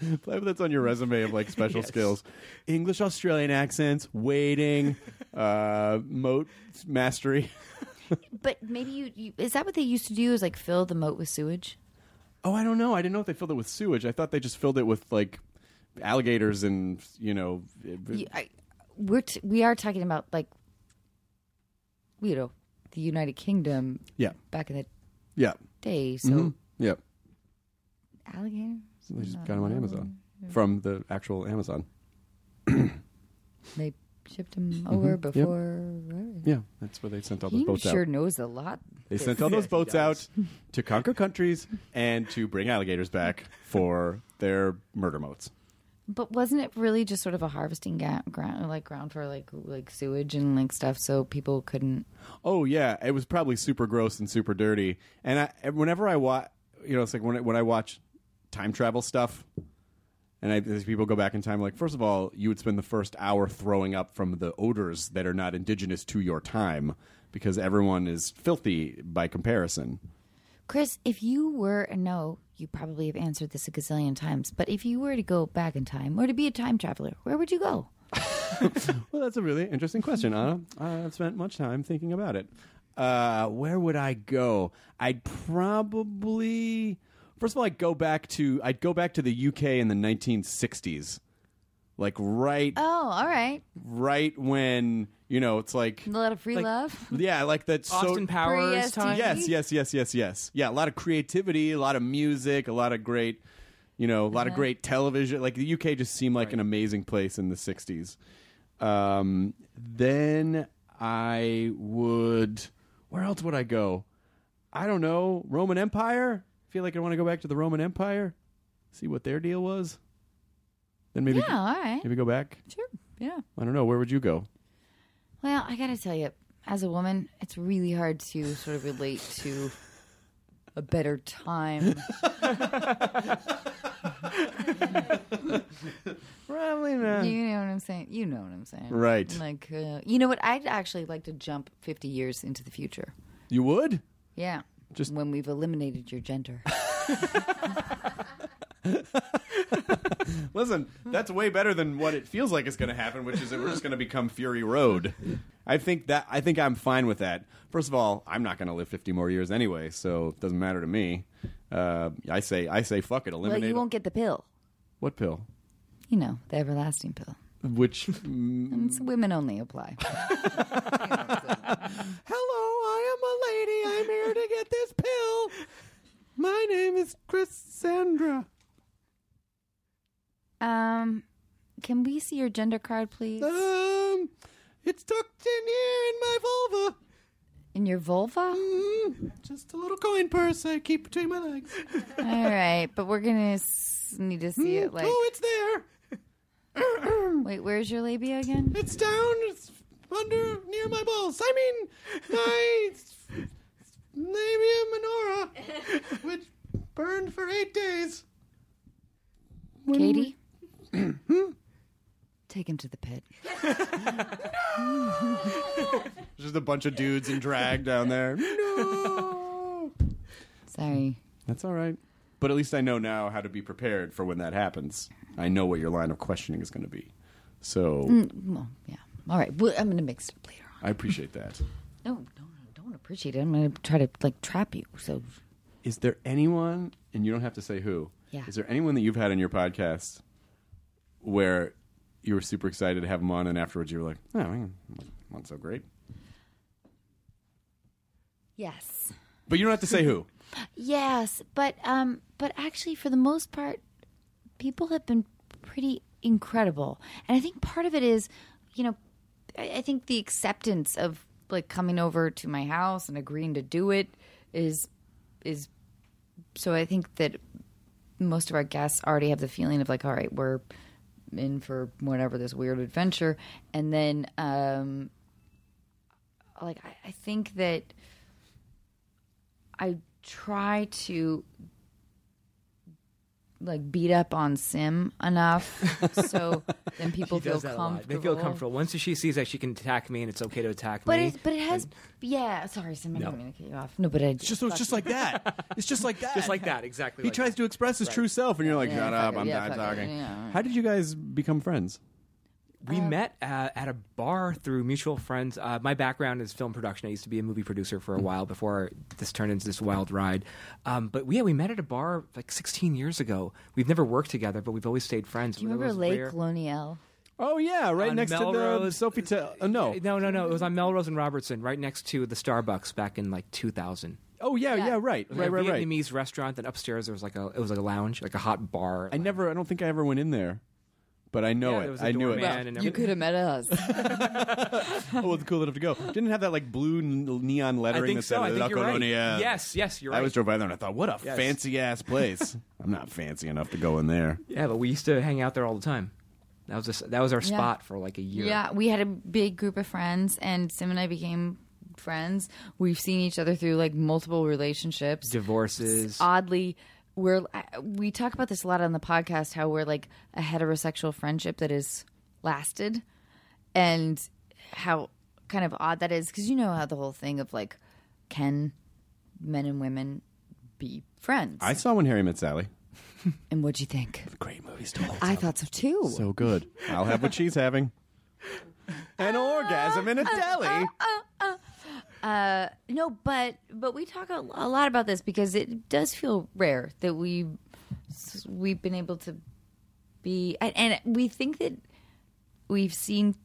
Speaker 4: I hope that's on your resume of like special skills: English, Australian accents, wading, uh, moat mastery.
Speaker 3: But maybe you, you is that what they used to do? Is like fill the moat with sewage?
Speaker 4: Oh, I don't know. I didn't know if they filled it with sewage. I thought they just filled it with like alligators and you know.
Speaker 3: You- I, we're t- we are talking about like you know the United Kingdom
Speaker 4: Yeah.
Speaker 3: back in the
Speaker 4: Yeah.
Speaker 3: day. So
Speaker 4: Mhm. Yeah.
Speaker 3: alligator,
Speaker 4: They just got them on Amazon from the actual Amazon.
Speaker 3: they shipped him over before.
Speaker 4: Yeah, that's where they sent Mm-hmm. all those
Speaker 3: He
Speaker 4: boats
Speaker 3: sure
Speaker 4: out.
Speaker 3: knows a lot.
Speaker 4: They sent all those boats out to conquer countries and to bring alligators back for their murder moats.
Speaker 3: But wasn't it really just sort of a harvesting ga- ground, like ground for like like sewage and like stuff, so people couldn't?
Speaker 4: Oh yeah, it was probably super gross and super dirty. And I, and whenever I watch, you know, it's like when I, when I watch time travel stuff, and I, as people go back in time, like first of all, you would spend the first hour throwing up from the odors that are not indigenous to your time because everyone is filthy by comparison.
Speaker 3: Chris, if you were and no, you probably have answered this a gazillion times. But if you were to go back in time or to be a time traveler, where would you go?
Speaker 4: Well, that's a really interesting question, Anna. I've spent much time thinking about it. Uh, where would I go? I'd probably. First of all, I go back to I'd go back to the UK in the 1960s, like right
Speaker 3: Oh, all right.
Speaker 4: right when you know it's like
Speaker 3: A lot of free
Speaker 5: Like-
Speaker 3: love.
Speaker 4: yeah, like that.
Speaker 5: Austin
Speaker 4: so,
Speaker 5: Powers
Speaker 3: Pre-STD.
Speaker 5: time.
Speaker 4: Yes, yes, yes, yes, yes. Yeah, a lot of creativity, a lot of music, a lot of great, you know, a lot of great television. Like the UK just seemed like an amazing place in the '60s. Um, then I would. Where else would I go? I don't know. Roman Empire. I feel like I want to go back to the Roman Empire. See what their deal was. Then maybe
Speaker 3: Yeah, all right.
Speaker 4: maybe go back.
Speaker 3: Sure. Yeah.
Speaker 4: I don't know. Where would you go?
Speaker 3: Well, I gotta tell you, as a woman, it's really hard to sort of relate to a better time.
Speaker 4: Probably not.
Speaker 3: You know what I'm saying? You know what I'm saying,
Speaker 4: Right.
Speaker 3: Like, uh, you know what? I'd actually like to jump 50 years into the future.
Speaker 4: You would?
Speaker 3: Yeah,
Speaker 4: Just-
Speaker 3: when we've eliminated your gender.
Speaker 4: Listen, that's way better than what it feels like is going to happen, which is that we're just going to become Fury Road. I think that I think I'm fine with that. First of all, I'm not going to live 50 more years anyway, so it doesn't matter to me. Uh, I say I say fuck it,
Speaker 3: well,
Speaker 4: eliminate
Speaker 3: you won't get the pill.
Speaker 4: what pill?
Speaker 3: You know, the everlasting pill.
Speaker 4: Which Mm.
Speaker 3: And it's women only apply.
Speaker 4: hello, I am a lady. I'm here to get this pill. My name is Chris Sandra.
Speaker 3: um, can we see your gender card, please?
Speaker 4: Um, it's tucked in here in my vulva. Mm,
Speaker 3: In your vulva?
Speaker 4: Just a little coin purse I keep between my legs.
Speaker 3: All right, but we're gonna s- need to see it. Like,
Speaker 4: oh, it's there.
Speaker 3: wait, where's your labia again?
Speaker 4: It's down. It's under near my balls. I mean, my labia minora, which burned for eight days.
Speaker 3: Katie, take him to the pit.
Speaker 4: Just a bunch of dudes in drag down there.
Speaker 3: Sorry.
Speaker 4: That's all right. But at least I know now how to be prepared for when that happens. I know what your line of questioning is going to be. So
Speaker 3: Well, yeah. All right. Well, I'm gonna mix it up later on.
Speaker 4: I appreciate that.
Speaker 3: No, no, no, don't appreciate it. I'm gonna try to like trap you. So,
Speaker 4: Is there anyone, and you don't have to say who,
Speaker 3: Yeah.
Speaker 4: is there anyone that you've had on your podcast where you were super excited to have them on, and afterwards you were like, oh, man, not so great?
Speaker 3: yes,
Speaker 4: But you don't have to say who.
Speaker 3: yes, but um, but actually, for the most part, people have been pretty incredible, and I think part of it is, you know, I, I think the acceptance of like coming over to my house and agreeing to do it is is so I think that most of our guests already have the feeling of like, all right, we're in for whatever this weird adventure, and then um, like I, I think that I try to like beat up on Sim enough so then people
Speaker 5: She
Speaker 3: feel
Speaker 5: does that a lot.
Speaker 3: comfortable.
Speaker 5: They feel comfortable. Once she sees that she can attack me and it's okay to attack
Speaker 3: But
Speaker 5: me.
Speaker 3: it, but it has, yeah. Sorry, Sim, I didn't mean to cut you off. No, but I
Speaker 4: Just, it's just like that. It's just like that.
Speaker 5: just like that, exactly.
Speaker 4: He
Speaker 5: like
Speaker 4: tries
Speaker 5: that.
Speaker 4: to express his true self, and you're like,
Speaker 3: Yeah,
Speaker 4: shut
Speaker 3: fuck
Speaker 4: up,
Speaker 3: it,
Speaker 4: I'm
Speaker 3: yeah,
Speaker 4: not
Speaker 3: fuck it,
Speaker 4: talking.
Speaker 3: yeah.
Speaker 4: How did you guys become friends?
Speaker 5: We met uh, at a bar through mutual friends. Uh, my background is film production. I used to be a movie producer for a while before this turned into this wild ride. Um, but yeah, we met at a bar like 16 years ago. We've never worked together, but we've always stayed friends.
Speaker 3: Do you remember Lake Colonial?
Speaker 4: Oh, yeah, right
Speaker 5: On
Speaker 4: next to the
Speaker 5: Melrose.
Speaker 4: Sophie Tell. Uh, no.
Speaker 5: No, no, no. It was on Melrose and Robertson, right next to the Starbucks back in like 2000.
Speaker 4: Oh, yeah, yeah, right.
Speaker 5: It was
Speaker 4: Right,
Speaker 5: a
Speaker 4: right, right.
Speaker 5: Vietnamese restaurant. Then upstairs there was like a it was like a lounge, like a hot bar.
Speaker 4: I never, I don't think I ever went in there, but I know
Speaker 5: Yeah, there
Speaker 4: it.
Speaker 5: was a
Speaker 4: I knew it.
Speaker 5: doorman and everything.
Speaker 3: have met us.
Speaker 4: oh, it's cool enough to go. Didn't it have that like blue n- neon
Speaker 5: I
Speaker 4: lettering
Speaker 5: think
Speaker 4: that
Speaker 5: so.
Speaker 4: said
Speaker 5: I
Speaker 4: La
Speaker 5: think you're right.
Speaker 4: Colonia.
Speaker 5: Yes, yes, you're
Speaker 4: I
Speaker 5: right.
Speaker 4: always drove by there and I thought, what a
Speaker 5: Yes.
Speaker 4: fancy ass place. I'm not fancy enough to go in there.
Speaker 5: yeah, but we used to hang out there all the time. That was a, that was our spot for like a year.
Speaker 3: yeah, we had a big group of friends, and Sim and I became friends. We've seen each other through like multiple relationships,
Speaker 5: Divorces.
Speaker 3: Oddly, we're I- we talk about this a lot on the podcast. How we're like a heterosexual friendship that has lasted, and how kind of odd that is because you know how the whole thing of like can men and women be friends?
Speaker 4: I saw when Harry met Sally.
Speaker 3: and what'd you think?
Speaker 4: Great movies to hold.
Speaker 3: I thought so too.
Speaker 4: So good. I'll have what she's having. An orgasm in a deli.
Speaker 3: Uh, no, but but we talk a, a lot about this because it does feel rare that we s- we've been able to be, and, and we think that we've seen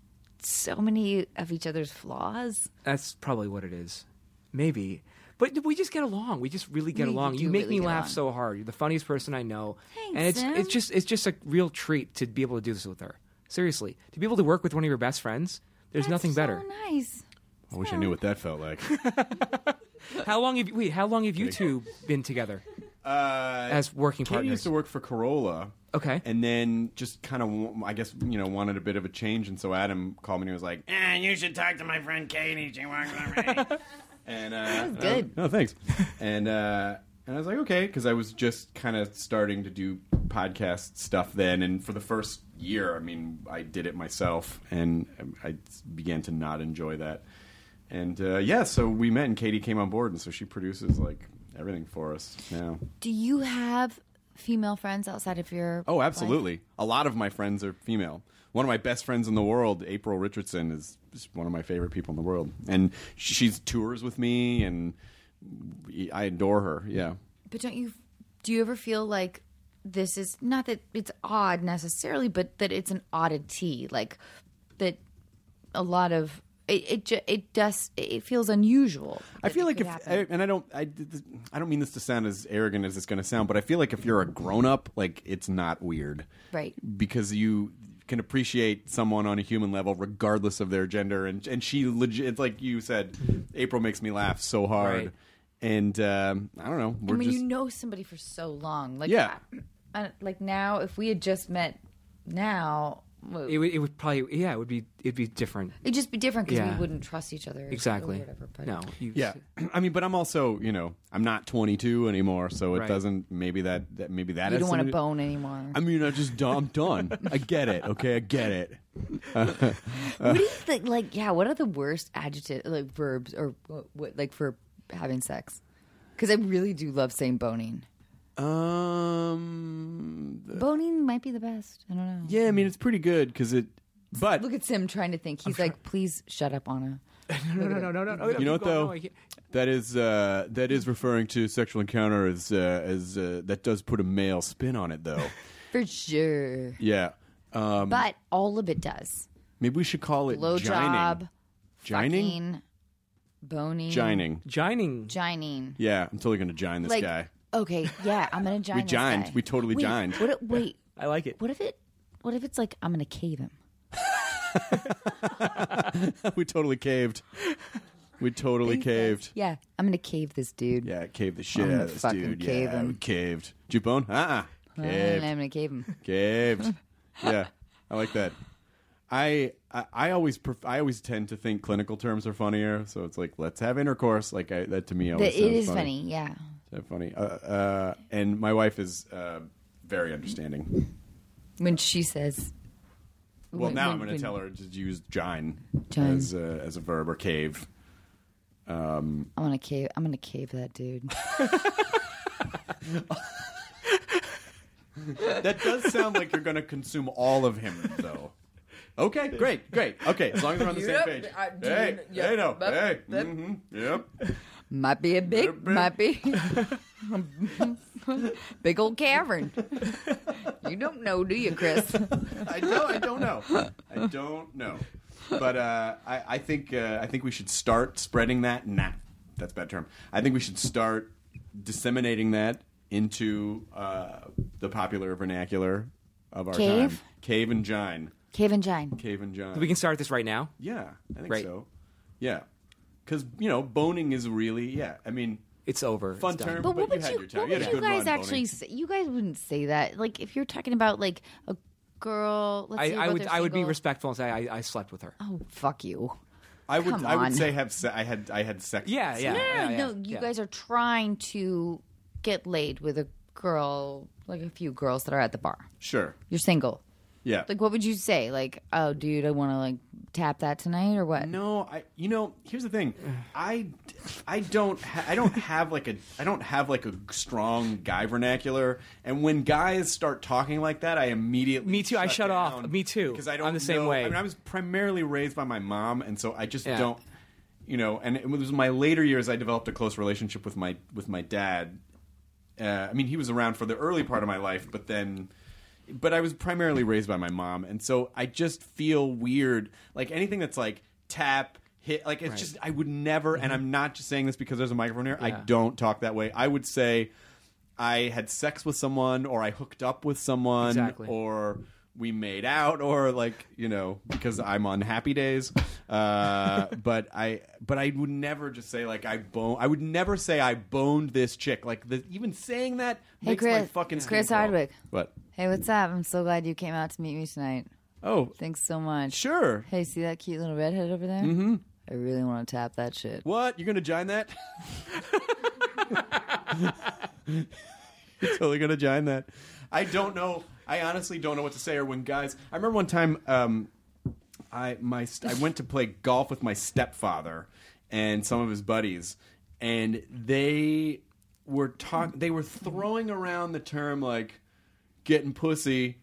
Speaker 3: so many of each other's flaws.
Speaker 5: That's probably what it is. Maybe. But we just get along. We just really get
Speaker 3: We
Speaker 5: along.
Speaker 3: do
Speaker 5: You make
Speaker 3: really
Speaker 5: me
Speaker 3: get
Speaker 5: laugh
Speaker 3: along.
Speaker 5: so hard. You're the funniest person I know.
Speaker 3: Thanks,
Speaker 5: and it's
Speaker 3: Sam.
Speaker 5: it's just it's just a real treat to be able to do this with her. Seriously. To be able to work with one of your best friends, there's
Speaker 3: That's
Speaker 5: nothing
Speaker 3: so
Speaker 5: better.
Speaker 3: nice.
Speaker 6: I wish I knew what that felt like.
Speaker 5: How long have you wait, how long have you two been together? as working
Speaker 6: Katie Uh, used
Speaker 5: partners.
Speaker 6: to work for Corolla.
Speaker 5: Okay.
Speaker 6: And then just kind of, I guess, you know, wanted a bit of a change. And so Adam called me and he was like, eh, you should talk to my friend Katie. She works for me. and, uh,
Speaker 3: good.
Speaker 6: oh, thanks. and, uh, and I was like, okay, because I was just kind of starting to do podcast stuff then. And for the first year, I mean, I did it myself and I began to not enjoy that. And uh, yeah, so we met and Katie came on board. And so she produces like everything for us now.
Speaker 3: Do you have female friends outside of your?
Speaker 6: Oh,
Speaker 3: life?
Speaker 6: absolutely. A lot of my friends are female. One of my best friends in the world, April Richardson, is is one of my favorite people in the world, and she- she's tours with me, and I adore her. Yeah,
Speaker 3: But don't you? Do you ever feel like this is not that it's odd necessarily, but that it's an oddity, like that a lot of it it ju- it does it feels unusual.
Speaker 6: I
Speaker 3: that
Speaker 6: feel
Speaker 3: it
Speaker 6: like
Speaker 3: could
Speaker 6: if,
Speaker 3: happen.
Speaker 6: I, and I don't, I, did this- I don't mean this to sound as arrogant as it's going to sound, but I feel like if you're a grown up, like it's not weird,
Speaker 3: Right.
Speaker 6: Because you can appreciate someone on a human level, regardless of their gender, and and she legit, it's like you said, April makes me laugh so hard,
Speaker 5: Right.
Speaker 6: and um, I don't know, we're
Speaker 3: and when
Speaker 6: just
Speaker 3: you know somebody for so long, like
Speaker 6: Yeah.
Speaker 3: I, I- like now, if we had just met now, well,
Speaker 5: It would, it would probably yeah, it would be it'd be different.
Speaker 3: it'd just be different because
Speaker 5: Yeah.
Speaker 3: we wouldn't trust each other or- or
Speaker 5: Exactly.
Speaker 3: whatever, but-
Speaker 5: no. You,
Speaker 6: Yeah, I mean, but I'm also, you know, I'm not 22 anymore, so it
Speaker 5: Right.
Speaker 6: doesn't. Maybe that, that maybe that.
Speaker 3: you
Speaker 6: has
Speaker 3: don't want to
Speaker 6: something
Speaker 3: bone anymore.
Speaker 6: I mean, I just done, I'm done. I get it. Okay, I get it.
Speaker 3: what do you think? Like, yeah, what are the worst adjective, like verbs, or what, what, like for having sex? Because I really do love saying boning.
Speaker 6: Um,
Speaker 3: Boning might be the best. I don't know.
Speaker 6: yeah, I mean, it's pretty good because it. But
Speaker 3: Look at Sim trying to think. He's like, please shut up, Anna.
Speaker 5: No, no, no, no, no, no.
Speaker 6: you know
Speaker 5: keep going. No,
Speaker 6: what though?
Speaker 5: I can't.
Speaker 6: That is uh, that is referring to sexual encounter as uh, as uh, that does put a male spin on it though.
Speaker 3: For sure.
Speaker 6: yeah. Um,
Speaker 3: But all of it does.
Speaker 6: maybe we should call it
Speaker 3: Low job,
Speaker 6: jining. Jining.
Speaker 3: fucking, boning,
Speaker 6: Jining.
Speaker 5: Jining.
Speaker 3: jining.
Speaker 6: Yeah, I'm totally gonna jine this
Speaker 3: like,
Speaker 6: guy.
Speaker 3: okay, yeah, I'm gonna jine.
Speaker 6: We
Speaker 3: this
Speaker 6: jined.
Speaker 3: guy.
Speaker 6: We totally
Speaker 3: wait,
Speaker 6: jined.
Speaker 3: What, if- wait,
Speaker 5: I like it.
Speaker 3: what if it? What if it's like I'm gonna cave him?
Speaker 6: we totally caved. We totally caved.
Speaker 3: Yeah, I'm gonna cave this dude.
Speaker 6: Yeah, caved the shit
Speaker 3: I'm
Speaker 6: out
Speaker 3: gonna
Speaker 6: of this
Speaker 3: fucking
Speaker 6: dude.
Speaker 3: cave
Speaker 6: yeah,
Speaker 3: him.
Speaker 6: we caved. Jupone? Uh-uh.
Speaker 3: And
Speaker 6: Caved.
Speaker 3: I'm gonna cave him.
Speaker 6: Caved. yeah, I like that. I I, I always pref- I always tend to think clinical terms are funnier, so it's like let's have intercourse. Like I, that to me always
Speaker 3: That it
Speaker 6: sounds
Speaker 3: is funny. Yeah.
Speaker 6: Sounds funny. Uh, uh, and my wife is uh, very understanding.
Speaker 3: When she says,
Speaker 6: Well,
Speaker 3: When-
Speaker 6: now
Speaker 3: when-
Speaker 6: I'm going to
Speaker 3: when-
Speaker 6: tell her to use "jine"
Speaker 3: Jine.
Speaker 6: as a, as a verb or cave.
Speaker 3: "I'm gonna cave. I'm gonna cave that dude."
Speaker 6: That does sound like you're going to consume all of him, though. Okay, great, great. Okay, as long as we're on the
Speaker 3: Yep,
Speaker 6: same page.
Speaker 3: I-
Speaker 6: hey,
Speaker 3: yep,
Speaker 6: hey, no,
Speaker 3: yep,
Speaker 6: hey.
Speaker 3: yep.
Speaker 6: hmm yep.
Speaker 3: might be a big, might be big old cavern. you don't know, do you, Chris?
Speaker 6: I know. I don't know. I don't know. But uh, I, I think uh, I think we should start spreading that. Nah, that's a bad term. I think we should start disseminating that into uh, the popular vernacular of our
Speaker 3: Cave?
Speaker 6: time. Cave and Jine.
Speaker 3: Cave and Jine.
Speaker 6: Cave and Jine.
Speaker 5: We can start this right now.
Speaker 6: Yeah, I think
Speaker 5: Right.
Speaker 6: so. Yeah, because you know, boning is really yeah. I mean,
Speaker 5: It's over.
Speaker 6: fun
Speaker 5: it's done.
Speaker 6: term,
Speaker 3: But
Speaker 6: but,
Speaker 3: what
Speaker 6: you
Speaker 3: would
Speaker 6: had
Speaker 3: you,
Speaker 6: your time.
Speaker 3: what
Speaker 6: You had
Speaker 3: would
Speaker 6: a
Speaker 3: you
Speaker 6: good
Speaker 3: guys
Speaker 6: run
Speaker 3: actually
Speaker 6: boning.
Speaker 3: say? You guys wouldn't say that. Like if you're talking about like a girl, let's
Speaker 5: I,
Speaker 3: say
Speaker 5: I
Speaker 3: about
Speaker 5: would
Speaker 3: they're
Speaker 5: I would be
Speaker 3: single.
Speaker 5: respectful and say I, I slept with her.
Speaker 3: Oh fuck you.
Speaker 6: I would
Speaker 3: Come
Speaker 6: I
Speaker 3: on.
Speaker 6: would say have se- I had I had sex.
Speaker 5: Yeah, yeah.
Speaker 3: No, no, no,
Speaker 5: yeah,
Speaker 3: no.
Speaker 5: yeah,
Speaker 3: You
Speaker 5: yeah.
Speaker 3: guys are trying to get laid with a girl, like a few girls that are at the bar.
Speaker 6: Sure.
Speaker 3: You're single.
Speaker 6: Yeah.
Speaker 3: Like what would you say? Like, oh dude, I want to like tap that tonight or what?
Speaker 6: no, I you know here's the thing, I I don't ha- I don't have like a I don't have like a strong guy vernacular, and when guys start talking like that, I immediately
Speaker 5: Me too, I shut off. Me too.
Speaker 6: because I don't
Speaker 5: I'm the same
Speaker 6: know-
Speaker 5: way.
Speaker 6: I mean, I was primarily raised by my mom, and so I just
Speaker 5: Yeah.
Speaker 6: don't. you know, and it was my later years I developed a close relationship with my with my dad. Uh, I mean, he was around for the early part of my life, but then, but I was primarily raised by my mom, and so I just feel weird. Like anything that's like tap hit, like it's just I would never.
Speaker 3: Mm-hmm.
Speaker 6: And I'm not just saying this because there's a microphone here. I don't talk that way. I would say I had sex with someone, or I hooked up with someone,
Speaker 5: Exactly.
Speaker 6: or we made out or like you know because i'm on happy days uh but i but i would never just say like i bone i would never say i boned this chick like the, even saying that
Speaker 3: Hey,
Speaker 6: makes my
Speaker 3: Chris.
Speaker 6: fucking
Speaker 3: It's
Speaker 6: skin
Speaker 3: Chris
Speaker 6: crawl.
Speaker 3: Hardwick.
Speaker 6: what
Speaker 3: Hey, what's up? I'm so glad you came out to meet me tonight.
Speaker 6: oh
Speaker 3: Thanks so much.
Speaker 6: sure
Speaker 3: Hey, see that cute little redhead over there? Mm-hmm. I really want to tap that shit.
Speaker 6: what you're gonna join that you're totally gonna join that i don't know i honestly don't know what to say or when guys i remember one time um I my st- I went to play golf with my stepfather and some of his buddies, and they were talk they were throwing around the term like getting pussy,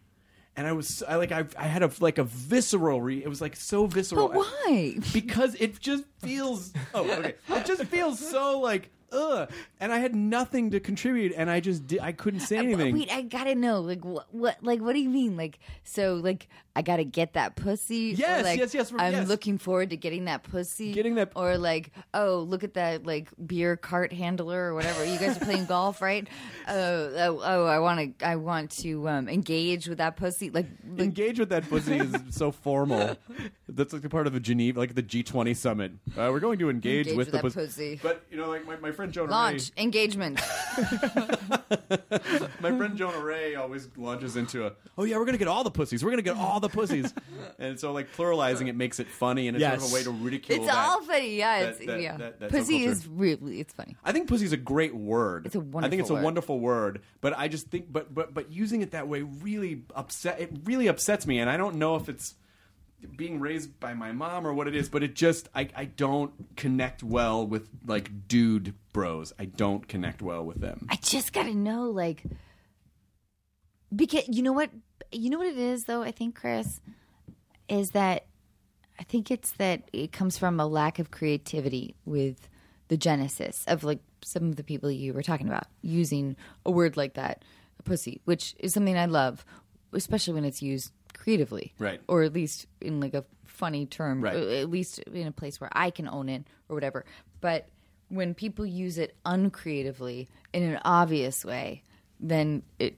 Speaker 6: and I was I like I I had a like a visceral re- it was like so visceral.
Speaker 3: But why?
Speaker 6: Because it just feels oh okay it just feels so like. Ugh, and I had nothing to contribute, and I just di- I couldn't
Speaker 3: Uh,
Speaker 6: say anything.
Speaker 3: Wait, I gotta know. Like what? What? Like what do you mean? Like so? Like I gotta get that pussy? Or,
Speaker 6: Yes,
Speaker 3: like,
Speaker 6: yes, yes,
Speaker 3: I'm
Speaker 6: yes.
Speaker 3: looking forward to getting that pussy.
Speaker 6: Getting that-
Speaker 3: Or like, oh, look at that like beer cart handler or whatever. You guys are playing golf, right? Oh, oh, oh I want to. I want to um, engage with that pussy. Like, like
Speaker 6: engage with that pussy is so formal. That's like the part of the Geneva, like the G20 summit. Uh, we're going to engage,
Speaker 3: Engage with
Speaker 6: with, the
Speaker 3: that
Speaker 6: pus-
Speaker 3: pussy.
Speaker 6: But you know, like my, my friend Jonah
Speaker 3: launch engagement.
Speaker 6: Ray, my friend Jonah Ray always launches into a, oh yeah, we're gonna get all the pussies. We're gonna get all the pussies. and so like pluralizing it makes it funny, and it's sort of
Speaker 5: Yes.
Speaker 6: a way to ridicule.
Speaker 3: it's
Speaker 6: that.
Speaker 3: all funny. Yeah,
Speaker 6: that-
Speaker 3: it's,
Speaker 6: that-
Speaker 3: yeah.
Speaker 6: that- that
Speaker 3: pussy
Speaker 6: subculture.
Speaker 3: is really. It's funny.
Speaker 6: I think pussy's a great word.
Speaker 3: It's a
Speaker 6: I think it's
Speaker 3: wonderful
Speaker 6: a
Speaker 3: word.
Speaker 6: wonderful word, but I just think but but but using it that way really upset it really upsets me and I don't know if it's being raised by my mom or what it is, but it just I I don't connect well with like dude bros. I don't connect well with them.
Speaker 3: I just gotta know, like, because you know what, you know what it is though. I think Chris is that I think it's that it comes from a lack of creativity with the genesis of like some of the people you were talking about using a word like that, a pussy, which is something I love, especially when it's used creatively,
Speaker 6: Right.
Speaker 3: Or at least in like a funny term,
Speaker 6: Right.
Speaker 3: uh, At least in a place where I can own it or whatever. But when people use it uncreatively in an obvious way, then it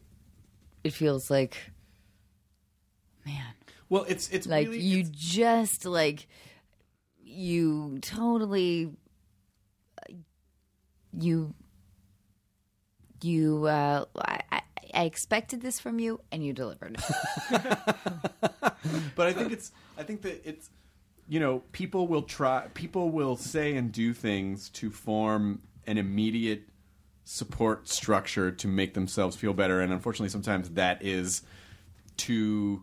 Speaker 3: it feels like man
Speaker 6: Well, it's it's
Speaker 3: like
Speaker 6: really,
Speaker 3: you
Speaker 6: it's-
Speaker 3: just like you totally uh, you you uh I, I- I expected this from you and you delivered
Speaker 6: but I think it's I think that it's you know people will try people will say and do things to form an immediate support structure to make themselves feel better and unfortunately sometimes that is to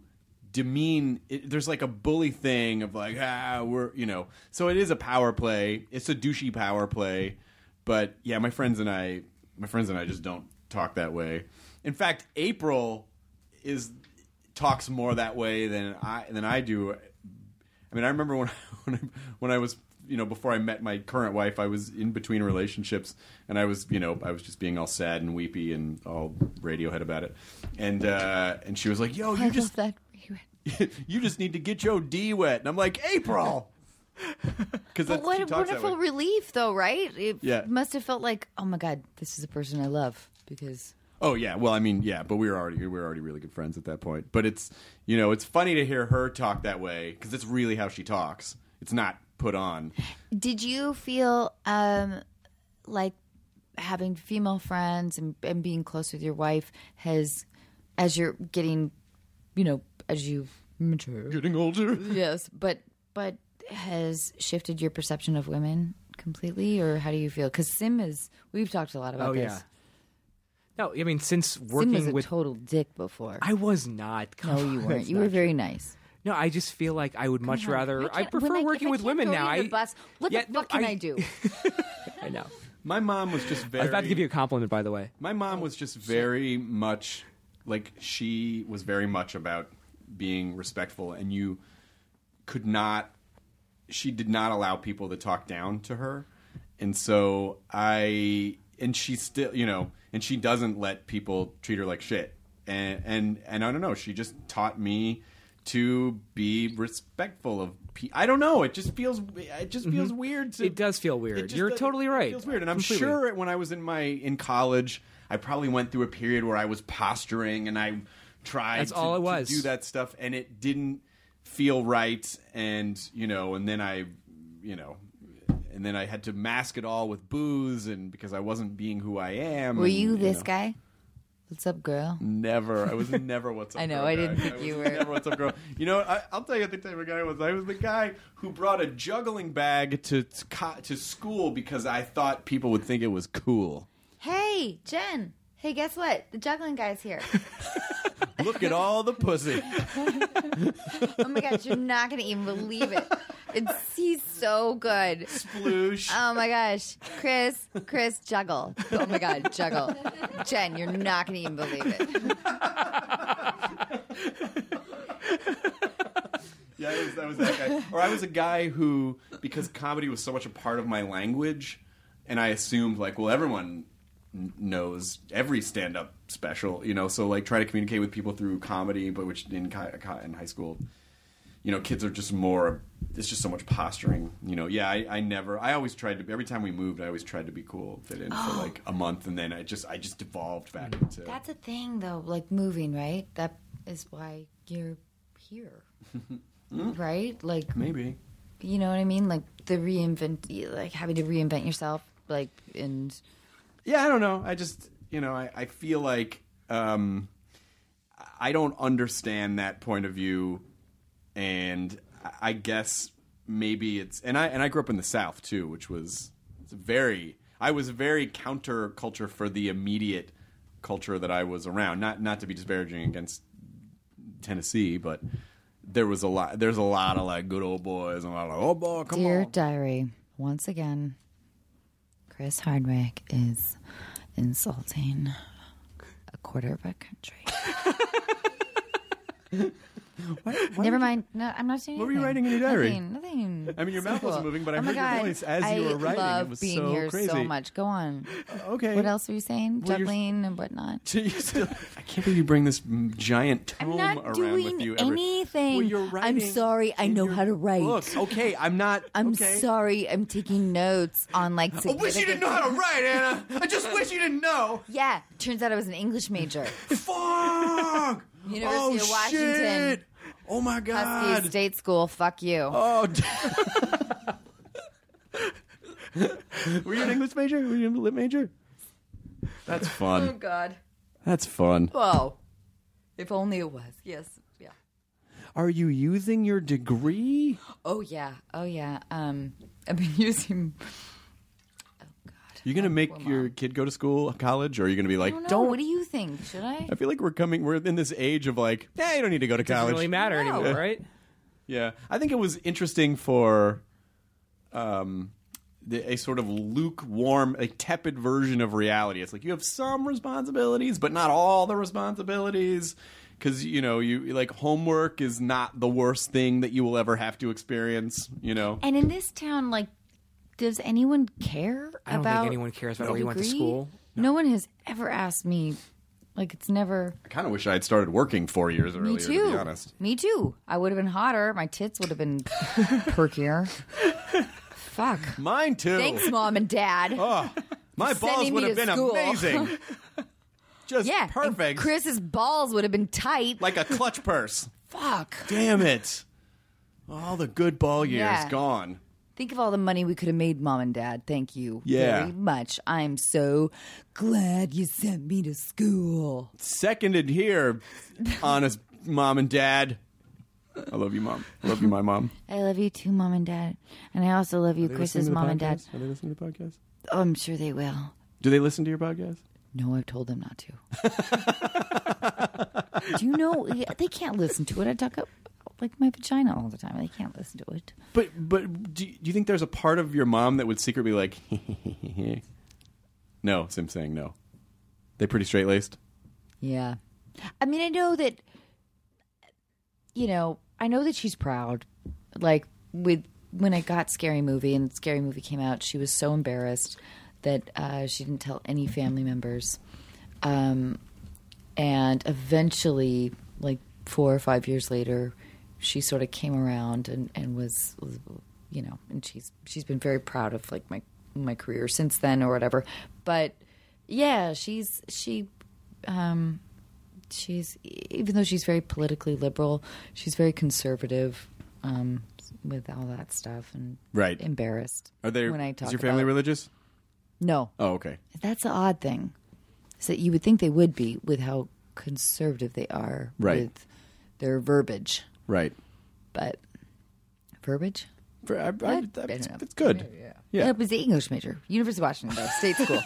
Speaker 6: demean it, there's like a bully thing of like ah we're you know so it is a power play it's a douchey power play but yeah my friends and I my friends and I just don't talk that way in fact April is talks more that way than I than I do. I mean, I remember when when I, when I was you know before I met my current wife, I was in between relationships, and I was you know I was just being all sad and weepy and all Radiohead about it, and uh, and she was like, "Yo, you just
Speaker 3: that
Speaker 6: you just need to get your D wet," and I'm like, "April." Because
Speaker 3: but what a wonderful relief though right it
Speaker 6: Yeah.
Speaker 3: must have felt like oh my god this is a person i love because
Speaker 6: Oh yeah, well I mean yeah, but we were already we were already really good friends at that point. But it's you know it's funny to hear her talk that way because it's really how she talks. It's not put on.
Speaker 3: Did you feel um, like having female friends and, and being close with your wife has, as you're getting, you know, as you mature,
Speaker 6: Getting older.
Speaker 3: yes, but but has shifted your perception of women completely, or how do you feel? Because Sim is, we've talked a lot about
Speaker 5: Oh
Speaker 3: this.
Speaker 5: yeah. No, I mean since
Speaker 3: Sim was
Speaker 5: working
Speaker 3: a
Speaker 5: with
Speaker 3: total dick before.
Speaker 5: I was not. Come
Speaker 3: no, you
Speaker 5: on,
Speaker 3: weren't.
Speaker 5: that's
Speaker 3: You
Speaker 5: not
Speaker 3: were
Speaker 5: true.
Speaker 3: very nice.
Speaker 5: No, I just feel like I would much rather. I
Speaker 3: can't- when
Speaker 5: prefer
Speaker 3: if
Speaker 5: working
Speaker 3: I
Speaker 5: with
Speaker 3: can't
Speaker 5: women
Speaker 3: throw you
Speaker 5: now.
Speaker 3: under
Speaker 5: I
Speaker 3: the bus, what
Speaker 5: Yeah,
Speaker 3: the
Speaker 5: no,
Speaker 3: fuck can
Speaker 5: I-
Speaker 3: I, do?
Speaker 5: I know.
Speaker 6: My mom was just
Speaker 5: I
Speaker 6: very.
Speaker 5: was about to give you a compliment, by the way.
Speaker 6: My mom was just very much like she was very much about being respectful, and you could not she did not allow people to talk down to her, and so I and she still you know and she doesn't let people treat her like shit, and and and I don't know. She just taught me to be respectful of. pe- I don't know. It just feels. It just feels weird. To,
Speaker 5: Mm-hmm. It does feel weird.
Speaker 6: just
Speaker 5: You're
Speaker 6: does-
Speaker 5: totally right.
Speaker 6: It feels weird, and I'm
Speaker 5: Completely.
Speaker 6: sure when I was in my in college, I probably went through a period where I was posturing and I tried
Speaker 5: That's
Speaker 6: to,
Speaker 5: all it
Speaker 6: to
Speaker 5: was.
Speaker 6: do that stuff, and it didn't feel right. And you know, and then I, you know, and then I had to mask it all with booze, and because I wasn't being who I am.
Speaker 3: Were
Speaker 6: and,
Speaker 3: you this
Speaker 6: know,
Speaker 3: guy? What's up, girl?
Speaker 6: Never, I was never what's up.
Speaker 3: I know,
Speaker 6: girl
Speaker 3: I
Speaker 6: guy.
Speaker 3: didn't think
Speaker 6: was
Speaker 3: you were.
Speaker 6: Never what's up, girl. You know, what? I, I'll tell you the type of guy I was. I was the guy who brought a juggling bag to to co- to school because I thought people would think it was cool.
Speaker 3: Hey, Jen. Hey, guess what? The juggling guy's here.
Speaker 6: Look at all the pussy.
Speaker 3: Oh my gosh, you're not gonna even believe it. It's he's so good.
Speaker 6: Sploosh.
Speaker 3: Oh my gosh, Chris, Chris, juggle. Oh my god, juggle. Jen, you're not gonna even believe it.
Speaker 6: Yeah, I was, I was that guy. Or I was a guy who, because comedy was so much a part of my language, and I assumed like, well, everyone kn- knows every stand-up special, you know. So like, try to communicate with people through comedy, but which in ki- ki- in high school, you know, kids are just more. It's just so much posturing, you know. Yeah, I, I never. I always tried to. Every time we moved, I always tried to be cool, fit in for like a month, and then I just, I just devolved back into.
Speaker 3: Mm. That's a thing though, like moving, right? That is why you're here. right? Like
Speaker 6: Maybe.
Speaker 3: you know what I mean? Like the reinvent like having to reinvent yourself, like and
Speaker 6: yeah i don't know i just you know i, I feel like um i don't understand that point of view and I- i guess maybe it's and i and i grew up in the south too which was it's very i was very counter culture for the immediate culture that i was around not not to be disparaging against tennessee but there was a lot there's a lot of like good old boys and a lot of oh boy come
Speaker 3: Dear
Speaker 6: on
Speaker 3: Diary, once again, Chris Hardwick is insulting a quarter of a country. Never mind. No, I'm not saying.
Speaker 6: What were you
Speaker 3: anything.
Speaker 6: writing in your diary?
Speaker 3: Nothing. nothing.
Speaker 6: I mean, your
Speaker 3: So
Speaker 6: mouth wasn't
Speaker 3: cool.
Speaker 6: moving, but I
Speaker 3: oh my
Speaker 6: heard your
Speaker 3: God,
Speaker 6: voice as you
Speaker 3: I
Speaker 6: were writing. It
Speaker 3: Love
Speaker 6: was
Speaker 3: being
Speaker 6: so
Speaker 3: here so
Speaker 6: crazy.
Speaker 3: much. Go on.
Speaker 6: okay
Speaker 3: What else were you saying?
Speaker 6: Well, you're-
Speaker 3: Juggling and whatnot.
Speaker 6: So you still, I can't believe you bring this m- giant tome
Speaker 3: I'm not
Speaker 6: around
Speaker 3: doing
Speaker 6: with you. Every,
Speaker 3: anything.
Speaker 6: Well, you're
Speaker 3: I'm
Speaker 6: writing
Speaker 3: sorry. I
Speaker 6: in
Speaker 3: know
Speaker 6: your
Speaker 3: how to write.
Speaker 6: book. Okay, I'm not.
Speaker 3: I'm
Speaker 6: okay.
Speaker 3: sorry. I'm taking notes on like.
Speaker 6: I wish you didn't know how to write, Anna. I just wish you didn't know.
Speaker 3: Yeah, turns out I was an English major.
Speaker 6: Fuck. oh,
Speaker 3: University of Washington.
Speaker 6: Shit. Oh my God.
Speaker 3: Husky State School. Fuck you.
Speaker 6: Oh. d- Were you an English major? Were you a lit major? That's
Speaker 5: oh,
Speaker 6: fun.
Speaker 3: God.
Speaker 6: That's fun.
Speaker 3: Whoa. If only it was. Yes. Yeah.
Speaker 6: Are you using your degree?
Speaker 3: Oh yeah. Oh yeah. Um, I've been using.
Speaker 6: You're gonna make your kid go to school, college, or are you gonna be like,
Speaker 3: I don't know.
Speaker 6: don't
Speaker 3: What do you think? Should I?
Speaker 6: I feel like we're coming. We're in this age of like, yeah, you don't need to go to
Speaker 5: Doesn't
Speaker 6: college.
Speaker 5: really matter
Speaker 3: No.
Speaker 5: anymore, right?
Speaker 6: Yeah, I think it was interesting for, um, the, a sort of lukewarm, a tepid version of reality. It's like you have some responsibilities, but not all the responsibilities. Because you know, you like homework is not the worst thing that you will ever have to experience. You know,
Speaker 3: And in this town, like, does anyone care
Speaker 5: I don't
Speaker 3: about?
Speaker 5: think anyone cares about where you went to
Speaker 3: degree?
Speaker 5: school.
Speaker 3: No. one has ever asked me. Like, it's never.
Speaker 6: I kind of wish I had started working four years earlier.
Speaker 3: Me too.
Speaker 6: To be honest,
Speaker 3: Me too. I would have been hotter. My tits would have been perkier. Fuck.
Speaker 6: mine too.
Speaker 3: Thanks, mom and dad.
Speaker 5: Oh,
Speaker 6: My balls
Speaker 3: sending
Speaker 6: would
Speaker 3: me
Speaker 6: have
Speaker 3: to
Speaker 6: been
Speaker 3: school.
Speaker 6: amazing. Just
Speaker 3: yeah, and
Speaker 6: perfect.
Speaker 3: Chris's balls would have been tight.
Speaker 6: like a clutch purse.
Speaker 3: Fuck.
Speaker 6: Damn it. All the good ball years
Speaker 3: Yeah.
Speaker 6: gone.
Speaker 3: Think of all the money we could have made, mom and dad. Thank you
Speaker 6: Yeah.
Speaker 3: very much. I'm so glad you sent me to school.
Speaker 6: Seconded here, honest mom and dad. I love you, mom. I love you, my mom.
Speaker 3: I love you too, mom and dad, and I also love you, Chris's mom and dad.
Speaker 6: Are they listening to the podcast?
Speaker 3: Oh, I'm sure they will.
Speaker 6: Do they listen to your podcast?
Speaker 3: No, I've told them not to. Do you know yeah, they can't listen to it? I talk up like my vagina all the time. They can't listen to it.
Speaker 6: But but do, do you think there's a part of your mom that would secretly be like, no? Sim saying no. They pretty straight laced.
Speaker 3: Yeah. I mean, I know that, you know, I know that she's proud, like with when I got Scary Movie and Scary Movie came out, she was so embarrassed that uh, she didn't tell any family members. Um, and eventually, like four or five years later, she sort of came around and, and was, was, you know, and she's she's been very proud of like my my career since then or whatever. But yeah, she's she um, she's even though she's very politically liberal, she's very conservative um, with all that stuff and
Speaker 6: Right.
Speaker 3: embarrassed.
Speaker 6: Are they?
Speaker 3: when I talk
Speaker 6: is your family
Speaker 3: about-
Speaker 6: religious?
Speaker 3: No,
Speaker 6: Oh, okay.
Speaker 3: that's the odd thing. Is that you would think they would be with how conservative they are
Speaker 6: Right.
Speaker 3: with their verbiage,
Speaker 6: Right.
Speaker 3: but verbiage.
Speaker 6: For- I- I-
Speaker 3: I don't
Speaker 6: it's,
Speaker 3: know.
Speaker 6: it's good. Yeah.
Speaker 3: It was the English major, University of Washington, though, state school.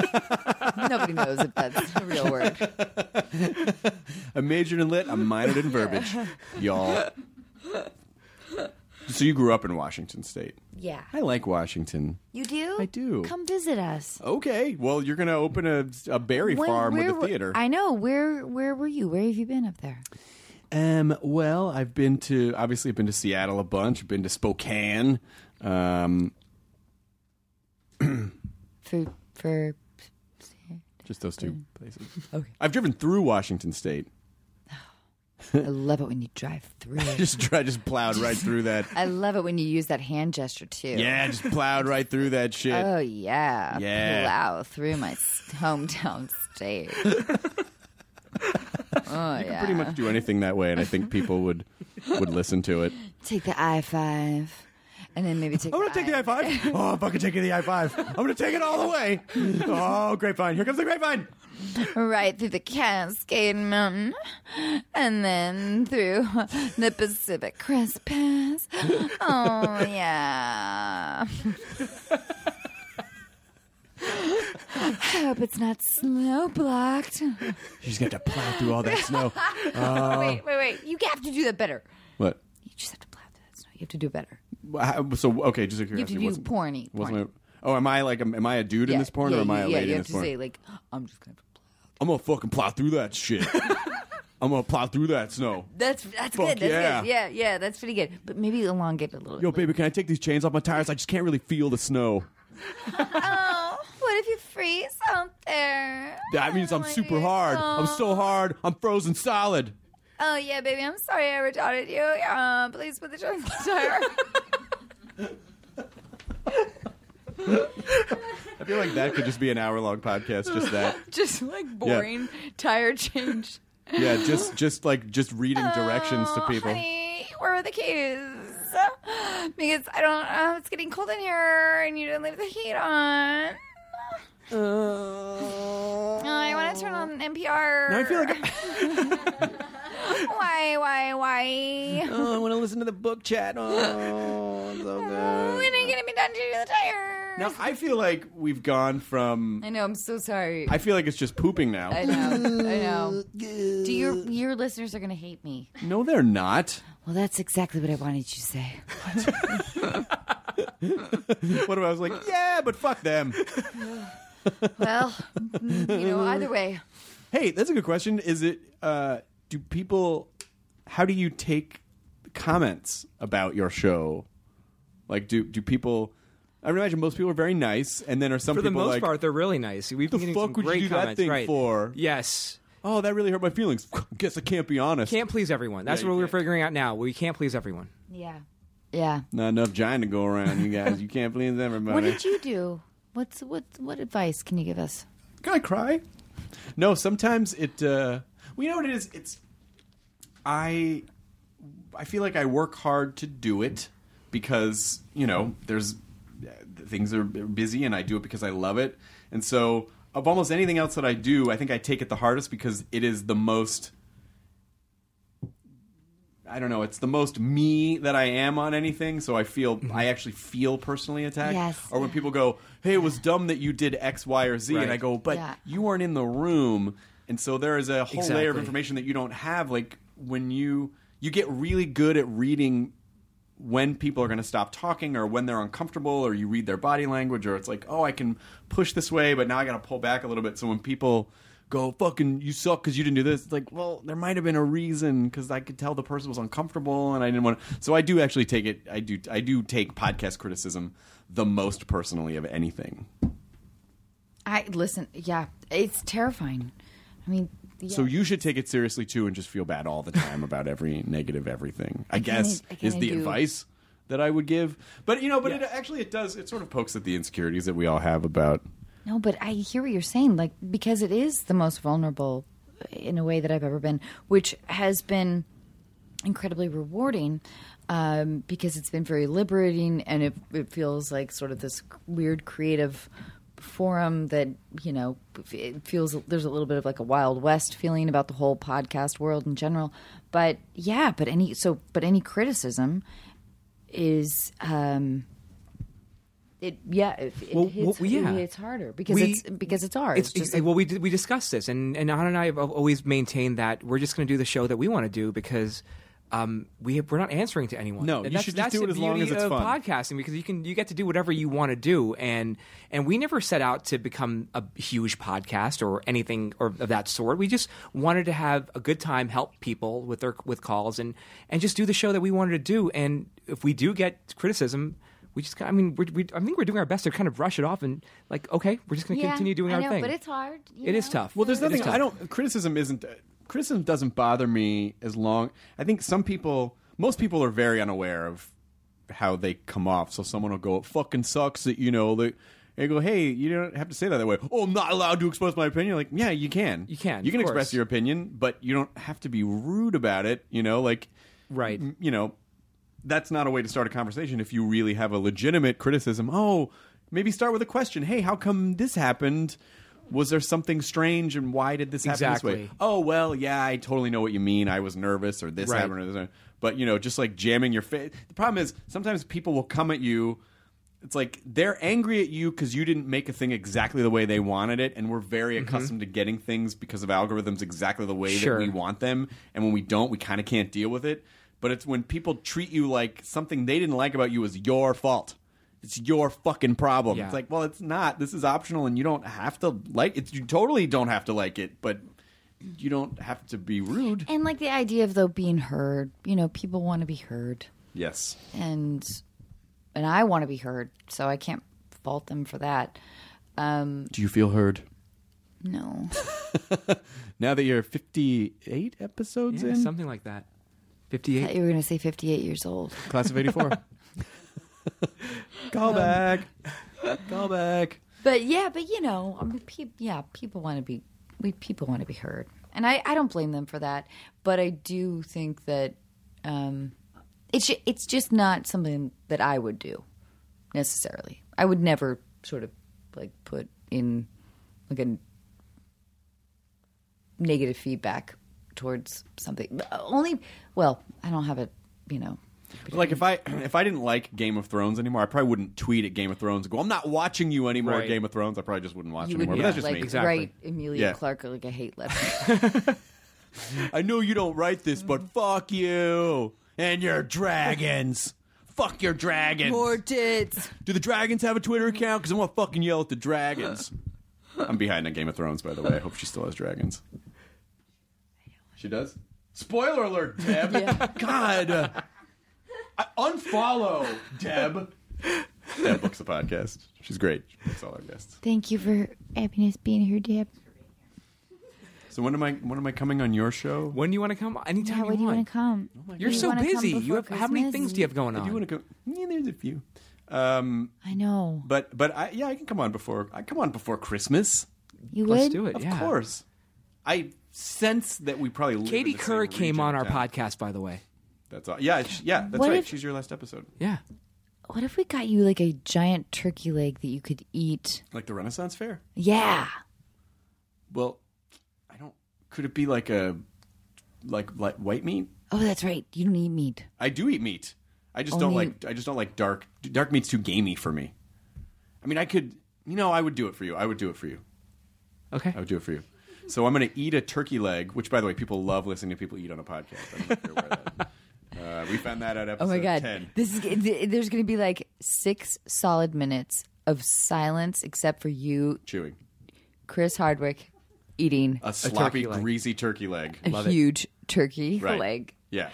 Speaker 3: Nobody knows if that's a real word.
Speaker 6: I majored in lit. I minored in verbiage, y'all. So you grew up in Washington State.
Speaker 3: Yeah,
Speaker 6: I like Washington.
Speaker 3: you do.
Speaker 6: I do.
Speaker 3: Come visit us.
Speaker 6: Okay. Well, you're gonna open a, a berry
Speaker 3: When-
Speaker 6: farm
Speaker 3: where
Speaker 6: with
Speaker 3: were-
Speaker 6: a theater.
Speaker 3: I know. Where where were you? Where have you been up there?
Speaker 6: Um, well, I've been to obviously I've been to Seattle a bunch. I've been to Spokane. Um,
Speaker 3: For for
Speaker 6: just those two places.
Speaker 3: Okay.
Speaker 6: I've driven through Washington State.
Speaker 3: I love it when you drive through.
Speaker 6: Just I just plowed right through that.
Speaker 3: I love it when you use that hand gesture too.
Speaker 6: Yeah, just plowed right through that shit.
Speaker 3: Oh yeah.
Speaker 6: Yeah.
Speaker 3: Plow through my s- hometown state. oh yeah.
Speaker 6: Pretty much do anything that way, and I think people would would listen to it.
Speaker 3: Take the I five, and then maybe take.
Speaker 6: I'm gonna take the I five. Oh, I'm fucking taking the I five. I'm gonna take it all the way. Oh, grapevine! Here comes the grapevine.
Speaker 3: right through the Cascade Mountain, and then through the Pacific Crest Pass. Oh yeah. I hope it's not snow blocked.
Speaker 6: She's gonna have to plow through all that snow. Uh.
Speaker 3: wait, wait, wait! You have to do that better.
Speaker 6: What?
Speaker 3: You just have to plow through that snow. You have to do better.
Speaker 6: How- So okay, just a
Speaker 3: You have
Speaker 6: curiosity.
Speaker 3: to do
Speaker 6: what's-
Speaker 3: porny.
Speaker 6: what's
Speaker 3: porny.
Speaker 6: my- oh, am I like am, am I a dude
Speaker 3: Yeah,
Speaker 6: in this porn
Speaker 3: yeah,
Speaker 6: or am I a
Speaker 3: yeah,
Speaker 6: lady
Speaker 3: you
Speaker 6: in
Speaker 3: have to
Speaker 6: this porn?
Speaker 3: say like, I'm just gonna.
Speaker 6: I'm gonna fucking plow through that shit. I'm gonna plow through that snow.
Speaker 3: That's that's
Speaker 6: Fuck
Speaker 3: good. That's
Speaker 6: yeah.
Speaker 3: good. Yeah, yeah, that's pretty good. But maybe elongate it a little.
Speaker 6: Yo,
Speaker 3: bit.
Speaker 6: baby, can I take these chains off my tires? I just can't really feel the snow.
Speaker 3: Oh, what if you freeze out there?
Speaker 6: That means
Speaker 3: Oh,
Speaker 6: I'm
Speaker 3: my
Speaker 6: super
Speaker 3: dear.
Speaker 6: hard. I'm
Speaker 3: Oh.
Speaker 6: so hard. I'm frozen solid.
Speaker 3: Oh yeah, baby. I'm sorry I ever doubted you. Uh, please put the chains on tire.
Speaker 6: I feel like that could just be an hour long podcast, just that.
Speaker 3: Just like boring tire change.
Speaker 6: Yeah, just just like just reading directions to
Speaker 3: Oh,
Speaker 6: people.
Speaker 3: Honey, where are the keys? Because I don't. Uh, it's getting cold in here, and you didn't leave the heat on. Oh, I want to turn on NPR.
Speaker 6: I feel like
Speaker 3: why, why, why?
Speaker 6: oh, I want to listen to the book chat. Oh, so
Speaker 3: When are you gonna be done changing the tires?
Speaker 6: Now I feel like we've gone from.
Speaker 3: I know. I'm so sorry.
Speaker 6: I feel like it's just pooping now.
Speaker 3: I know. I know. Do your your listeners are going to hate me?
Speaker 6: No, they're not.
Speaker 3: Well, that's exactly what I wanted you to say.
Speaker 6: What if I was like, yeah, but fuck them.
Speaker 3: Well, mm, you know, either way,
Speaker 6: Hey, that's a good question. Is it uh do people how do you take comments about your show? Like do do people I would imagine most people are very nice and then are some
Speaker 5: For the
Speaker 6: people
Speaker 5: most
Speaker 6: like
Speaker 5: part, they're really nice. We've
Speaker 6: The
Speaker 5: been getting
Speaker 6: fuck
Speaker 5: some
Speaker 6: would you
Speaker 5: great
Speaker 6: do that
Speaker 5: comments,
Speaker 6: thing
Speaker 5: right.
Speaker 6: for?
Speaker 5: Yes.
Speaker 6: Oh, that really hurt my feelings. Guess I can't be honest.
Speaker 5: Can't please everyone. That's
Speaker 6: Yeah,
Speaker 5: what
Speaker 6: you
Speaker 5: we're
Speaker 6: can't.
Speaker 5: figuring out now. We can't please everyone.
Speaker 3: yeah, yeah.
Speaker 6: Not enough giant to go around, you guys. You can't please everybody.
Speaker 3: What did you do? What's what? What advice can you give us?
Speaker 6: Can I cry? No, sometimes it. Uh, well, you know what it is. It's I. I feel like I work hard to do it because you know there's things are busy and I do it because I love it, and so of almost anything else that I do, I think I take it the hardest because it is the most. I don't know. It's the most me that I am on anything, so I feel I actually feel personally attacked.
Speaker 3: Yes.
Speaker 6: Or when people go, "Hey, it was dumb that you did X, Y, or Z," and
Speaker 5: Right.
Speaker 6: I go, "But
Speaker 3: Yeah.
Speaker 6: you weren't in the room," and so there is a whole layer of
Speaker 5: Exactly.
Speaker 6: information that you don't have. Like when you you get really good at reading when people are going to stop talking or when they're uncomfortable or you read their body language or it's like oh i can push this way but now i got to pull back a little bit so when people go fucking you suck because you didn't do this. It's like, well, there might have been a reason because I could tell the person was uncomfortable and I didn't want. to. So I do actually take it. I do. I do take podcast criticism the most personally of anything.
Speaker 3: I listen. Yeah, it's terrifying. I mean, yeah.
Speaker 6: So you should take it seriously too and just feel bad all the time about every negative everything. I guess
Speaker 3: I- I
Speaker 6: is
Speaker 3: kinda
Speaker 6: the
Speaker 3: do.
Speaker 6: advice that I would give. But you know, but it actually it does it sort of pokes at the insecurities that we all have about
Speaker 3: No, but I hear what you're saying, like because it is the most vulnerable in a way that I've ever been, which has been incredibly rewarding um, because it's been very liberating, and it it feels like sort of this weird creative forum that you know it feels there's a little bit of like a wild west feeling about the whole podcast world in general but yeah but any so but any criticism is um it yeah it, it
Speaker 5: Well,
Speaker 3: hits,
Speaker 5: well, yeah.
Speaker 3: it's harder because
Speaker 5: We-
Speaker 3: it's because it's ours
Speaker 5: It's,
Speaker 3: just
Speaker 5: it- well, we did- we discussed this, and and Anna and I have al- always maintained that we're just going to do the show that we want to do because. Um, we have, we're not answering to anyone.
Speaker 6: No,
Speaker 5: And
Speaker 6: you
Speaker 5: that's,
Speaker 6: should just
Speaker 5: that's
Speaker 6: do
Speaker 5: the
Speaker 6: it as long
Speaker 5: beauty
Speaker 6: as it's
Speaker 5: of
Speaker 6: fun.
Speaker 5: Podcasting because you can you get to do whatever you want to do, and and we never set out to become a huge podcast or anything or of that sort. We just wanted to have a good time, help people with their with calls, and and just do the show that we wanted to do. And if we do get criticism, we just I mean we're, we I think we're doing our best to kind of brush it off and like okay, we're just going to
Speaker 3: Yeah,
Speaker 5: continue doing
Speaker 3: I
Speaker 5: our
Speaker 3: know,
Speaker 5: thing.
Speaker 3: but it's hard, you
Speaker 5: It is
Speaker 3: know?
Speaker 5: tough.
Speaker 6: Well, there's
Speaker 5: It is
Speaker 6: nothing.
Speaker 5: tough.
Speaker 6: I don't. Criticism isn't. Criticism doesn't bother me as long. I think some people, most people, are very unaware of how they come off. So someone will go, "It "Fucking sucks that you know." They, and go, "Hey, you don't have to say that that way." Oh, I'm not allowed to express my opinion. Like, yeah, you can.
Speaker 5: You can,
Speaker 6: You can
Speaker 5: of
Speaker 6: express
Speaker 5: course.
Speaker 6: your opinion, but you don't have to be rude about it. You know, like,
Speaker 5: Right.
Speaker 6: m- You know, that's not a way to start a conversation if you really have a legitimate criticism. Oh, maybe start with a question. Hey, how come this happened? Was there something strange and why did this happen this way?
Speaker 5: Exactly.
Speaker 6: Oh, well, yeah, I totally know what you mean. I was nervous or this
Speaker 5: Right.
Speaker 6: happened or this. happened. But, you know, just like jamming your face. The problem is sometimes people will come at you. It's like they're angry at you because you didn't make a thing exactly the way they wanted it. And we're very accustomed to getting things because of algorithms exactly the way
Speaker 5: Sure.
Speaker 6: that we want want them, and when we don't, we kind of can't deal with it. But it's when people treat you like something they didn't like about you is your fault. It's your fucking problem.
Speaker 5: Yeah.
Speaker 6: It's like, well, it's not. This is optional, and you don't have to like it. You totally don't have to like it, but you don't have to be rude.
Speaker 3: and like the idea of though being heard you know people want to be heard
Speaker 6: Yes.
Speaker 3: and and i want to be heard so i can't fault them for that um
Speaker 6: Do you feel heard?
Speaker 3: no
Speaker 6: Now that you're 58 episodes
Speaker 5: Yeah,
Speaker 6: in,
Speaker 5: something like that. Fifty-eight.
Speaker 3: you were gonna say 58 years old
Speaker 6: class of 84. Call back. Call back.
Speaker 3: but yeah but you know I mean, peop yeah people want to be we people want to be heard and I, I don't blame them for that but i do think that um it's ju- it's just not something that i would do necessarily i would never sort of like put in like a negative feedback towards something only well i don't have a you know
Speaker 6: But, like if I if I didn't like Game of Thrones anymore, I probably wouldn't tweet at Game of Thrones and go, "I'm not watching you anymore,
Speaker 5: Right.
Speaker 6: Game of Thrones." I probably just wouldn't watch
Speaker 3: you
Speaker 6: anymore.
Speaker 3: would
Speaker 6: but that's just
Speaker 3: like
Speaker 6: me.
Speaker 5: Exactly.
Speaker 3: write Amelia
Speaker 6: Yeah.
Speaker 3: Clark like a hate letter.
Speaker 6: I know you don't write this, but fuck you and your dragons. Fuck your dragons.
Speaker 3: More tits.
Speaker 6: Do the dragons have a Twitter account? Because I want to fucking yell at the dragons. I'm behind on Game of Thrones, by the way. I hope she still has dragons. She does. Spoiler alert, Deb. God, uh, I- unfollow Deb. Deb books the podcast. She's great. She books all our guests.
Speaker 3: Thank you for having us being here, Deb.
Speaker 6: So when am I? When am I coming on your show?
Speaker 5: When do you want to come? Anytime
Speaker 3: Yeah,
Speaker 5: you
Speaker 3: when do you want to come?
Speaker 4: Oh
Speaker 5: You're
Speaker 3: You
Speaker 5: so
Speaker 3: wanna come
Speaker 5: busy. You
Speaker 3: before
Speaker 5: have how many
Speaker 3: Christmas?
Speaker 5: things do you have going on?
Speaker 6: Do you want to come? Yeah, there's a few. Um,
Speaker 3: I know.
Speaker 6: but but I yeah I can come on before I come on before Christmas.
Speaker 3: You would?
Speaker 5: Let's do it.
Speaker 6: Of
Speaker 5: yeah.
Speaker 6: course. I sense that we probably. live in
Speaker 5: Katie
Speaker 6: the same
Speaker 5: Couric
Speaker 6: region
Speaker 5: came on our
Speaker 6: of town.
Speaker 5: podcast, by the way.
Speaker 6: That's all. Yeah, sh- yeah, that's
Speaker 3: What
Speaker 6: right.
Speaker 3: if-
Speaker 6: She's your last episode.
Speaker 5: Yeah.
Speaker 3: What if we got you like a giant turkey leg that you could eat?
Speaker 6: Like the Renaissance Fair.
Speaker 3: Yeah.
Speaker 6: Well, I don't. Could it be like a like like white meat?
Speaker 3: Oh, that's right. You don't eat meat.
Speaker 6: I do eat meat. I
Speaker 5: Oh,
Speaker 6: just don't
Speaker 3: Only-
Speaker 6: like. I just don't like dark. Dark meat's too gamey for me. I mean, I could. You know, I would do it for you. I would do it for you.
Speaker 5: Okay.
Speaker 6: I would do it for you. So I'm going to eat a turkey leg, which, by the way, people love listening to people eat on a podcast. I'm not sure where that. Uh, we found that out episode
Speaker 3: Oh my god.
Speaker 6: 10.
Speaker 3: This is th- there's going to be like 6 solid minutes of silence except for you,
Speaker 6: Chewing.
Speaker 3: Chris Hardwick, eating
Speaker 6: a sloppy,
Speaker 5: turkey leg.
Speaker 6: greasy turkey leg.
Speaker 3: a
Speaker 5: Love it.
Speaker 3: huge turkey
Speaker 6: Right.
Speaker 3: leg.
Speaker 6: Yeah.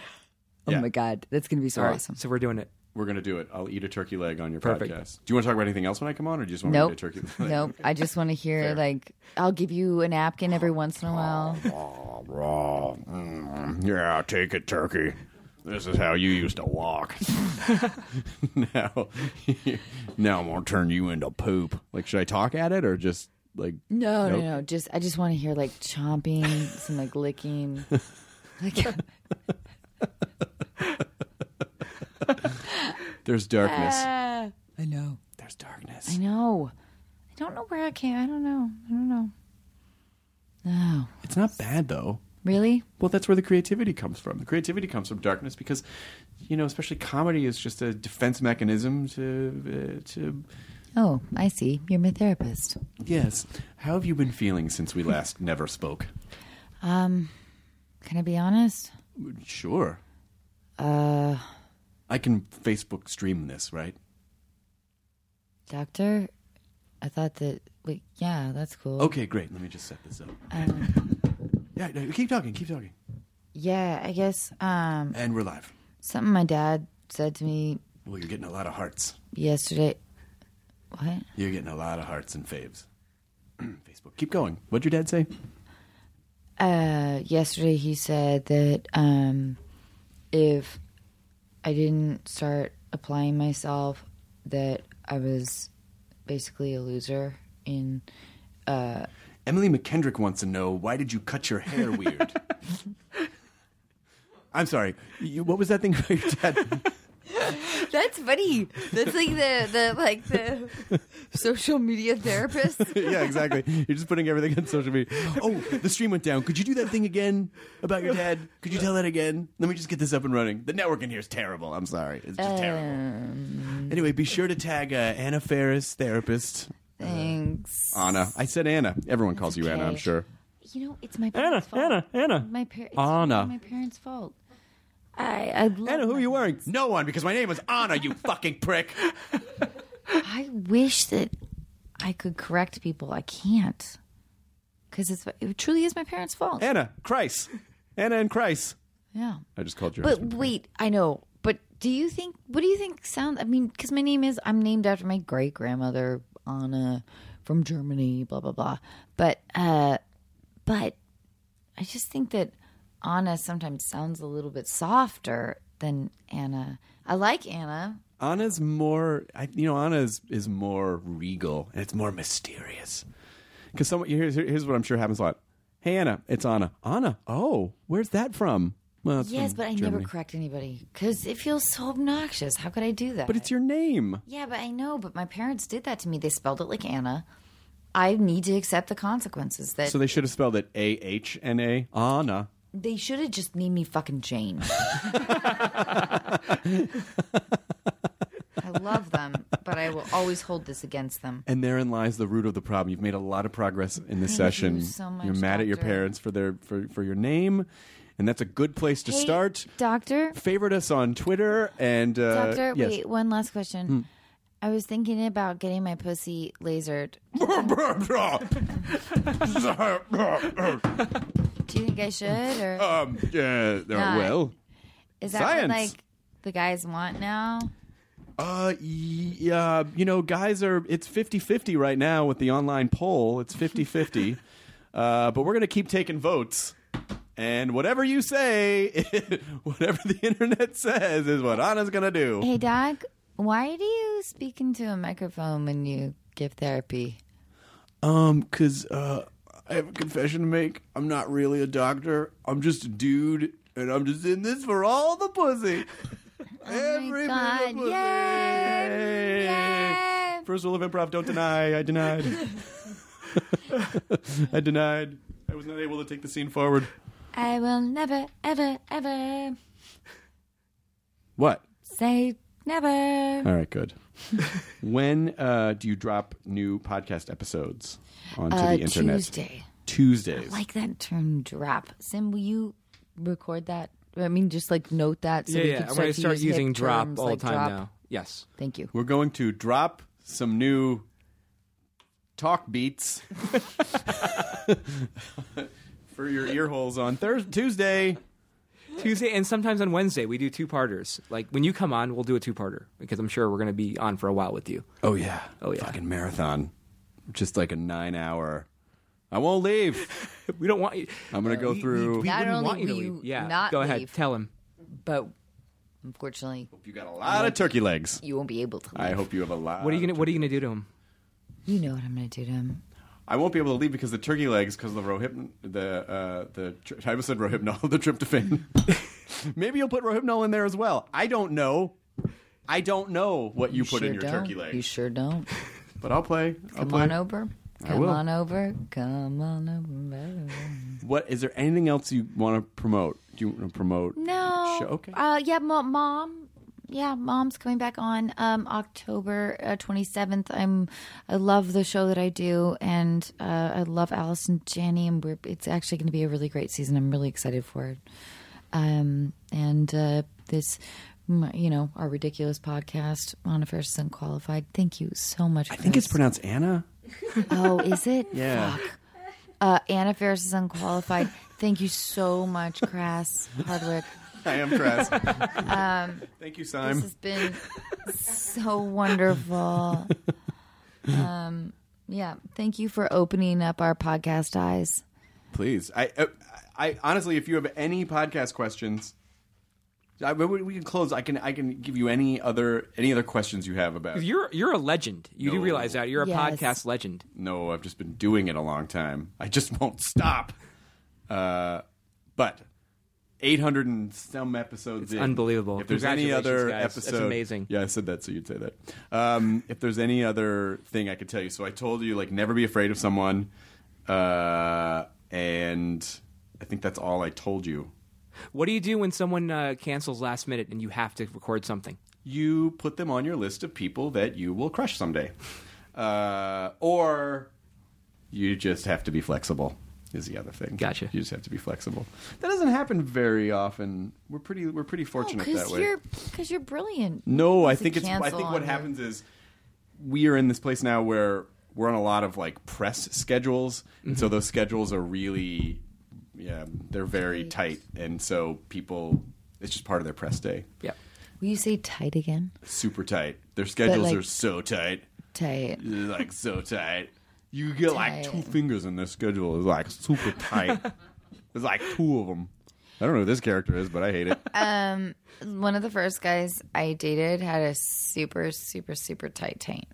Speaker 3: Oh
Speaker 6: Yeah.
Speaker 3: my god, that's gonna be so
Speaker 5: All right,
Speaker 3: awesome.
Speaker 5: so we're doing it.
Speaker 6: We're going to do it. I'll eat a turkey leg on your
Speaker 5: Perfect.
Speaker 6: podcast. Do you want to talk about anything else when I come on, or do you just want
Speaker 3: Nope.
Speaker 6: to eat a turkey leg?
Speaker 3: Nope. I just want to hear
Speaker 6: Fair.
Speaker 3: like I'll give you a napkin every once in a while.
Speaker 6: Oh, raw. Mm, yeah, take it, turkey. This is how you used to walk. now, now I'm gonna turn you into poop. Like, should I talk at it or just like?
Speaker 3: No,
Speaker 6: Nope.
Speaker 3: no, no. Just I just want to hear like chomping, some like licking. Like
Speaker 6: There's darkness.
Speaker 3: I know.
Speaker 6: There's
Speaker 3: Uh, I
Speaker 6: darkness.
Speaker 3: know. I don't know where I came. I don't know. I don't know. No.
Speaker 6: It's not bad though.
Speaker 3: Really?
Speaker 6: Well, that's where the creativity comes from. The creativity comes from darkness because, you know, especially comedy is just a defense mechanism to uh, to
Speaker 3: Oh, I see. You're my therapist.
Speaker 6: yes. How have you been feeling since we last never spoke?
Speaker 3: Um, can I be honest?
Speaker 6: Sure.
Speaker 3: Uh,
Speaker 6: I can Facebook stream this, right?
Speaker 3: doctor, I thought that. Wait, yeah, that's cool.
Speaker 6: Okay, great. Let me just set this up.
Speaker 3: Um,
Speaker 6: Yeah, no, keep talking, keep talking.
Speaker 3: yeah, I guess. Um,
Speaker 6: And we're live.
Speaker 3: something my dad said to me
Speaker 6: Well, you're getting a lot of hearts.
Speaker 3: yesterday. What?
Speaker 6: You're getting a lot of hearts and faves. Facebook. Keep going. What'd your dad say?
Speaker 3: Uh, yesterday he said that um, if I didn't start applying myself, that I was basically a loser. In
Speaker 6: Emily McKendrick wants to know why did you cut your hair weird? I'm sorry. You, what was that thing about your dad?
Speaker 3: that's funny. That's like the the like the social media therapist.
Speaker 6: yeah, exactly. You're just putting everything on social media. Oh, the stream went down. Could you do that thing again about your dad? Could you tell that again? Let me just get this up and running. The network in here is terrible. I'm sorry. It's just terrible. Anyway, be sure to tag uh, Anna Ferris, therapist.
Speaker 3: Thanks.
Speaker 6: Anna. I said Anna. Everyone calls you Anna,
Speaker 3: okay.
Speaker 6: I'm sure.
Speaker 3: You know, it's my parents' fault.
Speaker 5: Anna, Anna.
Speaker 3: my par- it's
Speaker 6: Anna.
Speaker 3: My parents' fault. I I love
Speaker 5: Anna, who are you wearing?
Speaker 6: No one, because my name is Anna, you fucking prick.
Speaker 3: I wish that I could correct people. I can't because it's it truly is my parents' fault.
Speaker 6: Anna, Christ. Anna and Christ.
Speaker 3: Yeah,
Speaker 6: I just called you.
Speaker 3: but wait, I know. But do you think? What do you think? Sound? I mean, because my name is I'm named after my great grandmother Anna from Germany. Blah blah blah. But uh, but I just think that Anna sometimes sounds a little bit softer than Anna. I like Anna.
Speaker 6: Anna's more, I, you know, Anna is, is more regal and it's more mysterious. Because someone, here's, here's what I'm sure happens a lot. Hey, Anna, it's Anna. Anna, oh, where's that from? Well, it's
Speaker 3: Yes,
Speaker 6: from
Speaker 3: but I
Speaker 6: Germany.
Speaker 3: never correct anybody because it feels so obnoxious. How could I do that?
Speaker 6: But it's your name.
Speaker 3: Yeah, but I know, but my parents did that to me. They spelled it like Anna. I need to accept the consequences that
Speaker 6: So they should have spelled it A H N A. Anna.
Speaker 3: they should have just named me fucking Jane. I love them, but I will always hold this against them.
Speaker 6: And therein lies the root of the problem. You've made a lot of progress in this
Speaker 3: Thank
Speaker 6: session.
Speaker 3: you so much,
Speaker 6: are mad at your
Speaker 3: Doctor.
Speaker 6: parents for their for, for your name, and that's a good place to
Speaker 3: Hey,
Speaker 6: start.
Speaker 3: Doctor.
Speaker 6: Favorite us on Twitter and uh,
Speaker 3: Doctor,
Speaker 6: yes. Hmm.
Speaker 3: wait, one last question. I was thinking about getting my pussy lasered. Do you think I should or
Speaker 6: um, yeah,
Speaker 3: Not.
Speaker 6: well,
Speaker 3: is that
Speaker 6: science.
Speaker 3: what like the guys want now?
Speaker 6: uh, yeah, you know, guys are it's 50-50 right now with the online poll. It's 50-50. uh, but we're going to keep taking votes. And whatever you say, whatever the internet says is what Anna's going to do.
Speaker 3: Hey, Doc, why do you speak into a microphone when you give therapy?
Speaker 6: Um, cause uh, I have a confession to make. I'm not really a doctor. I'm just a dude, and I'm just in this for all the pussy. Every
Speaker 3: Oh God,
Speaker 6: bit of pussy.
Speaker 3: yay,
Speaker 6: Yay.
Speaker 3: yay.
Speaker 6: First rule of improv: don't deny. I denied. I denied. I was not able to take the scene forward.
Speaker 3: I will never, ever, ever
Speaker 6: What?
Speaker 3: say never.
Speaker 6: All right, good. when uh, do you drop new podcast episodes onto
Speaker 3: Uh,
Speaker 6: the internet?
Speaker 3: Tuesday.
Speaker 6: Tuesdays.
Speaker 3: Like that term drop. Sim, will you record that? I mean, just like note that so
Speaker 5: yeah,
Speaker 3: we
Speaker 5: yeah.
Speaker 3: can
Speaker 5: I'm
Speaker 3: start,
Speaker 5: going
Speaker 3: to
Speaker 5: to start
Speaker 3: use
Speaker 5: using
Speaker 3: hip
Speaker 5: drop
Speaker 3: terms
Speaker 5: all
Speaker 3: like
Speaker 5: the time
Speaker 3: drop.
Speaker 5: now. Yes.
Speaker 3: Thank you.
Speaker 6: We're going to drop some new talk beats for your ear holes on Thursday, Tuesday.
Speaker 5: Tuesday and sometimes on Wednesday we do two parters. Like when you come on, we'll do a two parter because I'm sure we're going to be on for a while with you.
Speaker 6: Oh yeah.
Speaker 5: Oh, yeah.
Speaker 6: Fucking marathon. Just like a nine hour. I won't leave.
Speaker 5: We don't want you. uh,
Speaker 6: I'm gonna go
Speaker 5: we-
Speaker 6: through.
Speaker 5: We, we
Speaker 7: Not
Speaker 5: wouldn't
Speaker 7: only
Speaker 5: want you to
Speaker 7: will you
Speaker 5: leave. Yeah,
Speaker 7: not
Speaker 5: go ahead.
Speaker 7: leave.
Speaker 5: Tell him.
Speaker 7: but unfortunately,
Speaker 6: you got a lot of turkey legs.
Speaker 7: you won't be able to. Leave.
Speaker 6: I hope you have a lot.
Speaker 5: What are you gonna What are you gonna do to him?
Speaker 7: You know what I'm going to do to him.
Speaker 6: I won't be able to leave because the turkey legs because of the rohypn the uh, the tr- I almost said rohypnol the tryptophan. Maybe you'll put rohypnol in there as well. I don't know. I don't know what you, put
Speaker 7: sure
Speaker 6: in your
Speaker 7: don't.
Speaker 6: turkey
Speaker 7: You
Speaker 6: legs,
Speaker 7: sure don't.
Speaker 6: but I'll play. I'll
Speaker 7: Come
Speaker 6: play.
Speaker 7: on over.
Speaker 6: I
Speaker 7: Come
Speaker 6: will.
Speaker 7: on over. Come on over.
Speaker 6: What is there anything else you want to promote? Do you want to promote?
Speaker 3: No.
Speaker 6: Sure, okay.
Speaker 3: Uh, yeah, mo- mom. Yeah, mom's coming back on um, October twenty seventh. I'm. I love the show that I do, and uh, I love Alice and Janney, and we're, it's actually going to be a really great season. I'm really excited for it. Um, and uh, this, m- you know, our ridiculous podcast on affairs is unqualified. Thank you so much.
Speaker 6: I think it's pronounced Anna.
Speaker 3: Oh, is it?
Speaker 6: Yeah.
Speaker 3: Uh, Anna Ferris is unqualified. Thank you so much, Crass Hardwick.
Speaker 6: I am Chris.
Speaker 7: Um,
Speaker 6: Thank you, Sime.
Speaker 3: This has been so wonderful. Um,
Speaker 7: Um,
Speaker 3: yeah, thank you for opening up our podcast eyes.
Speaker 6: Please, I, I, I honestly, if you have any podcast questions, I, we, we can close. I can, I can give you any other, any other questions you have about.
Speaker 5: You're You're a legend. You do
Speaker 6: No.
Speaker 5: realize that you're a
Speaker 3: Yes.
Speaker 5: podcast legend.
Speaker 6: no, I've just been doing it a long time. I just won't stop. Uh, but eight hundred and some episodes. in,
Speaker 5: unbelievable.
Speaker 6: If there's any
Speaker 5: Congratulations,
Speaker 6: other
Speaker 5: guys. That's
Speaker 6: episode,
Speaker 5: amazing.
Speaker 6: Yeah, I said that, so you'd say that. Um, if there's any other thing I could tell you, so I told you like never be afraid of someone, uh, and I think that's all I told you.
Speaker 5: What do you do when someone uh, cancels last minute and you have to record something?
Speaker 6: you put them on your list of people that you will crush someday. Uh, or you just have to be flexible is the other thing.
Speaker 5: Gotcha.
Speaker 6: You just have to be flexible. That doesn't happen very often. We're pretty we're pretty
Speaker 7: Oh,
Speaker 6: fortunate that
Speaker 3: Because
Speaker 6: way.
Speaker 3: Oh, you're because you're brilliant.
Speaker 6: No, I
Speaker 3: It's a
Speaker 6: think it's. I
Speaker 3: cancel
Speaker 6: think
Speaker 3: on
Speaker 6: what
Speaker 3: you.
Speaker 6: happens is we are in this place now where we're on a lot of like press schedules, and so those schedules are really, yeah, they're very tight, and so people, it's just part of their press day.
Speaker 5: Yeah.
Speaker 7: Will you say tight again?
Speaker 6: Super tight. Their schedules
Speaker 7: like-
Speaker 6: are so tight,
Speaker 7: Tight.
Speaker 6: They're, like so tight. You get like two fingers in their schedule. It's like super tight. There's like two of them. I don't know who this character is, but I hate it.
Speaker 7: One of the first guys I dated had a super, super, super tight taint.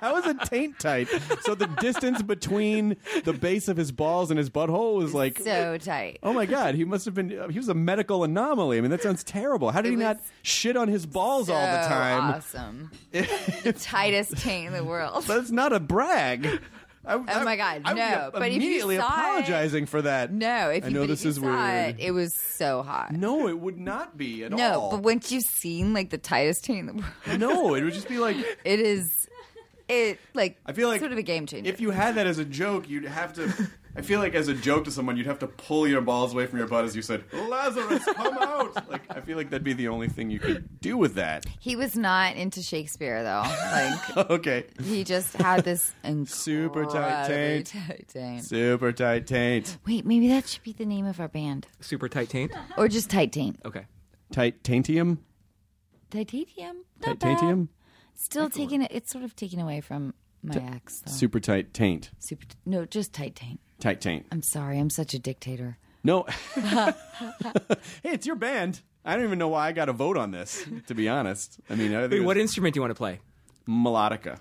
Speaker 6: How is it taint tight? So the distance between the base of his balls and his butthole was like,
Speaker 7: So tight.
Speaker 6: oh my god, he must have been, he was a medical anomaly. I mean, that sounds terrible. How did he not shit on his balls all the
Speaker 7: So
Speaker 6: time?
Speaker 7: Awesome. the tightest taint in the world.
Speaker 6: That's not a brag. I, oh
Speaker 7: my God, no. But if you
Speaker 6: immediately
Speaker 7: saw it-
Speaker 6: apologizing for that.
Speaker 7: No, if
Speaker 6: I
Speaker 7: you,
Speaker 6: know
Speaker 7: but if
Speaker 6: this
Speaker 7: you
Speaker 6: is
Speaker 7: saw
Speaker 6: weird.
Speaker 7: It, it was so hot.
Speaker 6: No, it would not be at
Speaker 7: No,
Speaker 6: all.
Speaker 7: but once you've seen like the tightest taint in the world,
Speaker 6: no, it would just be like
Speaker 7: it is, it like
Speaker 6: I feel like
Speaker 7: sort of a game changer.
Speaker 6: If you had that as a joke, you'd have to. I feel like as a joke to someone, you'd have to pull your balls away from your butt as you said, "Lazarus, come out!" Like I feel like that'd be the only thing you could do with that.
Speaker 7: he was not into Shakespeare though. Like
Speaker 6: Okay,
Speaker 7: he just had this
Speaker 6: Super tight
Speaker 7: incredibly
Speaker 6: taint.
Speaker 7: tight taint.
Speaker 6: super tight taint,
Speaker 3: Wait, maybe that should be the name of our band,
Speaker 5: Super tight taint.
Speaker 3: or just Tight Taint.
Speaker 5: Okay.
Speaker 6: tight taintium,
Speaker 3: Titanium,
Speaker 6: tight
Speaker 3: not bad.
Speaker 6: taintium,
Speaker 3: Still taking it. It's sort of taken away from my ex. Though.
Speaker 6: super tight taint,
Speaker 3: Super. No, just Tight Taint.
Speaker 6: tight taint.
Speaker 3: I'm sorry. I'm such a dictator.
Speaker 6: No, hey, it's your band. I don't even know why I got a vote on this. To be honest, I mean, I think
Speaker 5: Wait,
Speaker 6: it
Speaker 5: what
Speaker 6: was
Speaker 5: instrument do you want to play?
Speaker 6: melodica?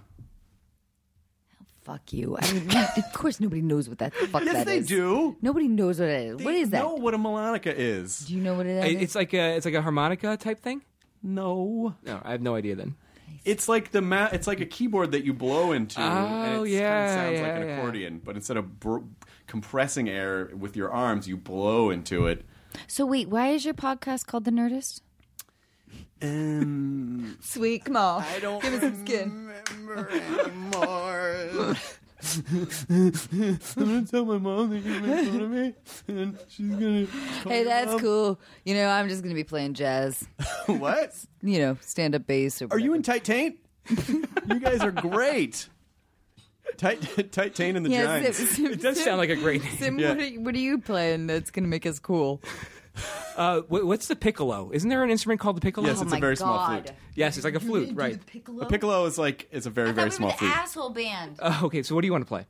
Speaker 3: Fuck you. I mean, of course, nobody knows what that fuck
Speaker 6: Yes,
Speaker 3: that
Speaker 6: they
Speaker 3: is.
Speaker 6: do.
Speaker 3: Nobody knows what it is. what is that?
Speaker 6: Know what a melodica is?
Speaker 3: Do you know what it
Speaker 5: I-
Speaker 3: is?
Speaker 5: It's like a it's like a harmonica type thing.
Speaker 6: No.
Speaker 5: No, I have no idea then.
Speaker 6: It's like the ma- it's like a keyboard that you blow into, and
Speaker 5: Oh,
Speaker 6: it
Speaker 5: yeah,
Speaker 6: sounds
Speaker 5: yeah,
Speaker 6: like an
Speaker 5: yeah.
Speaker 6: accordion. But instead of br- compressing air with your arms, you blow into it.
Speaker 3: so wait, why is your podcast called The Nerdist?
Speaker 6: Um,
Speaker 7: sweet, come on,
Speaker 6: I don't
Speaker 7: give us some skin.
Speaker 6: remember anymore. I'm gonna tell my mom that you made fun of me, and she's gonna.
Speaker 7: Hey, that's cool. You know, I'm just gonna be playing jazz.
Speaker 6: What?
Speaker 7: You know, stand up bass. Or
Speaker 6: Are you in tight taint? you guys are great. Tight, Titan and the Giants.
Speaker 5: It does sound like a great name.
Speaker 3: Sim,
Speaker 6: Yeah.
Speaker 3: what, are you, what are you playing that's going to make us cool?
Speaker 5: Uh, wh- what's the piccolo? Isn't there an instrument called the piccolo?
Speaker 6: yes,
Speaker 3: Oh
Speaker 6: it's a
Speaker 3: my
Speaker 6: very small
Speaker 3: God.
Speaker 6: flute.
Speaker 5: Yes, it's like a flute, right?
Speaker 6: A piccolo is like it's a very very small flute. Uh,
Speaker 8: asshole band.
Speaker 5: Oh, okay, so what do you want to play?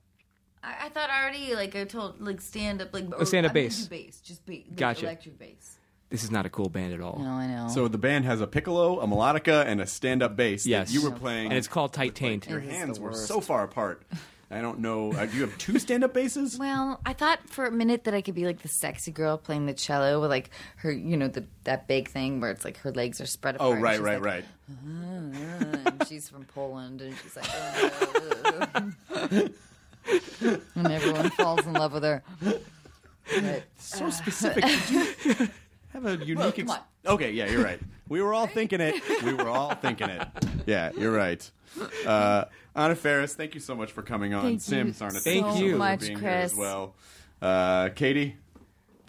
Speaker 8: I, I thought already, like I told, like stand up, like
Speaker 6: Oh,
Speaker 5: A stand-up
Speaker 8: I mean,
Speaker 5: bass.
Speaker 8: do bass, just ba- like,
Speaker 5: Gotcha.
Speaker 8: electric bass.
Speaker 5: This is not a cool band at all.
Speaker 3: No, I know.
Speaker 6: So the band has a piccolo, a melodica, and a stand-up bass. that
Speaker 5: Yes.
Speaker 6: you were playing,
Speaker 5: And it's called Tight Taint.
Speaker 6: Your hands were so far apart. I don't know. Uh, do you have two stand-up basses?
Speaker 3: Well, I thought for a minute that I could be like the sexy girl playing the cello with like her, you know, the, that big thing where it's like her legs are spread apart.
Speaker 6: Oh
Speaker 3: and
Speaker 6: right,
Speaker 3: she's
Speaker 6: right,
Speaker 3: like, "Mm,"
Speaker 6: right.
Speaker 3: and she's from Poland, and she's like, and everyone falls in love with her. But
Speaker 6: So specific. Did you have a unique? ex-
Speaker 3: come
Speaker 6: okay, yeah, you're right. We were all thinking it. We were all thinking it. Yeah, you're right. Uh, Anna Ferris, thank you so much for coming on.
Speaker 3: Thank
Speaker 6: Sim,
Speaker 3: you
Speaker 6: Sarna,
Speaker 5: Thank
Speaker 6: so
Speaker 5: you.
Speaker 6: for
Speaker 3: much,
Speaker 6: being here
Speaker 3: Chris.
Speaker 6: as well. Uh, Katie,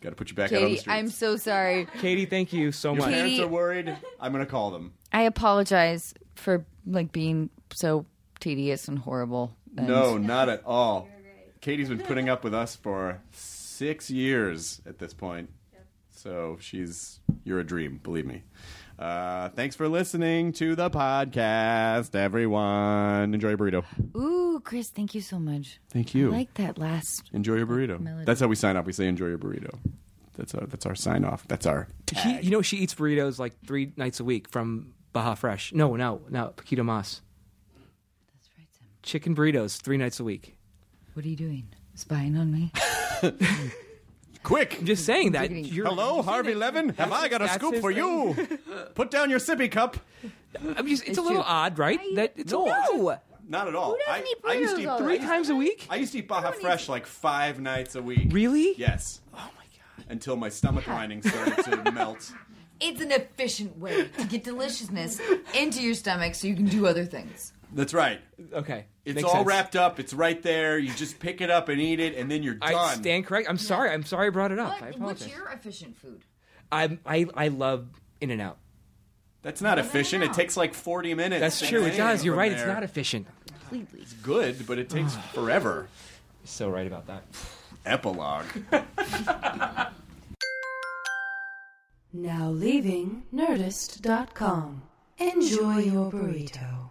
Speaker 6: got to put you back out on the
Speaker 3: Katie,
Speaker 6: streets.
Speaker 3: I'm so sorry.
Speaker 5: Katie, thank you so
Speaker 6: Your
Speaker 5: much.
Speaker 6: parents
Speaker 3: Katie-
Speaker 6: are worried. I'm gonna call them.
Speaker 3: I apologize for like being so tedious and horrible. And
Speaker 6: No, not at all. Katie's been putting up with us for six years at this point. So she's, you're a dream, believe me. Uh, thanks for listening to the podcast, everyone. Enjoy your burrito.
Speaker 3: Ooh, Chris, thank you so much.
Speaker 6: Thank you.
Speaker 3: I like that last.
Speaker 6: enjoy your burrito. That's how we sign off. We say enjoy your burrito. That's our, that's our sign off. That's our
Speaker 5: She, you know, she eats burritos like three nights a week from Baja Fresh. No, no, no, Paquito Mas. Chicken burritos three nights a week.
Speaker 3: What are you doing? Spying on me?
Speaker 6: quick.
Speaker 5: I'm just saying that. You're,
Speaker 6: Hello, Harvey Levin. Have I got a
Speaker 5: that's
Speaker 6: scoop
Speaker 5: his
Speaker 6: for you? Put down your sippy cup.
Speaker 5: I'm just, it's a little
Speaker 3: you.
Speaker 5: odd, right? that it's a little-
Speaker 3: No.
Speaker 6: Not at all. I,
Speaker 3: doesn't eat
Speaker 6: I used
Speaker 3: burritos
Speaker 6: to eat
Speaker 3: all the
Speaker 5: three times a week.
Speaker 6: I used to eat Baja Fresh like five nights a week.
Speaker 5: Really?
Speaker 6: Yes. Oh my god. Until my stomach lining started to melt.
Speaker 3: It's an efficient way to get deliciousness into your stomach so you can do other things.
Speaker 6: That's right.
Speaker 5: Okay,
Speaker 6: It's
Speaker 5: Makes
Speaker 6: all
Speaker 5: sense.
Speaker 6: wrapped up. It's right there. You just pick it up and eat it, and then you're done.
Speaker 5: I stand correct. I'm sorry. I'm sorry I brought it up. I
Speaker 3: What,
Speaker 5: apologize.
Speaker 3: what's your efficient food?
Speaker 5: I'm, I I love In and Out.
Speaker 6: That's not efficient. It takes like 40 minutes.
Speaker 5: That's
Speaker 6: to
Speaker 5: true. It
Speaker 6: get
Speaker 5: does.
Speaker 6: in
Speaker 5: You're
Speaker 6: from
Speaker 5: right. It's
Speaker 6: there.
Speaker 5: not efficient.
Speaker 6: It's good, but it takes forever.
Speaker 5: So right about that.
Speaker 6: Epilogue.
Speaker 9: Now leaving Nerdist.com.
Speaker 10: Enjoy your burrito.